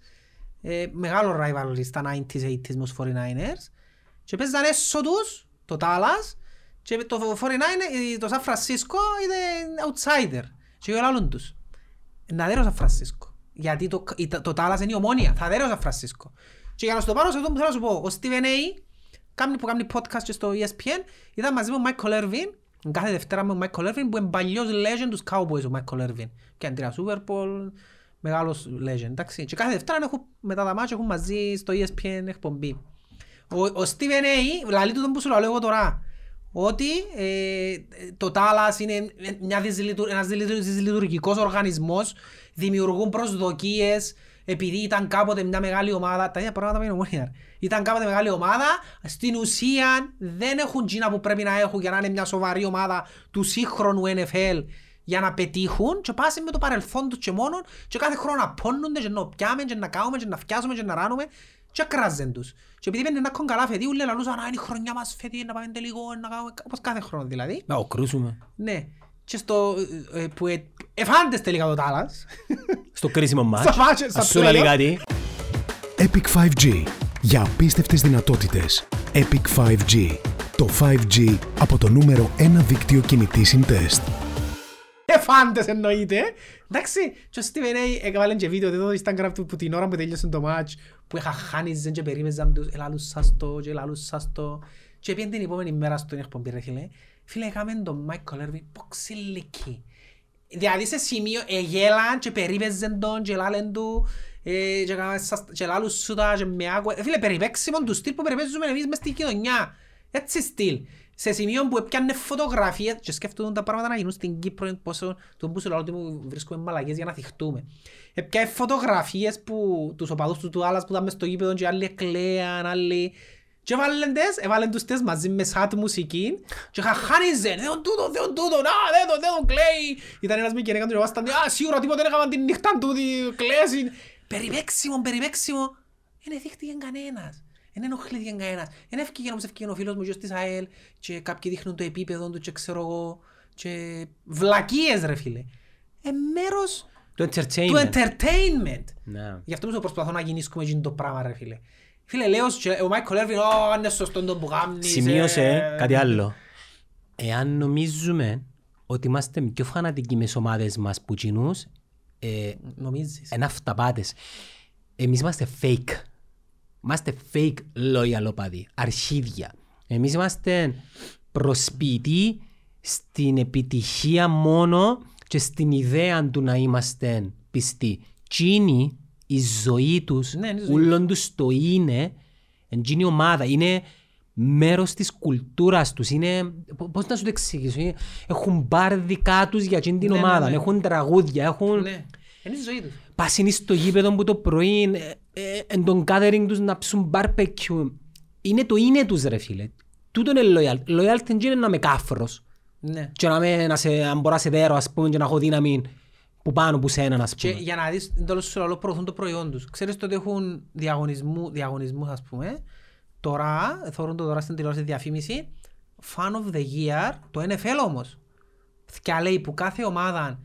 Ε, μεγάλο rivalry στα 90s, 80s με τους 49ers. Και παίζαν έσω τους, το Dallas. Και το 49ers, το San Francisco ήταν outsider. Και ο άλλον τους να δέρω Σαν Φρανσίσκο. Γιατί το, η- το, το Τάλλας είναι η ομόνια. Θα δέρω Σαν Φρανσίσκο. Και για να σου το πάρω σε αυτό που θέλω E να σου πω, ο Steven A. Κάμνη που κάνει podcast και στο ESPN ήταν μαζί με τον Michael Irvin κάθε Δευτέρα με τον Μάικλ Έρβιν που είναι παλιός legend τους Cowboys ο Μάικλ Έρβιν. Και Αντρέα Σούπερπολ, μεγάλος legend. Εντάξει. Και κάθε Δευτέρα έχουν, μετά τα μάτια έχουν μαζί στο E ESPN εκπομπή. Ο, ο Steven A, λαλεί του τον που σου λέω εγώ τώρα, ότι ε, το Τάλλας είναι μια δυσλειτου, ένας δυσλειτου- δυσλειτουργικός οργανισμός, δημιουργούν προσδοκίες, επειδή ήταν κάποτε μια μεγάλη ομάδα, τα ίδια πράγματα με την ομόνια. Ήταν κάποτε μεγάλη ομάδα, στην ουσία δεν έχουν τζίνα που πρέπει να έχουν για να είναι μια σοβαρή ομάδα του σύγχρονου NFL για να πετύχουν και πάση με το παρελθόν τους και μόνον και κάθε χρόνο να πόνονται και να πιάμε και να κάνουμε και να φτιάζουμε και να ράνουμε και κράζεν τους. Και επειδή πέντε να έχουν καλά φετί, ούλε λαλούσαν, «Α, είναι η χρονιά μας φετί, να πάμε τελικό, να κάνουμε», όπως κάθε χρόνο δηλαδή. Να οκρούσουμε. Ναι. Και στο, ε, που ε, εφάντες τελικά το Τάλλας, (laughs) Στο κρίσιμο μάτς. Στα μάτια, στα Ας σου λέει playoff. κάτι. Epic 5G. Για απίστευτες δυνατότητες. Epic 5G. Το 5G από το νούμερο 1 δίκτυο κινητή συντεστ. Εφάντες εννοείται. Εντάξει, και ο Στίβεν Έι έκαβαλε και βίντεο τότε στο Instagram του που την ώρα που τελείωσε το μάτς που είχα χάνιζεν και περίμεζαν τους ελαλούσας το και ελαλούσας το και πήγαινε την επόμενη μέρα στον εκπομπή ρε φίλε φίλε έκαμε τον Μάικλ Έρβιν ποξιλική δηλαδή σε σημείο εγέλαν και περίμεζαν τον και ελάλεν του ε, και έκαμε σας- και ελάλους σου τα και με άκουε Ε, φίλε περιπέξιμον τους στυλ που περιπέζουμε εμείς μες στην κοινωνιά έτσι στυλ. Σε σημείο που έπιανε φωτογραφία και σκέφτονταν τα πράγματα να γίνουν στην Κύπρο πόσο τον που σου λέω ότι μου βρίσκουμε μαλακές για να θυχτούμε. Έπιανε φωτογραφίες που τους οπαδούς του του άλλας που ήταν μες στο γήπεδο και άλλοι εκλέαν, άλλοι... Και έβαλαν τες, έβαλαν τους τες μαζί με σάτ μουσική και χαχάνιζαν, «Δέον τούτο, δέον τούτο, να, δέον το, δέον κλαίει». Ήταν ένας με γυναίκα του και βάσταν, «Α, σίγουρα τίποτε δεν έκαναν την νύχτα τούτη, κλαίσει». Περιπέξιμο, περιπέξιμο. Δεν δείχτηκε κανένας. Δεν ενοχλήθηκε κανένας. Δεν έφυγε όμως έφυγε ο φίλος μου και της ΑΕΛ και κάποιοι δείχνουν το επίπεδο του και ξέρω εγώ. Και βλακίες ρε φίλε. Ε, μέρος Το του entertainment. entertainment. Ναι. Γι' αυτό μου προσπαθώ να γεννήσκουμε εκείνο το πράγμα ρε φίλε. Φίλε, λέω σου και ο Μάικλ Έρβιν, «Ω, αν είναι σωστό το που κάνεις». Σημείωσε ε». κάτι άλλο. Εάν νομίζουμε ότι είμαστε πιο φανατικοί μες τις ομάδες μας που κοινούς, ε, Νομίζεις. είναι αυταπάτες. Εμείς είμαστε fake. Είμαστε fake loyal οπαδοί, αρχίδια. Εμείς είμαστε προσποιητοί στην επιτυχία μόνο και στην ιδέα του να είμαστε πιστοί. Τσίνοι, η ζωή τους, Ναι, είναι η ζωή ούλον τους το είναι, εντζίνη ομάδα, είναι μέρος της κουλτούρας τους. Είναι, πο- πώς να σου το εξηγήσω, είναι- έχουν μπαρ δικά τους για εκείνη την Ναι, ναι, ομάδα, ναι. έχουν τραγούδια, έχουν... Ναι. Είναι η ζωή τους. Πας είναι στο γήπεδο που το πρωί ε, ε, εν τον gathering τους να ψουν barbecue. Είναι το είναι τους ρε φίλε. Τούτο είναι loyal. Loyal δεν είναι να είμαι κάφρος. Ναι. Και να, με, να σε, αν μπορώ να σε δέρω ας πούμε και να έχω δύναμη που πάνω που σένα ας Και πούμε. για να δεις, τέλος σου λαλό προωθούν το προϊόν τους. Ξέρεις το ότι έχουν διαγωνισμού, διαγωνισμούς ας πούμε. Τώρα, θεωρούν το τώρα στην τηλεόραση διαφήμιση, fan of the year, το NFL όμως. Και λέει που κάθε ομάδα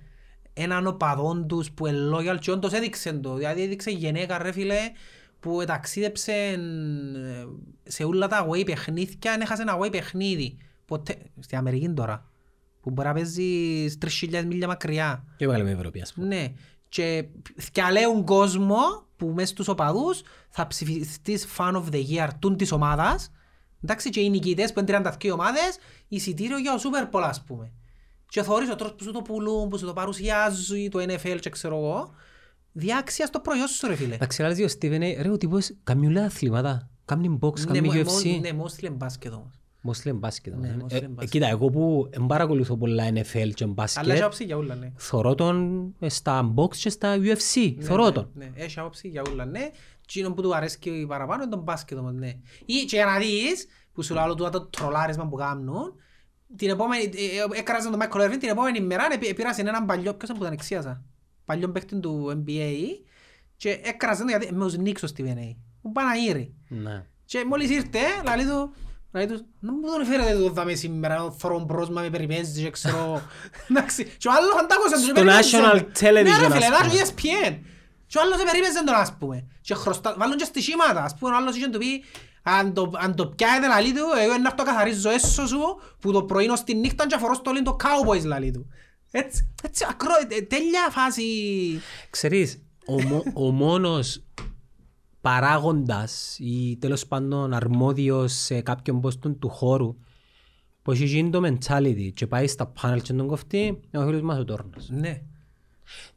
έναν οπαδόν τους που είναι loyal και όντως έδειξε το. Δηλαδή έδειξε γενέκα ρε φίλε που ταξίδεψε ε, σε όλα τα away παιχνίδια, αν έχασε ένα away παιχνίδι. Ποτέ, στην Αμερική τώρα, που μπορεί να παίζεις 3.000 μίλια μακριά. Και μεγάλη με Ευρωπή ας πούμε. Ναι. Και θυκαλέουν κόσμο που μέσα στους οπαδούς θα ψηφιστείς fan of the year τούν της ομάδας. Εντάξει, και οι νικητές που είναι 32 ομάδες, εισιτήριο για ο Super Bowl ας πούμε. Και θεωρείς ο τρόπος που σου το πουλούν, που σου το παρουσιάζουν, το NFL και ξέρω εγώ. Διάξιας στο προϊόν σου ρε φίλε. Να ξέρεις ο Στίβεν, ε, ρε ο τύπος κάνει όλα αθλήματα. Κάνει box, Ναι, κάνει μο- μο- UFC. ναι, mostly in basket όμως. Μόσλεμ μπάσκετ. Ναι, ε. mostly Ε, basket. ε, Κοίτα, εγώ που δεν παρακολουθώ πολλά NFL και Αλλά έχει μπάσκετ, άποψη για όλα, ναι. θωρώ τον ε, στα box και στα UFC. Θωρώ τον. Ναι, έχει άποψη για όλα, ναι. Τσίνο που του αρέσκει παραπάνω είναι τον μπάσκετ όμως, ναι. Ή και για να δεις, που σου λέω τούτα το τρολάρισμα που κάνουν, την επόμενη, ε, ε, έκραζαν τον Μάικλ Έρβιν, την επόμενη μέρα επί- πήρασαν έναν παλιό, ποιος ήταν που ήταν εξίαζα, παλιό παίχτη του NBA και έκραζαν τον γιατί με ως Νίξο στη VNA, ο Παναγύρη. Ναι. Και μόλις ήρθε, λαλεί του, λαλεί του, να μου τον φέρετε το δάμε σήμερα, να θωρώ μπροσμα, με περιπέζεις και (laughs) ξέρω. Εντάξει, και ο άλλος αντάκωσε του. Στο national television, Ναι ρε φίλε, ας πούμε. να ESPN. Και ο άλλος σε περίπεζε τον ας πούμε. Και χρωστά, βάλουν και στοιχήματα, ας πούμε, ο άλλος είχε να του πει, αν το, αν το πιάετε λαλεί του, εγώ να το καθαρίζω έσω σου, που το πρωί ως τη νύχτα και αφορώ στο όλο το Cowboys λαλεί του. Έτσι, έτσι, ακρό, ε, τέλεια φάση. Ξέρεις, ο, μο- ο μόνος παράγοντας ή τέλος πάντων αρμόδιος σε κάποιον πόστον του χώρου που έχει γίνει το mentality και πάει στα πάνελ και τον κοφτεί, είναι ο φίλος μας ο Τόρνος. Ναι.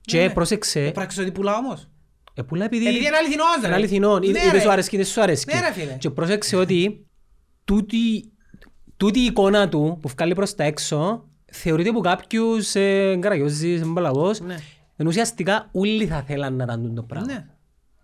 Και πρόσεξε, Πράξεις ότι πουλά όμως. ε, πουλά επειδή... ναι. Ε, Επειδή είναι αληθινός, ρε. Είναι αληθινό, Ναι, είτε είτε ρε. σου αρέσκει είτε σου αρέσκει. Ναι, ρε, φίλε. Και πρόσεξε ότι τούτη, τούτη η εικόνα του που βγάλει προς τα έξω θεωρείται από κάποιους ε, Καραγιώζης, Μπαλαγός, Ναι. ενώ ουσιαστικά όλοι θα θέλαν να κάνουν το πράγμα. Ναι.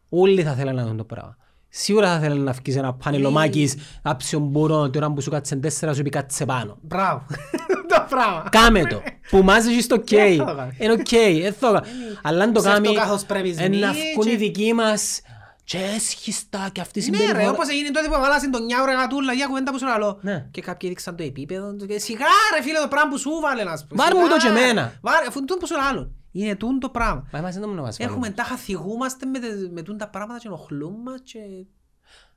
Όλοι θα θέλαν να δουν το πράγμα. Σίγουρα θα θέλαν να βγεις ένα πάνελ ο Ε. Μάκης, άψιον μπορώ, τώρα που σου κάτσε τέσσερα σου πει κάτσε πάνω. Μπράβο. (laughs) Το πράγμα. Κάμε το. Που μάζεσαι (laughs) στο OK. Δεν θα το κάνεις. Είναι OK. δεν θα το κάνεις. Αλλά αν το Ψεύτο κάνει, καθώς πρέπει ε, να σμή βγουν και- οι δικοί μας και έσχιστα και αυτή η Ναι ρε, συμπεριφορά. όπως έγινε τότε που έβαλασαν τον Νιάουρα Γατούλα για κουβέντα που σου λαλώ. Ναι. Και κάποιοι έδειξαν το επίπεδο του και σιγά ρε φίλε το πράγμα που σου βάλε να σου πω. Βάρ' μου Σιγά, το και ρε. εμένα. Βάρ' αφού είναι τούτο που σου λαλώ. Είναι τούτο το πράγμα. Μα εμάς δεν το μας Έχουμε βάλουν. τάχα θυγούμαστε με, τε- με τούν τα πράγματα και ενοχλούν μας και...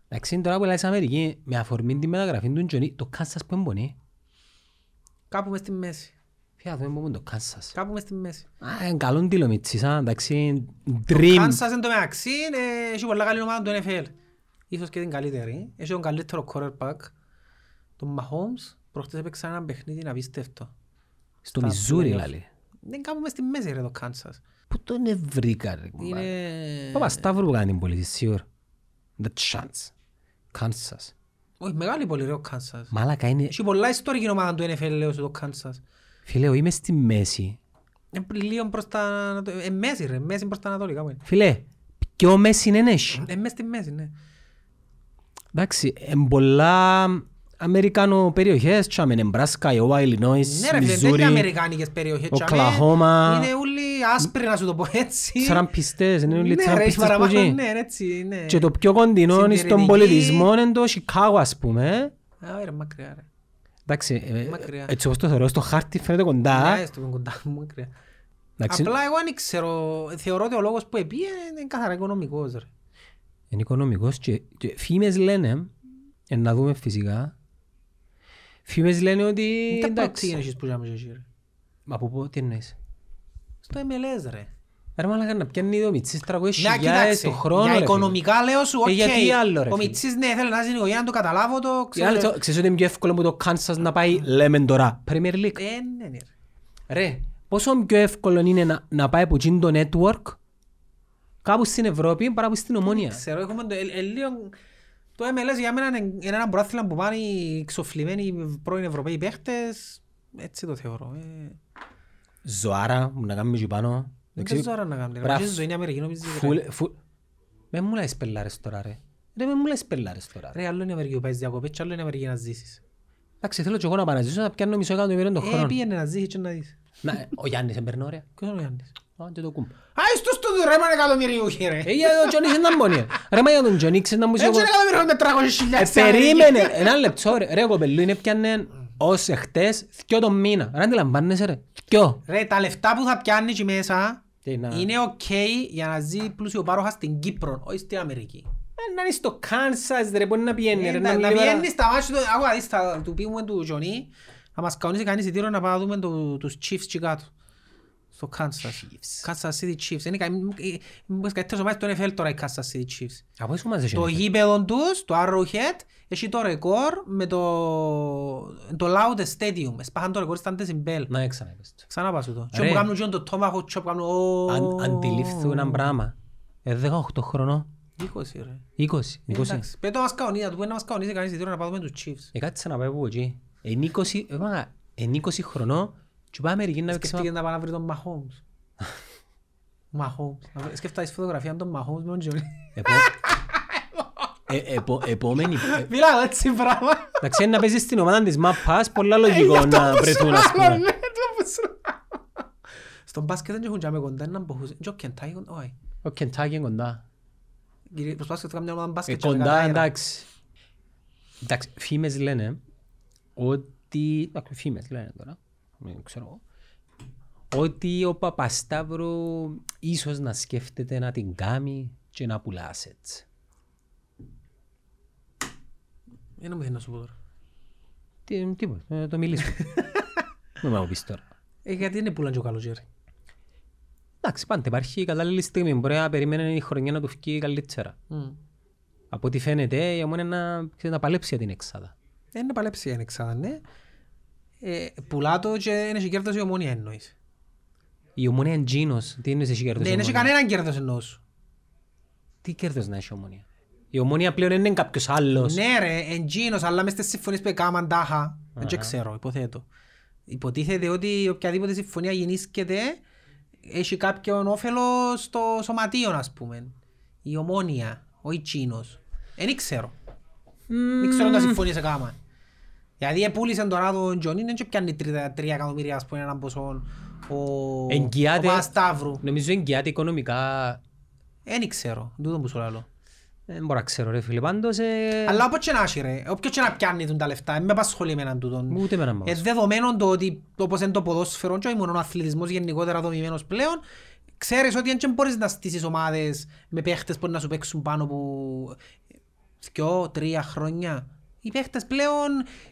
Εντάξει, τώρα που λέει στην Αμερική, με αφορμή τη μεταγραφή του Τζονί, το Κάνσας που εμπονεί. Κάπου μες στη μέση. Φύγα, δούμε πού είναι το Κάνσας. Κάπου μες στη μέση. Α, είναι καλόν τίλο Μιτσής, α, εντάξει, Το dream. Kansas εν τω μεταξύ ε, έχει πολλά καλή ομάδα του NFL. Ίσως και την καλύτερη. Έχει τον καλύτερο quarterback. Τον Mahomes προχτές έπαιξαν ένα παιχνίδι απίστευτο. Στο στα Μιζούρι, playoff. λαλεί. Δεν κάπου μες στη μέση ρε το Kansas. Πού τον ευρήκα, ρε, κουμπάρε. Ε, Είναι... Παπασταύρου που κάνει την πωλήση, σίγουρα. The chance. Kansas. Όχι, μεγάλη πολύ ρε ο Κάνσας. Μαλάκα είναι... Έχει πολλά ιστορική ομάδα του NFL, λέω σου το Κάνσας. Φίλε, εγώ είμαι στη μέση. Είναι λίγο προς τα... ανατο- Ε, μέση ρε, μέση προς τα ανατολικά μου είναι. Φίλε, ποιο μέση είναι έχει. Ε, μέση στη μέση, ναι. Εντάξει, εν πολλά Αμερικάνο περιοχές, τσάμε Νεμπράσκα, Ιωά, Ιλινόης, Ναι ρε φίλε, δεν είναι Μιζούρι, αμερικάνικες περιοχές. τσάμε. Οκλαχώμα. Είναι όλοι άσπροι να σου το πω έτσι. Σαν πιστές, είναι όλοι Ναι, σαν ρε, πιστές που παραπάνω, ζει. Ναι, ρε, έτσι, ναι. Και το πιο κοντινό είναι στον Συντηρητική. πολιτισμό είναι το Σικάγο, ας πούμε. Α, ρε, μακριά ρε. Εντάξει, ε, Μακριά. έτσι όπως το θεωρώ, στο χάρτη φαίνεται Ναι, κοντά. έστω που είναι κοντά μου, μακριά. Εντάξει, Απλά εγώ δεν ξέρω, θεωρώ ότι ο λόγος που επήγε είναι καθαρά οικονομικός ρε. είναι οικονομικός και, και φήμες λένε, ε, να δούμε φυσικά, φήμες λένε ότι... Τα Ε, εντάξει, προξήγενες που είχαμε και εσύ, ρε. Μα από πού, τι εννοείς. Στο MLS ρε. Ρε μάλακα να πιάνει το Μιτσής 300 Να χιλιάδες κοιτάξτε, το χρόνο. για ρε, οικονομικά λέω σου, Ε, οκ. γιατί άλλο, ρε, Ο φίλε. Μιτσής ναι, θέλει να ζει την οικογένεια, να το καταλάβω το, φίλε. ξέρω. Ε, άλλο, το- Ξέρεις ότι είναι πιο εύκολο που το Κάνσας να πάει, Ναι. λέμε τώρα, Premier League. Ε, ναι, ναι, ρε. Ρε, πόσο πιο εύκολο είναι να, να πάει από εκείνο το network κάπου στην Ευρώπη παρά που στην Ομόνια. Ξέρω, έχουμε το, ε, ε, λίγο- το MLS για μένα είναι είναι ένα πρόθυλα που πάνε οι ξοφλημένοι πρώην Ευρωπαίοι παίχτες. Έτσι το θεωρώ. ε. Ζωάρα, που να κάνουμε και πάνω. Δεν ξέρω άρα να κάνουν. Μπράβο. Νομίζω είναι Αμερική, νομίζεις, ρε. Φουλ, φουλ. Με μου λες πελάρες τώρα ρε. Ρε με μου λες πελάρες τώρα ρε. Ρε, άλλο είναι Αμερική που πάεις διακοπές και άλλο είναι Αμερική να ζήσεις. Εντάξει θέλω και εγώ να παραζήσω να πιάνω μισό εκατομμύριο τον Ε, χρόνο. πήγαινε να ζήσεις και να δεις. Να, Ο Γιάννης έμπαιρνε ωραία. Ποιος είναι ο Γιάννης. Α, και το κούμπα. Α, εις τους το ρε, μα είναι εκατομμυριούχοι, ρε. Ε, για τον Τζονί είναι αμμονία. Ρε μα για τον Τζονί ξέρεις να μου είσαι Έτσι εγώ- είναι εκατομμυριούχοι με 300.000 Ε, Περίμενε, ένα λεπτό ρε, ρε κοπελού είναι πιάνε ως εχθές δυο τον μήνα. Ρε αντιλαμβάνεσαι ρε, δυο. Ρε, τα λεφτά που θα πιάνει εκεί μέσα Τι να- είναι ok για να ζει πλούσιο πάροχα στην Κύπρο, όχι στην Αμερική. Ε, Να είναι στο Κάνσας ρε, μπορεί να πιένει ρε. Ε, Να είναι λίγο- πιένει στα μάτια του, άκουα δεις, θα του πούμε του Τζονί, να μας κανονίσει κανείς εισιτήριο να πάμε να δούμε το- τους Chiefs και κάτω. Στο Kansas. Kansas City Chiefs. Είναι καμ- ε, ε, μήπως καλύτερος ομάδας του NFL τώρα οι Kansas City Chiefs. Από πού σου μας Το έχει. γήπεδο τους, το Arrowhead, έχει το ρεκόρ με το, το Loud Stadium. Εσπάχαν το ρεκόρ στα Decibel. Να ξανά είπες το. Ξανά πας το. Και Ρε. όπου κάνουν και το τόμαχο, και όπου κάνουν... «Ω». Αν- Αντιληφθούν ένα πράγμα. Ε, 18 χρονών, 20 ρε. 20, 20. Εντάξει. Πέτω μας καονίδα, του μπορεί να μας καονίζει κανείς εισιτήριο να πάμε τους Chiefs. Ε, κάτσε να πάει από εκεί. Εν 20, ε, μα, εν 20 χρονών και πάει Αμερική να παίξει Σκεφτήκε να πάει να βρει τον Mahomes. Mahomes. Να βρει- Σκέφτα εις φωτογραφία των Mahomes με τον Johnny. (laughs) Ε, Επόμενη. ε, Μιλάω έτσι πράγμα. Εντάξει, είναι να παίζει στην ομάδα της μάπας, πολλά λογικό να βρεθούν ας πούμε. Ναι, το που σου λέω. Στον μπάσκετ δεν έχουν τζάμε κοντά, είναι μποχούς. Και ο Κεντάι, όχι. Ο Κεντάκι είναι κοντά. Κύριε, προσπάθησε να κάνω μια ομάδα Ε, μπάσκετ. και Κοντά, κατάερα. εντάξει. Εντάξει, φήμες λένε ότι... εντάξει, Φήμες λένε τώρα, δεν ξέρω εγώ. Ότι ο Παπασταύρου ίσως να σκέφτεται να την κάνει και να πουλάσει έτσι. Δεν μου θέλει να σου πω τώρα. Τι, τίποτα, ε, το (laughs) μιλήσουμε. Μην μου πεις τώρα. Ε, γιατί είναι πουλάν και ο καλοκαίρι. Εντάξει, πάντα υπάρχει η κατάλληλη στιγμή. Μπορεί να περιμένει η χρονιά να του φύγει καλύτερα. Μμ. Από ό,τι φαίνεται, η Ομόνια να, ξέρεις, να παλέψει για την εξάδα. Ε, να παλέψει η Ανεξάδα, ναι. ε, πουλά το και δεν έχει κέρδος η ομόνια εννοείς. Η ομονία είναι τζίνος. Τι είναι εσύ κέρδος. Ναι, η δεν έχει Ομόνια? κανέναν κέρδος εννοώ σου. Τι κέρδος να έχει η ομονία. Η ομονία πλέον δεν είναι κάποιος άλλος. Ναι ρε, εντζίνος, αλλά μες στις συμφωνίες που έκαναν τάχα, δεν και ξέρω, υποθέτω. Υποτίθεται ότι οποιαδήποτε συμφωνία γεννήσκεται, έχει κάποιον όφελος στο σωματείο, ας πούμε. Η ομόνια, ο Ιτσίνος. Δεν ξέρω. Δεν ξέρω αν τα συμφωνίες έκαναν. Δηλαδή επούλησαν τώρα τον Τζονί, δεν και πιάνει τρία, τρία εκατομμύρια, ας πούμε, έναν ποσό ο, ο Εγγυάται- Παπασταύρου. Νομίζω εγγυάται οικονομικά. Δεν ξέρω, τούτο που σου λέω. Δεν μπορώ να ξέρω ρε φίλε. Πάντως... ε, Αλλά όπως και να έχει ρε, όποιος και να πιάνει τον τα λεφτά, δεν με απασχολεί εμένα τούτον. Ούτε εμένα μ' Ε, αρέσει. δεδομένον το ότι όπως είναι το ποδόσφαιρο και όχι μόνο ο αθλητισμός γενικότερα δομημένος πλέον, ξέρεις ότι αν και μπορείς να στήσεις ομάδες με παίχτες που να σου παίξουν πάνω από δυο, τρία χρόνια. Οι παίχτες πλέον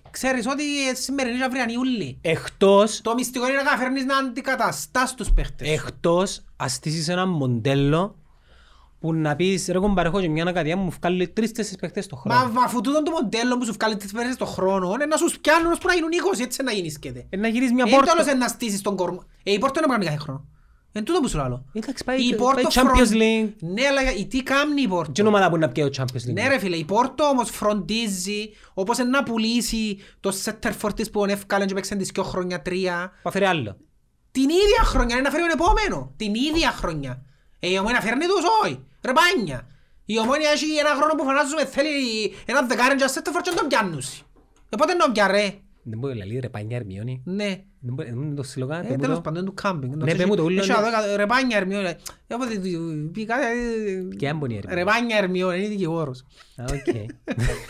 ξέρεις ότι ε, σημερινή και αυριανή ούλοι. Εκτός Το μυστικό είναι να καταφέρνεις να αντικαταστάς τους παίχτες. Εκτός ας στήσεις ένα μοντέλο που να πεις ρε κομπαρεχώ και μια ανακατιά μου βγάλει τρεις-τέσσερις παίχτες το χρόνο. Μα μα αφού τούτον το μοντέλο που σου βγάλει τις παίχτες στον χρόνο είναι να σου πιάνουν ώσπου να γίνουν 20, έτσι να γίνησκεται. Ε, να γυρίσεις μια Ε, το όλος πόρτα. είναι να στήσεις τον κορμό. Ε, η Πόρτο είναι που κάνει κάθε χρόνο. Εν τούτο που σου λέω. Εντάξει, πάει- Η πάει Πόρτο Champions φρον- League. Ναι, αλλά η- τι κάνει η Πόρτο. Τι ομάδα που να πιέει ο Champions League. Ναι ρε φίλε, η Πόρτο όμως φροντίζει, όπως είναι να πουλήσει το σέτερ φορτής που ονεύκαλε και παίξαν τις δυο χρόνια τρία. Που αφαιρεί άλλο. Την ίδια χρονιά, είναι να φέρει τον επόμενο. Την ίδια χρονιά. Ε, η ομόνια φέρνει τους, όχι. Ρε πάνια. Η ομόνια έχει ένα χρόνο που φωνάζουμε, θέλει ένα δεκάρι και ένα σέτερ φορτ και να τον πιάννουσει. Ε, πότε να τον πια, ρε. Δεν μπορεί να λέει ρε πανιά Ερμιόνι. Ναι. Δεν μπορεί- δεν είναι το σιλογάν. Ε, τέλος πάντων του κάμπινγκ. Ναι, πέ μου το ούλο, Έχει ναι. άλλο έκα- ρεπάνια Ερμιόνη. Ε, Όποτε του πει κάτι... ε, Και αν μπορεί η Ερμιόνι. Ρεπάνια Ερμιόνη, είναι (laughs) δικηγόρος. Α, οκ.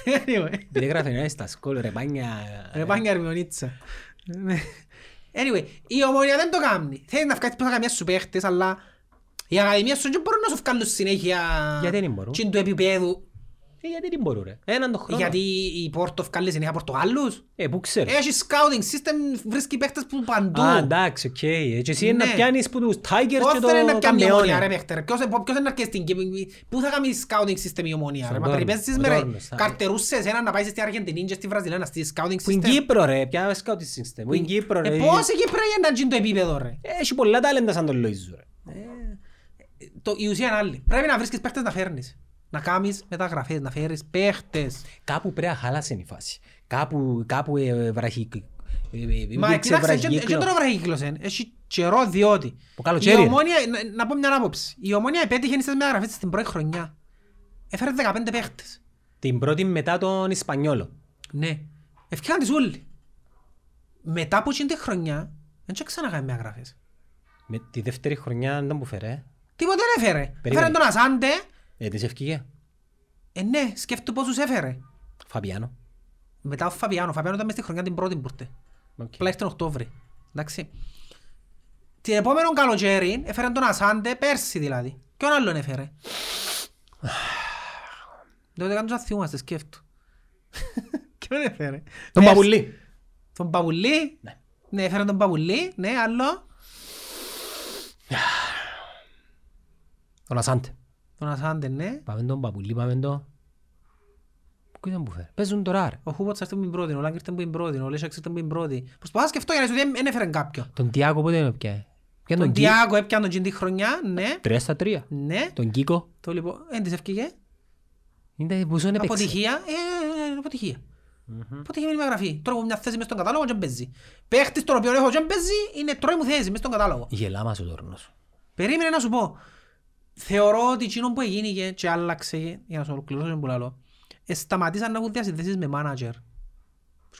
Anyway, Δεν γράφει ένα στα σκόλ ρε πανιά. Ρεπάνια Ερμιονίτσα. Anyway, η ομονία δεν το κάνει. Θέλει να βγάλεις πόσα καμιά σου παίχτες, αλλά οι ακαδημίες σου δεν μπορούν να σου βγάλουν συνέχεια... Γιατί δεν μπορούν? τσιν του επίπεδου. Ε, Γιατί δεν μπορούν ρε. Έναν το χρόνο. Γιατί η Πόρτο βγάλει συνέχεια Πορτογάλους. Ε, πού ξέρω. Έχει scouting system, βρίσκει παίχτες που παντού. Α, εντάξει, οκ. Ε, και εσύ είναι να Ναι. πιάνεις που τους Tigers και Πώς το θέλει να πιάνει η Καμεόνια. ομόνια ρε παίχτε, ρε. ποιος ποιος είναι να αρκεστεί, πού θα κάνει scouting system η ομόνια Στον ρε, μα Τόρνο, περιπέζεις ο με ρε, Τόρνος θα- καρτερούς σε εσένα να πάει στην Αργεντινή και στη Βραζιλία να στείλεις scouting Που είναι system. Κύπρο ρε. Πια σκάουτι σύστημα. Που είναι Κύπρο Ε, ρε. πώς η Κύπρο είναι να γίνει το επίπεδο ρε, Έχει πολλά τάλεντα σαν τον Λοίζου ρε. Το- η ουσία είναι άλλη, πρέπει να βρίσκεις παίχτες να φέρνεις, να κάνεις μεταγραφές, να φέρεις παίχτες. Κάπου πρέπει να χάλασε η φάση. Κάπου, κάπου ε, βραχή... ε, ε, Μα υπήρξε κοιτάξτε, βραχύκλο. και τώρα βραχύκλος είναι, ε. έχει καιρό διότι Που καλό η χέρι είναι. ομόνια, να- να πω μια άποψη, η ομόνια επέτυχε στις μεταγραφές της την πρώτη χρονιά, έφερε 15 παίχτες. Την πρώτη μετά τον Ισπανιόλο. Ναι. Ευκαιράν τις όλοι. Μετά από εκείνη τη χρονιά, δεν και ξανακάμε μια γράφες. Με τη δεύτερη χρονιά δεν μου φέρε. Τίποτε δεν έφερε. Περίμενε. Έφερε τον Ασάντε. Ε, της ευκήγε. Ε, ναι, σκέφτου πόσους έφερε. Φαμπιάνο. Μετά ο Φαβιάνο. Ο Φαβιάνο ήταν μες στη χρονιά την πρώτη που ήρθε. Οκ. Τουλάχιστον Οκτώβρη. Εντάξει. Την επόμενο καλοκαίρι έφερε τον Ασάντε, πέρσι δηλαδή. Ποιον άλλον έφερε. (sighs) Δεν ούτε καν τους αθιούμαστε, (laughs) σκέφτου. Ποιον έφερε. Τον Πέρσι. Παπουλή. Τον Παπουλή. Ναι. Ναι, έφερε τον Παπουλή. Ναι, άλλο. Τον Ασάντε. Τον Ασάντε, ναι. Πάμε τον Παπουλή, πάμε τον... Πού ήταν που φέρε. Παίζουν τώρα ρε. Ο Χούμποτς ήρθε που την πρώτη, ο Λάγκ ήρθε που την πρώτη, ο Λέσσαξ ήρθε που την πρώτη. Προσπαθώ να σκεφτώ για να σου ότι δεν έφεραν κάποιον. Τον Τιάκο πότε είναι πια. Ποια Τον τον Κίκο. Τιάγκο έπιαν τον Τζιν τη χρονιά, ναι, Τρία στα τρία. ναι. Τον Κίκο. Το λοιπόν, δεν της ευκήγε. Είναι που ζουν έπαιξε. Αποτυχία, ε, ε, αποτυχία. Αποτυχία με τη μεταγραφή. Τώρα έχω μια θέση μες στον κατάλογο και παίζει. Παίχτης τον οποίο έχω και παίζει είναι τρώει μου θέση μες στον κατάλογο. Γελά μας ο τόρνος. Περίμενε να σου πω. Θεωρώ ότι εκείνο που έγινε και άλλαξε, για να σου ολοκληρώσω τον πουλαλό, ε, σταματήσαν να έχουν διασυνδέσεις με μάνατζερ.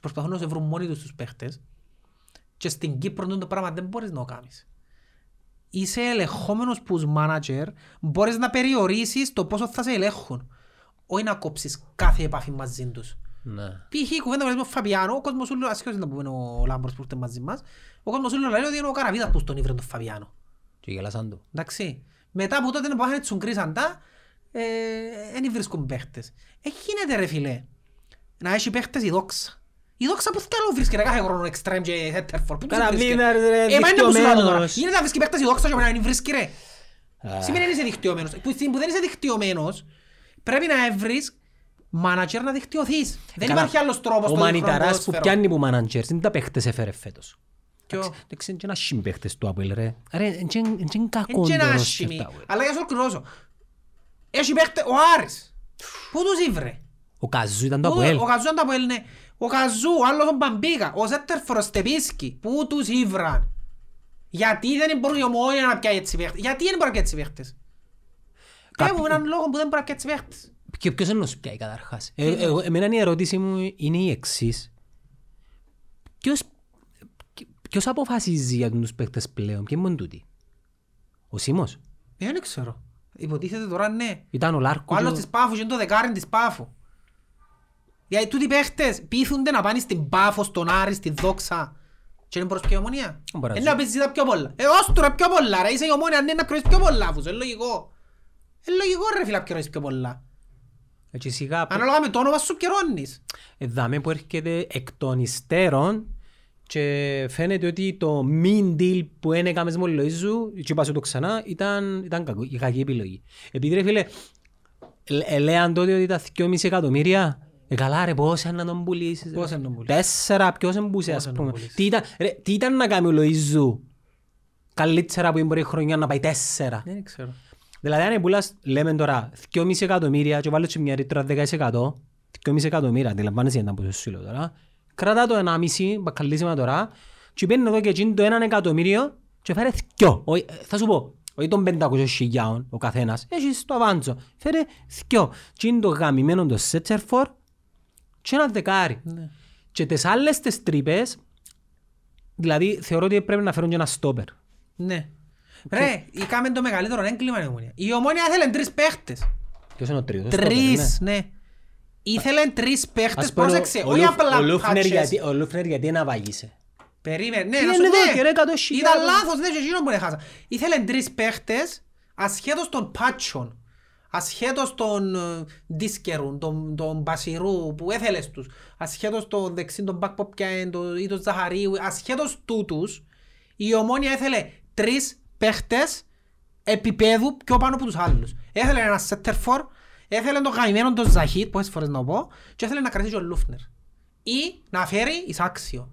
Προσπαθούν να σε βρουν μόνοι τους τους παίχτες. Και στην Κύπρο τούτο το πράγμα δεν μπορείς να το κάνεις. Είσαι ελεγχόμενος που ως μάνατζερ μπορείς να περιορίσεις το πόσο θα σε ελέγχουν. Όχι να κόψεις κάθε επαφή μαζί τους. Ναι. Π.χ. η κουβέντα που λες με τον Φαβιάνο, ο κόσμος ούλου, ασχέως να πούμε ο Λάμπρος που ήρθε μαζί μας, ο κόσμος ούλου λέει ότι είναι ο Καραβίδας που στον ήβρε τον Φαβιάνο. Και γελάσαν του. Εντάξει. Μετά από τότε που είχαν τσουγκρίσαν τα, ε, δεν βρίσκουν παίχτες. Ε, γίνεται ρε φίλε. Να έχει παίχτες η δόξα. Η δόξα που θέλω βρίσκεται κάθε χρόνο εξτρέμ και σέντερφορ. Πού τους βρίσκεται. Καραβίνας, ρε, Ε, μα είναι που σου λέω τώρα. δικτυωμένος. Γίνεται να βρίσκει παίχτες η δόξα και να μην βρίσκει ρε. Σημαίνει δεν είσαι δικτυωμένος. Που στην που δεν είσαι δικτυωμένος, πρέπει να βρεις μάνατζερ να δικτυωθείς. Δεν Καλά. υπάρχει άλλος τρόπος Ο στο Μανιταράς που ποδόσφαιρο. πιάνει που managers, είναι τα παίχτες έφερε φέτος. Ποιο? Δεν ξέρω, είναι ένας παίχτες του Αποέλ, ρε. Ρε, εν τζεν- εν τζεν Είναι κακόν και το ένα roster άσχημη, του Αποέλ. αλλά για να σου ολοκληρώσω. Έχει παίχτε ο Άρης. Πού τους ήβρε. Ο Καζού ήταν το Πού- Αποέλ. Ο Καζού ήταν το Αποέλ, ναι. Ο Καζού, ο άλλος ο Μπαμπίκα, ο Ζέτερ Φροστεπίσκι. Πού τους ήβραν. Γιατί δεν μπορεί η ομόνια να πιάει έτσι παίχτες. Γιατί δεν μπορεί να πιάει έτσι παίχτες. Κάποιοι- Πες μου έναν λόγο που δεν μπορεί να πιάει έτσι παίχτες. Και ποιος είναι ως πιάει καταρχάς. Ε, εγώ- εμένα η ερώτηση μου είναι η εξής. Ποιος, ποιος αποφασίζει για τους παίχτες πλέον, ποιοι είναι τούτοι. Ο Σίμος. Ε, Δεν ξέρω. Υποτίθεται τώρα ναι. Ήταν ο Ο Λάρκος. άλλος της Πάφου είναι το δεκάρι της Πάφου. Γιατί τούτοι οι παίχτες πείθονται να πάνε στην Πάφο, στον Άρη, στη Δόξα. Και δεν μπορείς πιο ομονία. Δεν μπορώ να Ένα ζω. παίζεις τα πιο πολλά. Ε, ως τώρα πιο πολλά ρε, είσαι η ομόνια, ναι, να κροείς πιο πολλά αφού, σου, είναι λογικό. Είναι λογικό ρε φίλα, κροείς πιο πολλά. Έτσι σιγά Ανάλογα με το όνομα σου καιρώνεις. δάμε που έρχεται εκ των υστέρων και φαίνεται ότι το mean deal που δεν έκαμες με όλη ζωή σου, και είπα σου το ξανά, ήταν, ήταν κακό, η κακή επιλογή. Επειδή ρε φίλε, ε- ε, λέαν τότε ότι τα 2,5 εκατομμύρια, ε, καλά ρε πόσα να τον πουλήσεις. ρε. Πόσα να τον πουλήσεις. Τέσσερα, ποιος δεν πούσε ας να τον πούμε. πουλήσεις. Τι ήταν, ρε, τι ήταν να κάνει ο Λοϊζού, καλύτερα που μπορεί η χρονιά να πάει τέσσερα. Δεν ξέρω. Δηλαδή αν πουλάς, λέμε τώρα, 2,5 εκατομμύρια και βάλεις και μια ρήτρα 10%, 2,5 εκατομμύρια, αντιλαμβάνεσαι ένα που σου λέω τώρα, κρατά το 1,5, μπακαλίσιμα τώρα, και παίρνει εδώ και εκείνη το 1 εκατομμύριο και φέρε 2. Όχι, ε, θα σου πω, όχι των 500 χιλιάων ο καθένας, έχεις το αβάντσο, φέρε 2. Και είναι το γαμημένο το Σέτσερφορ και ένα δεκάρι. Και τις άλλες τις τρύπες, δηλαδή θεωρώ ότι πρέπει να φέρουν και ένα στόπερ. Ναι. Ρε, είχαμε το μεγαλύτερο έγκλημα η ομόνια. Η ομόνια ήθελε τρεις παίχτες. Ποιος είναι ο τρίτος? στόπερ, ναι. Τρεις, ναι. Ήθελε τρεις παίχτες, Ας πω, πρόσεξε, ο- ο όχι Λου- απλά ο Λούφνερ patches. γιατί- Ο Λούφνερ γιατί να βαγίσει. Περίμενε, ναι, Τι να σου είναι πω, δίκαιο, ε. ρε, 100.000. Ήταν λάθος, ναι, και εκείνο που έχασα. Ήθελε τρεις παίχτες, ασχέτως των πάτσων, ασχέτως των ε, ντίσκερων, των, των μπασιρού που έθελες τους, ασχέτως των δεξίν των μπακποπιάεν το- ή των ζαχαρίου, ασχέτως τούτους, η ομόνια έθελε τρεις παίχτες επίπεδου πιο πάνω από τους άλλους. Έθελε ένα σέτερφορ, έθελε τον γαμημένο τον Ζαχίτ, πόσες φορές να πω, και έθελε να κρατήσει τον Λούφνερ. Ή να φέρει εις άξιο.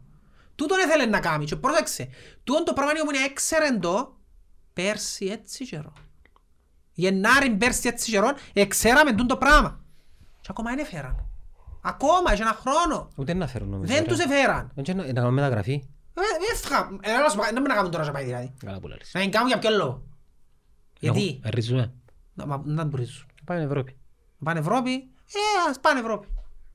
Τούτον έθελε να κάνει και πρόσεξε, τούτον το πράγμα η ομονία έξερε το πέρσι έτσι καιρό. Γενάρη πέρσι έτσι καιρό, εξέραμε τούτο το πράγμα. Και ακόμα δεν έφεραν. Ακόμα, για ένα χρόνο. Ούτε να φέρουν νομίζω. Δεν τους έφεραν. έφεραν. Να κάνουμε μεταγραφή. Ε, δεν θα- ε, να σου πω, Δεν με να κάνουν τώρα να πάει δηλαδή. Καλά που λες. Να την κάνουν για ποιο λόγο. Γιατί. Ε, Ρίζουμε. Να μα- να την προρίζουν. Πάμε Ευρώπη. Να Πάνε Ευρώπη. Ε, ας πάνε Ευρώπη.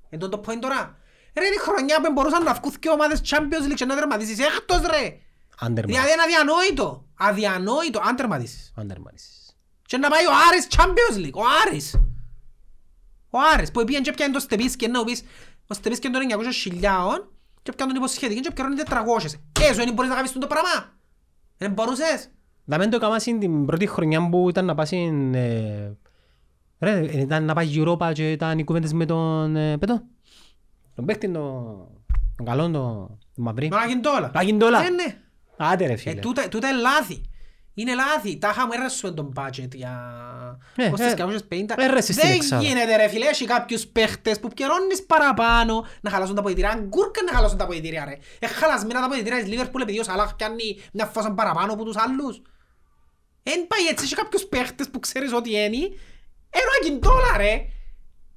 Εν τότε το point τώρα. Ρε, είναι η χρονιά που μπορούσαν να βγουν και ομάδες Champions League και να τερματίσεις έκτος ρε. Αντερμαν. Δηλαδή είναι αδιανόητο. Αδιανόητο αν τερματίσεις. Αντερμανίσεις. Και να πάει ο Άρης Champions League. Ο Άρης. Ο Άρης που πήγαινε και πιάνε το Στεπίσκι ενώ πεις ο Στεπίσκι είναι των 900 χιλιάων και πιάνε τον υποσχετική και πιάνε 400. Ε, ζωή είναι μπορείς να κάνεις το πράγμα. Δεν μπορούσες. Δαμέν το έκαμα στην την πρώτη χρονιά που ήταν να πάει στην... ε, Ρε, ε, ήταν να πάει Europa και ήταν οι κουβέντες με τον ε, Πετό. Τον παίχτη, τον τον καλόν, τον τον Μαυρί. Να γίνει όλα. Να γίνει όλα. Ε, ναι. Άντε ρε Ε, φίλε. τούτα, τούτα είναι λάθη. Είναι λάθη. Τα είχαμε έρεσουμε τον budget για Ναι, κόστος ε, και αγώσεις 50. έρεσες στην Δεν Εξάδα. γίνεται ρε φίλε, έχει κάποιους παίχτες που πιερώνεις παραπάνω να χαλάσουν τα ποδητήρια. Αν γκούρκα να χαλάσουν τα ποδητήρια ρε. Ε, χαλασμένα τα ποδητήρια της Liverpool επειδή ο Σαλάχ πιάνει μια φόσα παραπάνω από τους άλλους. Εν πάει έτσι, έχει κάποιους παίχτες που ξέρεις ότι είναι. Ενώ ακιντόλα ρε.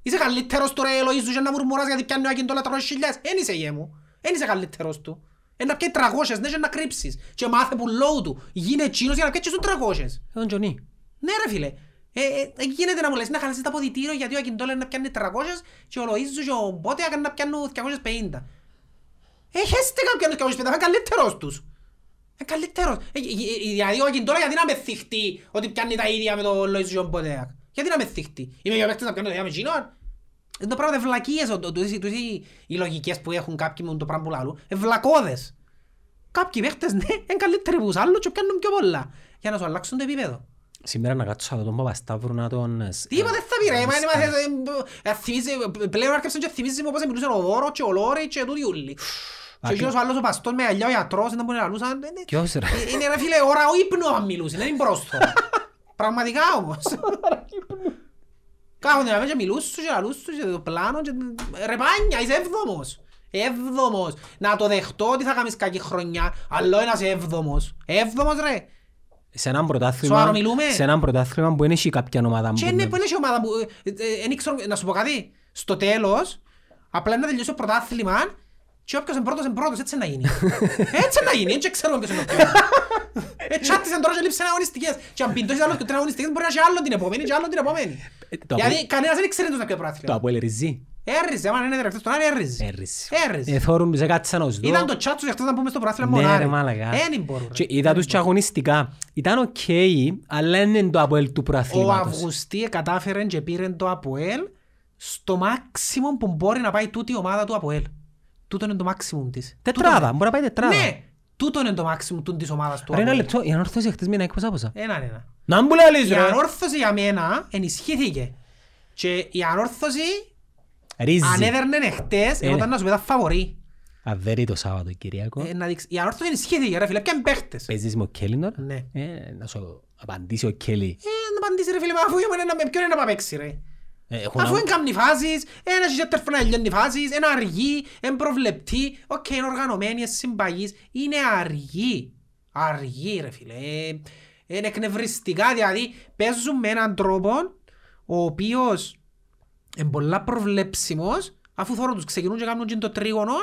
Είσαι καλύτερος του ρε Ελοΐζου και να μουρμουράς γιατί πιάνει ο Ακιντόλα 300 χιλιάς. Εν είσαι γε μου. Εν είσαι καλύτερος του. Εν να πιάει 300, ναι και να κρύψεις. Και μάθε που λόγου του. Γίνε εκείνος για να πιάει και σου 300. Ε, Τον Τζονί. Ναι ρε φίλε. Ε, ε, ε, γίνεται να μου λες να χαλάσεις τα ποδητήριο γιατί ο Ακιντόλα να πιάνει 300 και ο Λοΐζου και ο Μπότε να πιάνουν 250. Ε, χέστε κάποιον 250, θα είναι καλύτερος τους. Ε, καλύτερος. Ε, ε, ε, δηλαδή ο Ακιντόλα γιατί να με θυχτεί ότι πιάνει τα ίδια με τον Λοΐζου και ο Μπότε. Γιατί να με θυχτεί. Είμαι για παίκτες να πιάνω τα ίδια με εκείνον. Είναι το πράγμα ευλακίες, ο- το- το- το- το- οι λογικές που έχουν κάποιοι με το πράγμα που λαλούν. Ευλακώδες. Κάποιοι παίχτες, ναι, είναι καλύτεροι από τους άλλους και πιάνουν πιο πολλά. Για να σου αλλάξουν το επίπεδο. Σήμερα να κάτσω να τον Παπασταύρου να τον... ε, σ- Τίποτε δεν θα πει ρε, μα είναι μάθες, ε, ε, θυμίζει- πλέον άρχισε και θυμίζει μου πώς μιλούσαν ο Δώρο και ο Λόρι και τούτοι ούλοι. Και εκείνος ο άλλος ο παστός με γυαλιά ο γιατρός, δεν μπορεί να (laughs) λαλούσαν. ε, ναι. Ποιος ρε. Ε, Είναι ρε φίλε, ώρα ο ύπνο αν μιλούσε, δεν είναι μπρόστο. Πραγματικά όμως. Κάθονται να και μιλούσουν και λαλούσουν και το πλάνο και... Ρε πάνια, είσαι έβδομος. Έβδομος. Να το δεχτώ ότι θα κάνεις κακή χρονιά, αλλά ένας έβδομος. Έβδομος ρε. Σε έναν πρωτάθλημα, Σοβαρό μιλούμε. σε έναν πρωτάθλημα που δεν έχει κάποια ομάδα Και που είναι να- που είναι και ομάδα που... ε, ε, ε, εν ήξερα- Να σου πω κάτι. Στο τέλος, απλά να τελειώσει το πρωτάθλημα και όποιος είναι πρώτος είναι πρώτος, έτσι να γίνει. (laughs) Έτσι να γίνει, έτσι ξέρουμε ποιος είναι ο πρώτος. Ετσάτισαν τώρα και λείψαν αγωνιστικές. Και αν πιντώσεις άλλο και τρεις αγωνιστικές μπορεί να έχει άλλο την επόμενη και άλλο την επόμενη. Ε, το Γιατί Αποέλ- κανένας δεν ξέρει τους να πει Το πρωτάθλημα. Αποέλ ριζεί. Έριζε, άμα είναι τελευταίος τον Άρη, έριζε. Έριζε. Έριζε. Εθώρουν, σε κάτσαν ως δω. Ε, Ήταν το τσάτσος για χτες να πούμε στο πρωτάθλημα Ναι, μονάρι. ρε μάλακα. Εν μπορούν. Και είδα τους και Ναι, αγωνιστικά. Ήταν οκ, αλλά δεν είναι το Αποέλ του Ο προαθλήματος. Αυγουστή κατάφερε και πήρε το Αποέλ στο μάξιμο που μπορεί να πάει τούτη η ομάδα του Αποέλ. Τούτο είναι το μάξιμο της. Τούτο- Τετράδα, μπορεί να πάει τετράδα. Ναι, τούτο είναι το μάξιμο του- της ομάδας του Ρε ένα Αποέλ. λεπτό, η ανόρθωση χτες μήνα έκποσα πόσα. Έναν ένα. Να μου λαλείς Η ρε. ανόρθωση Ναι. για μένα ενισχύθηκε. Και η ανόρθωση Ρίζει. ανέδερνε εχθές, εγώ Ε. ήταν να σου πει τα φαβορή. Αβέρι το Σάββατο, Κυριακό. Ε, να δείξει- Η ανόρθωση ενισχύθηκε ρε φίλε, πιαν παίχτες. Παίζεις με ο Κέλλη τώρα. Ναι. Ε, Να σου απαντήσει ο Κέλλη. Ε, να απαντήσει ρε φίλε, μα αφού ήμουν ένα- με ποιον είναι να παίξει ρε. Ε, έχω Αφού να- δεν κάνει φάσεις, ένας έχει τέρφωνα να λιώνει φάσεις, είναι αργή, είναι προβλεπτή, οκ, είναι οργανωμένη, είναι συμπαγής, είναι αργή. Αργή ρε φίλε, Ε, είναι εκνευριστικά, δηλαδή παίζουν με έναν τρόπο ο οποίος είναι πολλά προβλέψιμος, αφού θωρώ τους ξεκινούν και κάνουν και το τρίγωνο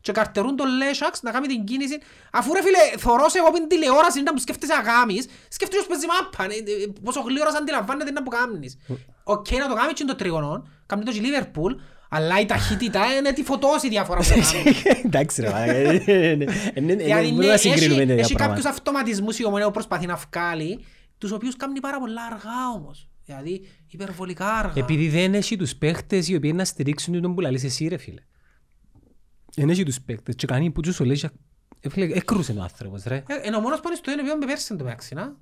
και καρτερούν τον Λέσσαξ να κάνει την κίνηση. Αφού ρε φίλε, θωρώ σε εγώ πριν τηλεόραση να που σκέφτεσαι να κάνεις, σκέφτεσαι πως παίζει μάπα, ναι, ε, πόσο γλύωρα αντιλαμβάνεται να που κάνεις. Οκ, να το κάνει και το τρίγωνο, κάνει το και η Λίβερπουλ, αλλά η ταχύτητα είναι τη φωτός η (laughs) διαφορά που κάνει. Εντάξει ρε μαλάκα, ε, ε, ναι. Ε, ναι, ε, Δηλαδή, ναι, ναι, μπορούμε να συγκρίνουμε έχει- τέτοια Έχει κάποιους πράγματα. αυτοματισμούς η ομονέα που προσπαθεί να βγάλει, τους οποίους κάνει πάρα πολλά αργά όμως. Δηλαδή, υπερβολικά αργά. Επειδή δεν έχει τους παίχτες οι οποίοι να στηρίξουν τον που λαλείς εσύ ρε φίλε. Δεν έχει τους παίχτες και κάνει που τους ο Λέζιακ- Ε, φίλε, έκρουσε ο άνθρωπος ρε. Ε, Ενώ ο μόνος πόνης του είναι ο οποίος με πέρσι το μεταξύ, να.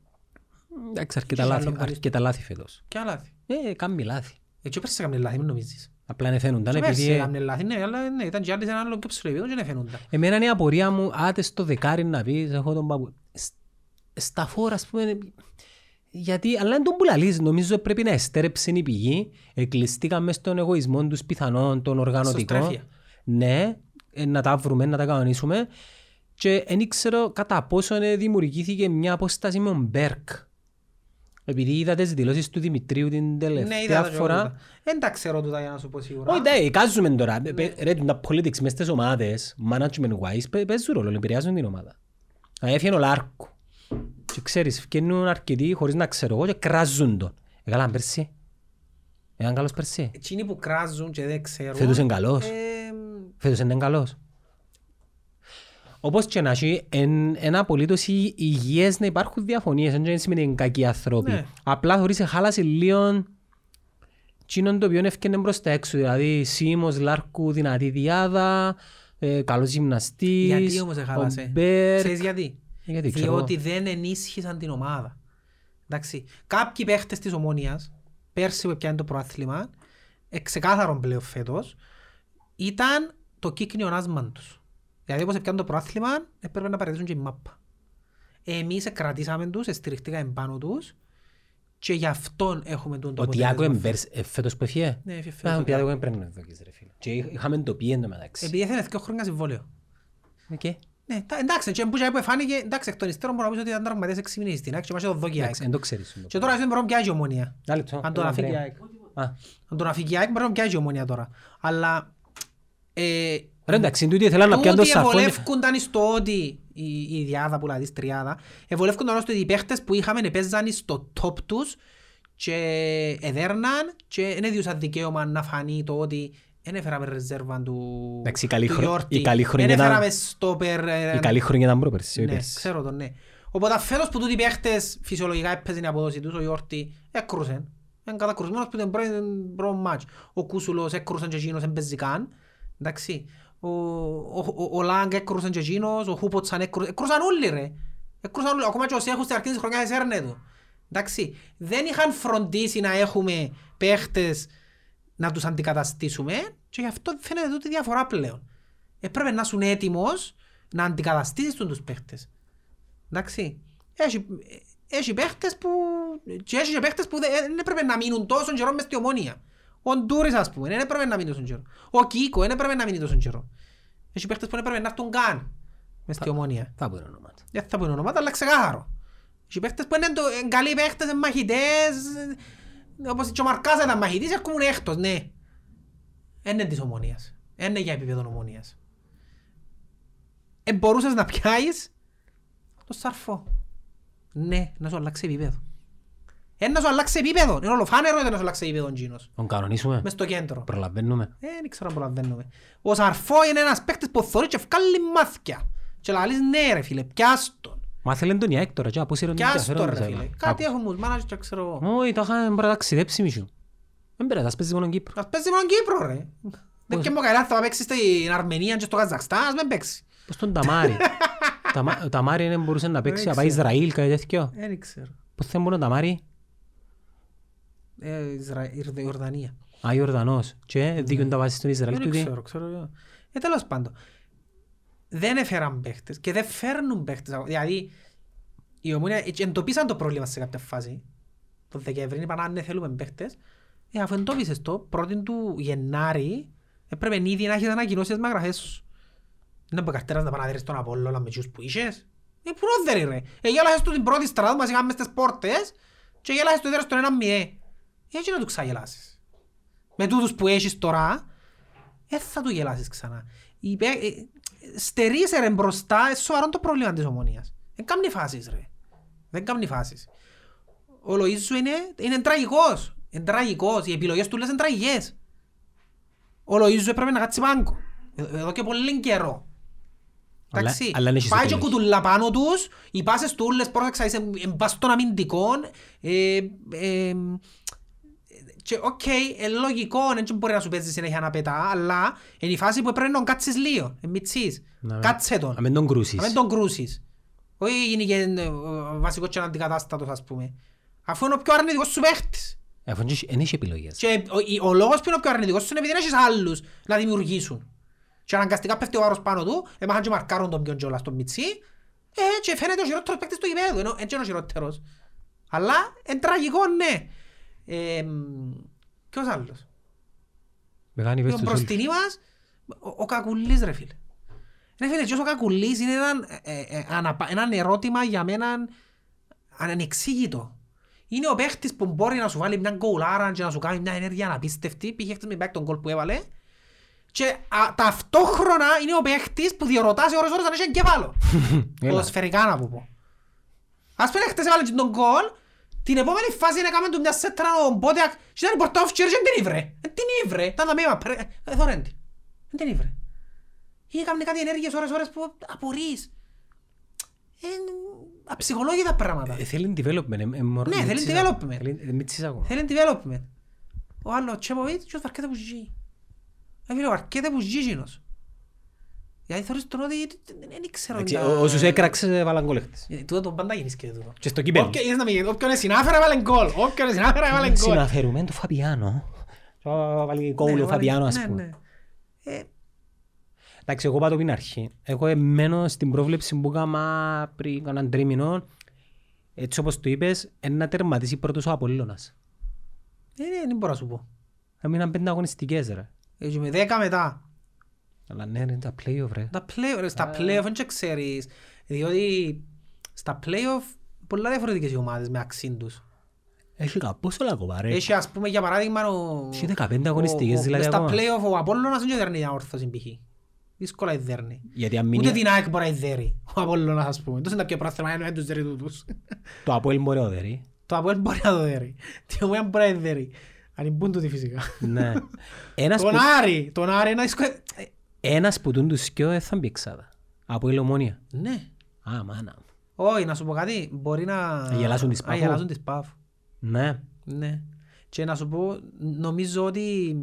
Εντάξει, αρκετά Έχεις λάθη, άλλον πονίστη. αρκετά λάθη φέτος. Και άλλα. Ε, κάμει λάθη. Ε, και πέρσι έκαμε λάθη, μην νομίζεις. Απλά εφαίνονταν Και πέρσι επειδή... ε, έκαμε λάθη, ναι, αλλά ναι, ήταν και άλλοι σε ένα άλλο πιο ψηλό επίπεδο και δεν φαινούνταν. Εμένα είναι η απορία μου, άτε στο δεκάρι να πεις, έχω τον παππού. Σ- Στα φόρα, ας πούμε, γιατί, αλλά δεν τον πουλαλείς, νομίζω πρέπει να εστέρεψε η πηγή, εκλειστήκαμε στον εγωισμό τους πιθανόν, τον οργανωτικό. Εσωστρέφεια. Ναι, ε, να τα βρούμε, να τα κανονίσουμε. Και δεν ξέρω κατά πόσο ε, δημιουργήθηκε μια απόσταση με τον Μπέρκ. Επειδή είδα τις δηλώσεις του Δημητρίου την Ναι, τελευταία είδα τα και όλα φορά. τούτα. Δεν τα ξέρω τούτα για να σου πω σίγουρα. Όχι, εντάξει, κάζουμε τώρα. Πε- Ρε, τα politics μες στις ομάδες, management wise, παι- παίζουν ρόλο, επηρεάζουν την ομάδα. Να έφυγε ο Λάρκο. Και ξέρεις, φτιάχνουν αρκετοί χωρίς να ξέρω εγώ και κράζουν τον. Έκαναν πέρσι. Έκαναν καλός πέρσι. Εκείνοι που κράζουν και δεν ξέρουν, Φέτος είναι καλός. ε, Φέτος είναι καλός. Όπως και να έχει, εν- εν απολύτως οι- υγιές να υπάρχουν διαφωνίες, δεν σημαίνει είναι κακοί άνθρωποι. Ναι. Απλά θεωρείς χάλασε λίγο τσίνον το οποίο έφτιανε προς τα έξω, δηλαδή Σίμος, Λάρκου, δυνατή διάδα, ε, καλός γυμναστής, Γιατί όμως δεν ο χάλασε. Μπέρκ. Ξέρεις γιατί. Γιατί, ξέρω Διότι δεν ενίσχυσαν την ομάδα. Εντάξει, κάποιοι παίχτες της Ομόνιας, πέρσι που πιάνε το προάθλημα, ε, ξεκάθαρον πλέον φέτος, ήταν το κύκνιο άσμα τους. Δηλαδή όπως πιάνε το προάθλημα, έπρεπε να παρατήσουν και η μάπα. Εμείς κρατήσαμε τους, στηριχτήκαμε πάνω τους και γι' αυτόν έχουμε τον το Ο Τιάκο αποτέλεσμα. εμπέρς, ε, φέτος που έφυγε. Ναι, έφυγε φέτος Α, ο Ο Τιάκο πρέπει να δοκείς ρε φίλε. Και είχ- είχαμε το πει εν τω μεταξύ. Ε, Ε, Επειδή έθελε δύο χρόνια συμβόλαιο. Οκ. Ναι, τα- εντάξει, και μπούτια που εφάνηκε, εντάξει, εκ των υστέρων μπορώ να πεις ότι ήταν τραυματίας έξι μήνες στην ΑΕΚ και μας έδωσε δόκια Εντάξει, ΑΕΚ. εν το ξέρεις. Και τώρα δεν μπορώ να πιάσει η ομονία. Ένα λεπτό, Αν τον ένα αφήκει η βρέμα. ΑΕΚ. Α, Αν τον αφήκει η ΑΕΚ, μπορεί να πιάσει η ομονία τώρα. Αλλά ε, Ρε εντάξει, τούτοι ήθελαν να πιάνουν το τούτοι σαφόνι. ευολεύκονταν στο ότι η, η διάδα που λαδείς τριάδα, ευολεύκονταν στο ότι οι παίχτες που είχαμε παίζαν στο top τους και εδέρναν και δεν έδιωσαν δικαίωμα να φανεί το ότι δεν έφεραμε ρεζέρβα του, Εντάξει, η καλή του χρο- Γιόρτη. η καλή χρονιά Δεν ήταν- έφεραμε στόπερ. ε, Η καλή χρονιά ήταν πρόπερση, όχι ναι, πέρσι. ξέρω τον, ναι. Οπότε φέτος που τούτοι οι παίχτες φυσιολογικά έπαιζαν η αποδόση τους, ο Ιόρτη έκρουσε. Είναι κατακρουσμένος που ήταν πρώην- πρώην μάτς. Ο Κούσουλος έκρουσαν και εκείνος, δεν παίζει καν. Εντάξει. Ο, ο, ο, ο Λάγκ έκρουσαν και εκείνος, ο Χούποτσαν έκρουσαν. Έκρουσαν όλοι ρε. Έκρουσαν όλοι. Ακόμα και ο Σέχους στην αρχή της χρονιάς έσέρνε του. Εντάξει. Δεν είχαν φροντίσει να έχουμε παίχτες να τους αντικαταστήσουμε και γι' αυτό φαίνεται τούτη η διαφορά πλέον. Έπρεπε να είσαι έτοιμος να αντικαταστήσεις τους τους παίχτες. Εντάξει. Έχει, έχει παίχτες που... και έχει και παίχτες που δεν δεν έπρεπε να μείνουν τόσο καιρό μες στη ομόνια. Ο Ντούρης ας πούμε, δεν έπρεπε να μείνει τόσο καιρό. Ο Κίκο, δεν έπρεπε να μείνει τόσο καιρό. Έχει παίχτες που δεν έπρεπε να έρθουν καν μες στη ομόνια. Θα πούνε ονόματα. Δεν θα πω ονόματα, αλλά ξεκάθαρο. Οι παίχτες που είναι το- είναι καλοί παίχτες, είναι μαχητές, ε, όπως και ο Μαρκάς ήταν μαχητής, έρχομουν έκτος, ναι. Εν Είναι της ομονίας. Εν Είναι για επίπεδο ομονίας. Ε, μπορούσες να πιάσεις το σαρφό. Ναι, να σου αλλάξει επίπεδο. Ε, να σου αλλάξει επίπεδο. Είναι ολοφάνερο ότι να σου αλλάξει επίπεδο ο Τζίνος. Τον κανονίσουμε. Μες στο κέντρο. Προλαβαίνουμε. Ε, δεν ξέρω αν προλαβαίνουμε. Ο Σαρφό είναι ένας παίκτης που θωρεί και βγάλει μάθηκια. Και λαλείς ναι ρε φίλε, πιάσ' τον. Μα θέλει τον Ιάκ τώρα, και απόσυρε τον Πιάσ' το ενδιαφέρον ρε της φίλε. άλλα. Κάτι έχουμε τους μάνατζερ και ξέρω εγώ. Όχι, το είχα μπορεί να ταξιδέψει μισού. Δεν πειράζει, ας παίζει μόνο Κύπρο. Ας παίζει μόνο Κύπρο ρε. Δεν και μόνο καλά θα παίξει στην Αρμενία και στο Καζακστάν, ας μην παίξει. Πώς τον (laughs) Ταμάρι. Ταμα- Ο Ταμάρι δεν μπορούσε να παίξει, να πάει Ισραήλ, κάτι τέτοιο. Δεν ξέρω. Πώς θέλει μόνο ο Ταμάρι. Ε, Ισρα- Ιρδε- Ιορδανία. Α, Ιορδανός. Και δίκιο να τα βάζεις στον Ισραήλ του Ναι. Δεν τι. ξέρω, ξέρω εγώ. Ε, τέλος πάντων. Δεν έφεραν παίχτες και δεν φέρνουν παίχτες. ακόμα. Δηλαδή, η Ομόνια έτσι εντοπίσαν το πρόβλημα σε κάποια φάση. Το Δεκέμβρη είπαν αν δεν θέλουμε παίχτες. Ε, αφού εντόπισες το, πρώτη του Γενάρη, έπρεπε ήδη να έχεις ανακοινώσεις με αγραφές σου. Δεν μπορεί καρτέρας να παραδέρεις τον Απόλλωνα με τους που είχες. Ε, πρόδερε ρε. Ε, γέλασες του την πρώτη στράδα που μας είχαμε στις πόρτες και γέλασες το ίδιο στον 1-0. Ε, έτσι να του ξαγελάσεις. Με τούτους που έχεις τώρα, ε, θα του γελάσεις ξανά. Η πε- ε, ε, Στερείσαι ρε μπροστά, ε, σοβαρό το πρόβλημα της ομονίας. Δεν κάνει φάσεις ρε. Δεν κάνει φάσεις. Ο Λοΐζου είναι, είναι τραγικός. Είναι τραγικός. Οι επιλογές του λες είναι τραγικές. Ο Λοΐζου έπρεπε να κάτσει πάγκο. Ε, Εδώ και πολύ καιρό. Αλλά- Εντάξει. αλλά δεν έχεις Πάει και επιλογές. κουτουλά πάνω τους. Οι πάσες του όλες πρόσεξα είσαι εμπάστον αμυντικών. Ε, ε, και οκ, ε, λογικό, δεν μπορεί να σου παίζει συνέχεια να πετά, αλλά είναι η φάση που πρέπει να τον κάτσεις λίγο, ε, μητσείς. Να με- Κάτσε τον, Να μην τον να κρούσεις. μην τον κρούσεις. Όχι γίνει και ε, ο βασικός και αντικατάστατος ας πούμε. Αφού είναι ο πιο αρνητικός σου παίχτης. Ε, Αφού δεν έχει επιλογές. Και ο, η- ο λόγος που είναι ο πιο αρνητικός σου είναι επειδή δεν έχεις άλλους να δημιουργήσουν. Και αναγκαστικά πέφτει ο βάρος πάνω του, έμαχαν και μαρκάρουν τον ποιον κιόλας τον Μιτσί, ε, και φαίνεται ο χειρότερος παίκτης του γηπέδου, ενώ έτσι είναι ο χειρότερος. Αλλά είναι τραγικό, ναι. Ε, μ, ποιος άλλος. Μεγάλη πες Τον τους όλους. μπροστινή μας, ο, ο Κακουλής ρε φίλε. Ρε φίλε, και ο Κακουλής είναι έναν, ε, ε, αναπα- έναν ερώτημα για μένα ανεξήγητο. Είναι ο παίχτης που μπορεί να σου βάλει μια γκολάρα και να σου κάνει μια ενέργεια αναπίστευτη. Πήγε χτες με back τον γκολ που έβαλε. Και α, ταυτόχρονα είναι ο παίχτης που διερωτά σε ώρες ώρες αν έχει εγκέφαλο. Έλα. Ποδοσφαιρικά να πω. Ας πούμε χτες έβαλε και τον γκολ. Την επόμενη φάση να κάνουμε του μια σέτρα ο Μπότιακ. Και ήταν η πορτόφτσιρ και δεν την ήβρε. Δεν την ήβρε. Ήταν τα μήμα. πρε- ε, Θωρέν την. Δεν την ήβρε. Ή έκαμε κάτι ενέργειες ώρες ώρες που απορείς. Ε, Αψυχολόγητα πράγματα. Ε, Θέλει development. ε, ε, μωρό, Ναι, μην θέλει τσίζα. development. Θέλει- ε, Μην τσίζα ακόμα. Θέλει development. Ο άλλος Τσέποβιτ και ο Βαρκέτα που ζει. Έφυγε ο Βαρκέτα που ζει γίνος. Γιατί θεωρείς τον ότι δεν- δεν ήξερα. Εντάξει, τα- ό- Όσους έκραξε έβαλαν γκολ χτες. Ε, Τούτο τον πάντα γίνεις και τούτο. Και στο κύπελλο. Όποιον- είδες να μην- όποιον είναι συνάφερα βάλε γκολ. Όποιον είναι συνάφερα βάλε γκολ. Συναφέρουμε το Φαπιάνο. Θα Βάλει Ναι, κόουλο βάλε- Φαπιάνο ας ναι, πούμε. ναι. Ε, Εντάξει, εγώ πάω την αρχή. Εγώ ε, μένω στην πρόβλεψη που έκανα πριν κανέναν τρίμηνο. Έτσι όπως το είπες, ε, να τερματίσει πρώτος ο Απόλλωνας. ε, ναι, Δεν μπορώ να σου πω. Έμειναν πέντε αγωνιστικές ρε. Ε, και με δέκα μετά. Αλλά ναι, ρε, τα play-off ρε. Τα play- ρε, Στα play-off δεν και ξέρεις. Διότι στα play-off πολλά διαφορετικές οι ομάδες με αξίν τους. Έχει καπούς όλα ακόμα ρε. Έχει ας πούμε για παράδειγμα ο... Έχει 15 αγωνιστικές, ο- ο- δηλαδή, μες Στα ακόμα. play-off ο Απόλλωνας δεν και δέρνει την αόρθωση π.χ. Δύσκολα δέρνει. Γιατί αν μείνει Ούτε την ΑΕΚ μπορεί να (laughs) δέρει ο Απόλλωνας ας πούμε. Τόσο είναι τα πιο πρόθυμα είναι να τους δέρει (laughs) τούτους. το Απόελ μπορεί να δερεί. Το Απόλλων μπορεί να το δέρει. Τι ομία μπορεί να δέρει. Αν μπουν τούτοι φυσικά. (laughs) Ναι. Ένας Τον που, Άρη, τον Άρη είναι δύσκολο. Ε, ένας που τούν τους σκιο θα μπει εξάδα. Απόελ ομόνια. Ναι. Α, μάνα. μου. Όχι, να σου πω κάτι, μπορεί να... Να Ε, γελάσουν τις να πάφου. γελάσουν τις πάφου. Ναι. Ναι. Και να σου πω, νομίζω ότι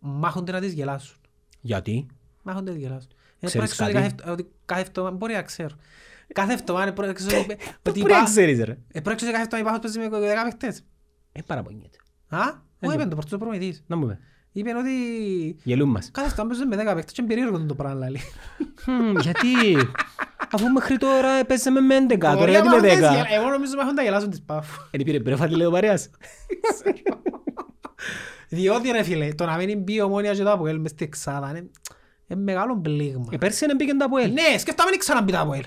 μάχονται να τις γελάσουν. Γιατί. Μάχονται να τις γελάσουν. Ε, Ξέρεις πρόεξε ότι κάτι? κάθε εβδο- ότι κάθε εβδομάδα, μπορεί να ξέρω. Κάθε εβδομάδα πρόεξε ότι- ότι Πρέπει να υπά- ξέρεις ρε. ε, πρόεξε ότι κάθε εβδομάδα υπάρχουν παίζει με δέκα παίχτες. Ε, παραπονιέται. Α, όχι και- είπε το πρωτός ο προμηθής. Να μου πει. Είπε ότι Γελούν μας. κάθε εβδομάδα παίζει με δέκα παίχτες και είναι περίεργο το πράγμα, λέει. Χμ, Γιατί. αφού μέχρι τώρα παίζαμε με 11, τώρα Ωραία, γιατί μα με 10. αυτές γελ- Εγώ νομίζω ότι έχουν τα γελάσουν της πάφου. Εν υπήρε μπρέφα τη Λεωμαρίας. Διότι ρε φίλε, το να μην μπει η ομόνια και το Αποέλ μες στην εξάδα είναι είναι μεγάλο πλήγμα. Ε, Πέρσι δεν πήγαινε τα Αποέλ. Ναι, σκεφτάμε να ξαναμπεί το Αποέλ.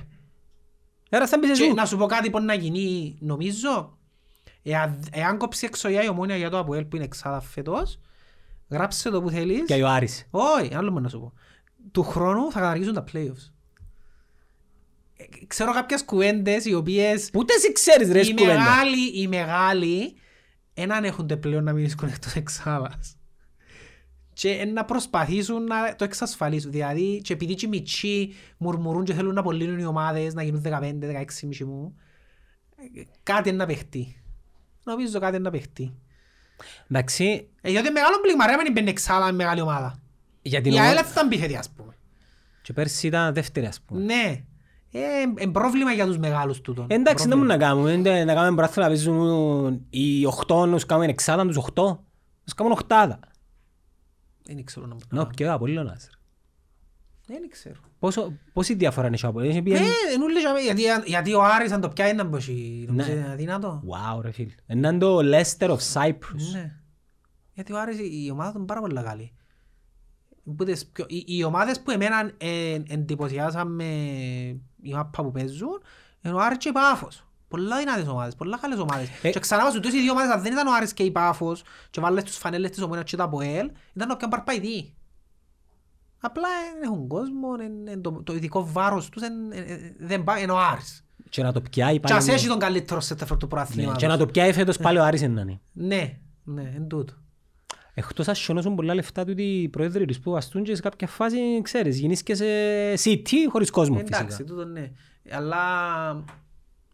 Άρα θα μπεις Και εσύ. να σου πω κάτι που να γίνει, νομίζω, εάν, εάν κόψει εξωγιά η ομόνια για το Αποέλ που είναι εξάδα φέτος, γράψε το που θέλεις. Και ο Άρης. Όχι, άλλο μόνο να σου πω. Του χρόνου θα καταργήσουν τα playoffs. Ε, Ξέρω κάποιες κουβέντες οι οποίες Ούτε εσύ ξέρεις ρε οι σκουβέντα. μεγάλοι, οι μεγάλοι έναν έχονται πλέον να μην βρίσκουν εκτός εξάδας. Και να προσπαθήσουν να το εξασφαλίσουν. Δηλαδή, και επειδή και οι μητσοί μουρμουρούν και θέλουν να απολύνουν οι ομάδες, να γίνουν 15-16 μισή μου, ε, κάτι είναι να παιχτεί. Νομίζω κάτι είναι να παιχτεί. Εντάξει, Ε, διότι είναι μεγάλο πλήγμα, ρε, μην μπαίνει εξάδα με μεγάλη ομάδα. για την Η ΑΕΛ ομάδα. θα ήταν πίθετη, ας πούμε. Και πέρσι ήταν δεύτερη ας πούμε. Ναι. Ε, ε, πρόβλημα για τους μεγάλους τούτων. Ε, Εντάξει, δεν μου Ναι. Πρόβλημα. να κάνουμε. Είναι Να κάνουμε πράθυνα να παίζουν οι 8, να τους κάνουμε εξάδα, να τους 8. Να τους κάνουμε οκτάδα. Δεν ξέρω να μου Νο, και ο Απολλώνας. ρε. Δεν ξέρω. Πόσο- Πόση διαφορά είναι ο Απολλώνας. Ε, Πήγαινε- εν ούλοι τζαμί, γιατί, γιατί ο Άρης αν το πιάει να μπωσεί, Ναι. νομίζω είναι αδύνατο. Wow ρε φίλε. Έναν το Leicester of Cyprus. Ναι. Γιατί ο Άρης η η ομάδα του είναι πάρα πολύ καλή. Που τις πιο- Οι, οι ομάδες που εμένα ε, εντυπωσιάσαν με η μάπα που παίζουν είναι ο Άρης και η Πάφος. Πολλά δυνατές ομάδες, πολλά καλές ομάδες. Ε. Και ξανά σου τόσοι δύο ομάδες, αν δεν ήταν ο Άρης και η Πάφος και βάλες τους φανέλες της ομόνιας και τα Αποέλ, ήταν ο πιο παρπαϊδί. Απλά δεν έχουν κόσμο, εν- εν- το, το ειδικό βάρος τους εν- εν- εν- δεν πάει, είναι ο Άρης. Και να το πιάει Και πάλι. ας έχει τον καλύτερο σε τεφρό του Ναι, Και να προαθλήματος. το πιάει φέτος πάλι ο Άρης είναι να είναι. Ναι, ναι, εν τούτο. Εκτός αν σιωνώσουν πολλά λεφτά του οι πρόεδροι τους που βαστούν και σε κάποια φάση, ξέρεις, γίνεις και σε CT χωρίς κόσμο Εντάξει, φυσικά. τούτο ναι. Αλλά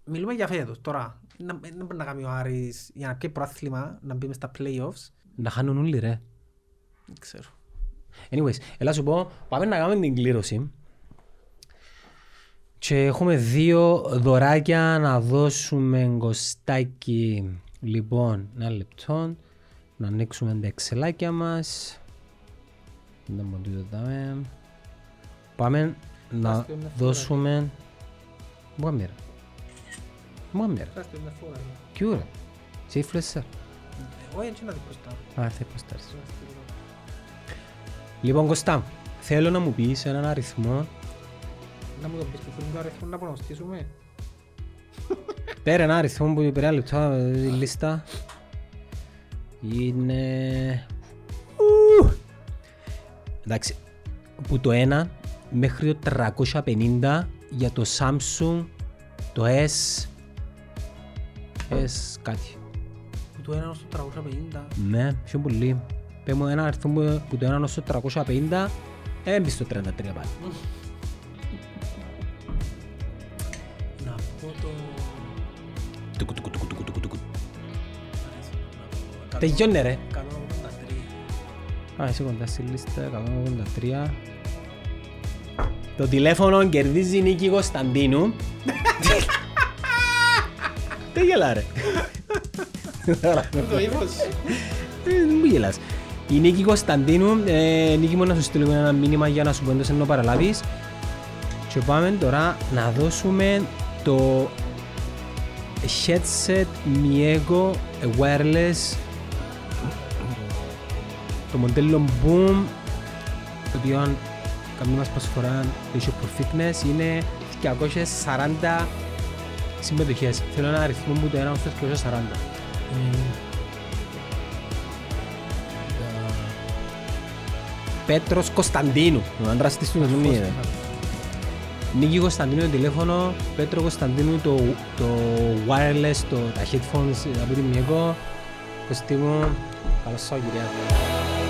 μιλούμε για φέτος τώρα. Να- Δεν μπορεί να κάνει ο Άρης για να πει προάθλημα, να μπει μες στα playoffs. Να χάνουν όλοι ρε. Δεν ξέρω. Anyways, έλα σου πω, πάμε να κάνουμε την κλήρωση. Και έχουμε δύο δωράκια να δώσουμε γκοστάκι. Λοιπόν, ένα λεπτό. Να ανοίξουμε τα εξελάκια μας. Δεν μπορούμε να το δάμε. Πάμε να δώσουμε... Μία μέρα. Μία μέρα. Τι ώρα. Σε influencer. Εγώ έτσι να δει μπροστά. Α, θα υποστάρεις. Λοιπόν, Κωστά, μου, θέλω να μου πεις έναν αριθμό. Να μου το πεις και θέλουμε το αριθμό να προγνωστήσουμε. Πέρα ένα αριθμό που πέρα λεπτά ε, η λίστα. Είναι... Ου! Εντάξει, που το 1 μέχρι το 350 για το Samsung, το S, S κάτι. Που το ένα ως το 350. Ναι, πιο πολύ. Πες μου ένα αριθμό που- που το 1 ως το 350, έμπει στο 33 πάλι. Να πω το... Τουκου, τουκου, τουκου, τουκου, τουκου, τουκου. Τελειώνε ρε. 183. Α, είσαι κοντά στη λίστα, 183. Το τηλέφωνο κερδίζει η Νίκη (laughs) Κωνσταντίνου. Τι γελά (laughs) ρε. Το ύφος. Ε, Δεν μου γελάς. Η Νίκη Κωνσταντίνου, ε, Νίκη μου να σου στείλω ένα μήνυμα για να σου πω εντός ενώ παραλάβεις. Και πάμε τώρα να δώσουμε το headset Miego Wireless το μοντέλο Boom το οποίο αν καμία μας προσφορά το Shop for Fitness είναι 240 συμμετοχές. Θέλω ένα αριθμό που το 1 ως το 240. Πέτρος Κωνσταντίνου. Ο άντρας της του δεν είναι. Νίκη Κωνσταντίνου το τηλέφωνο, Πέτρο Κωνσταντίνου το, το wireless, το, τα headphones από την Μιέκο. Κωστή μου, καλώς σου κυρία.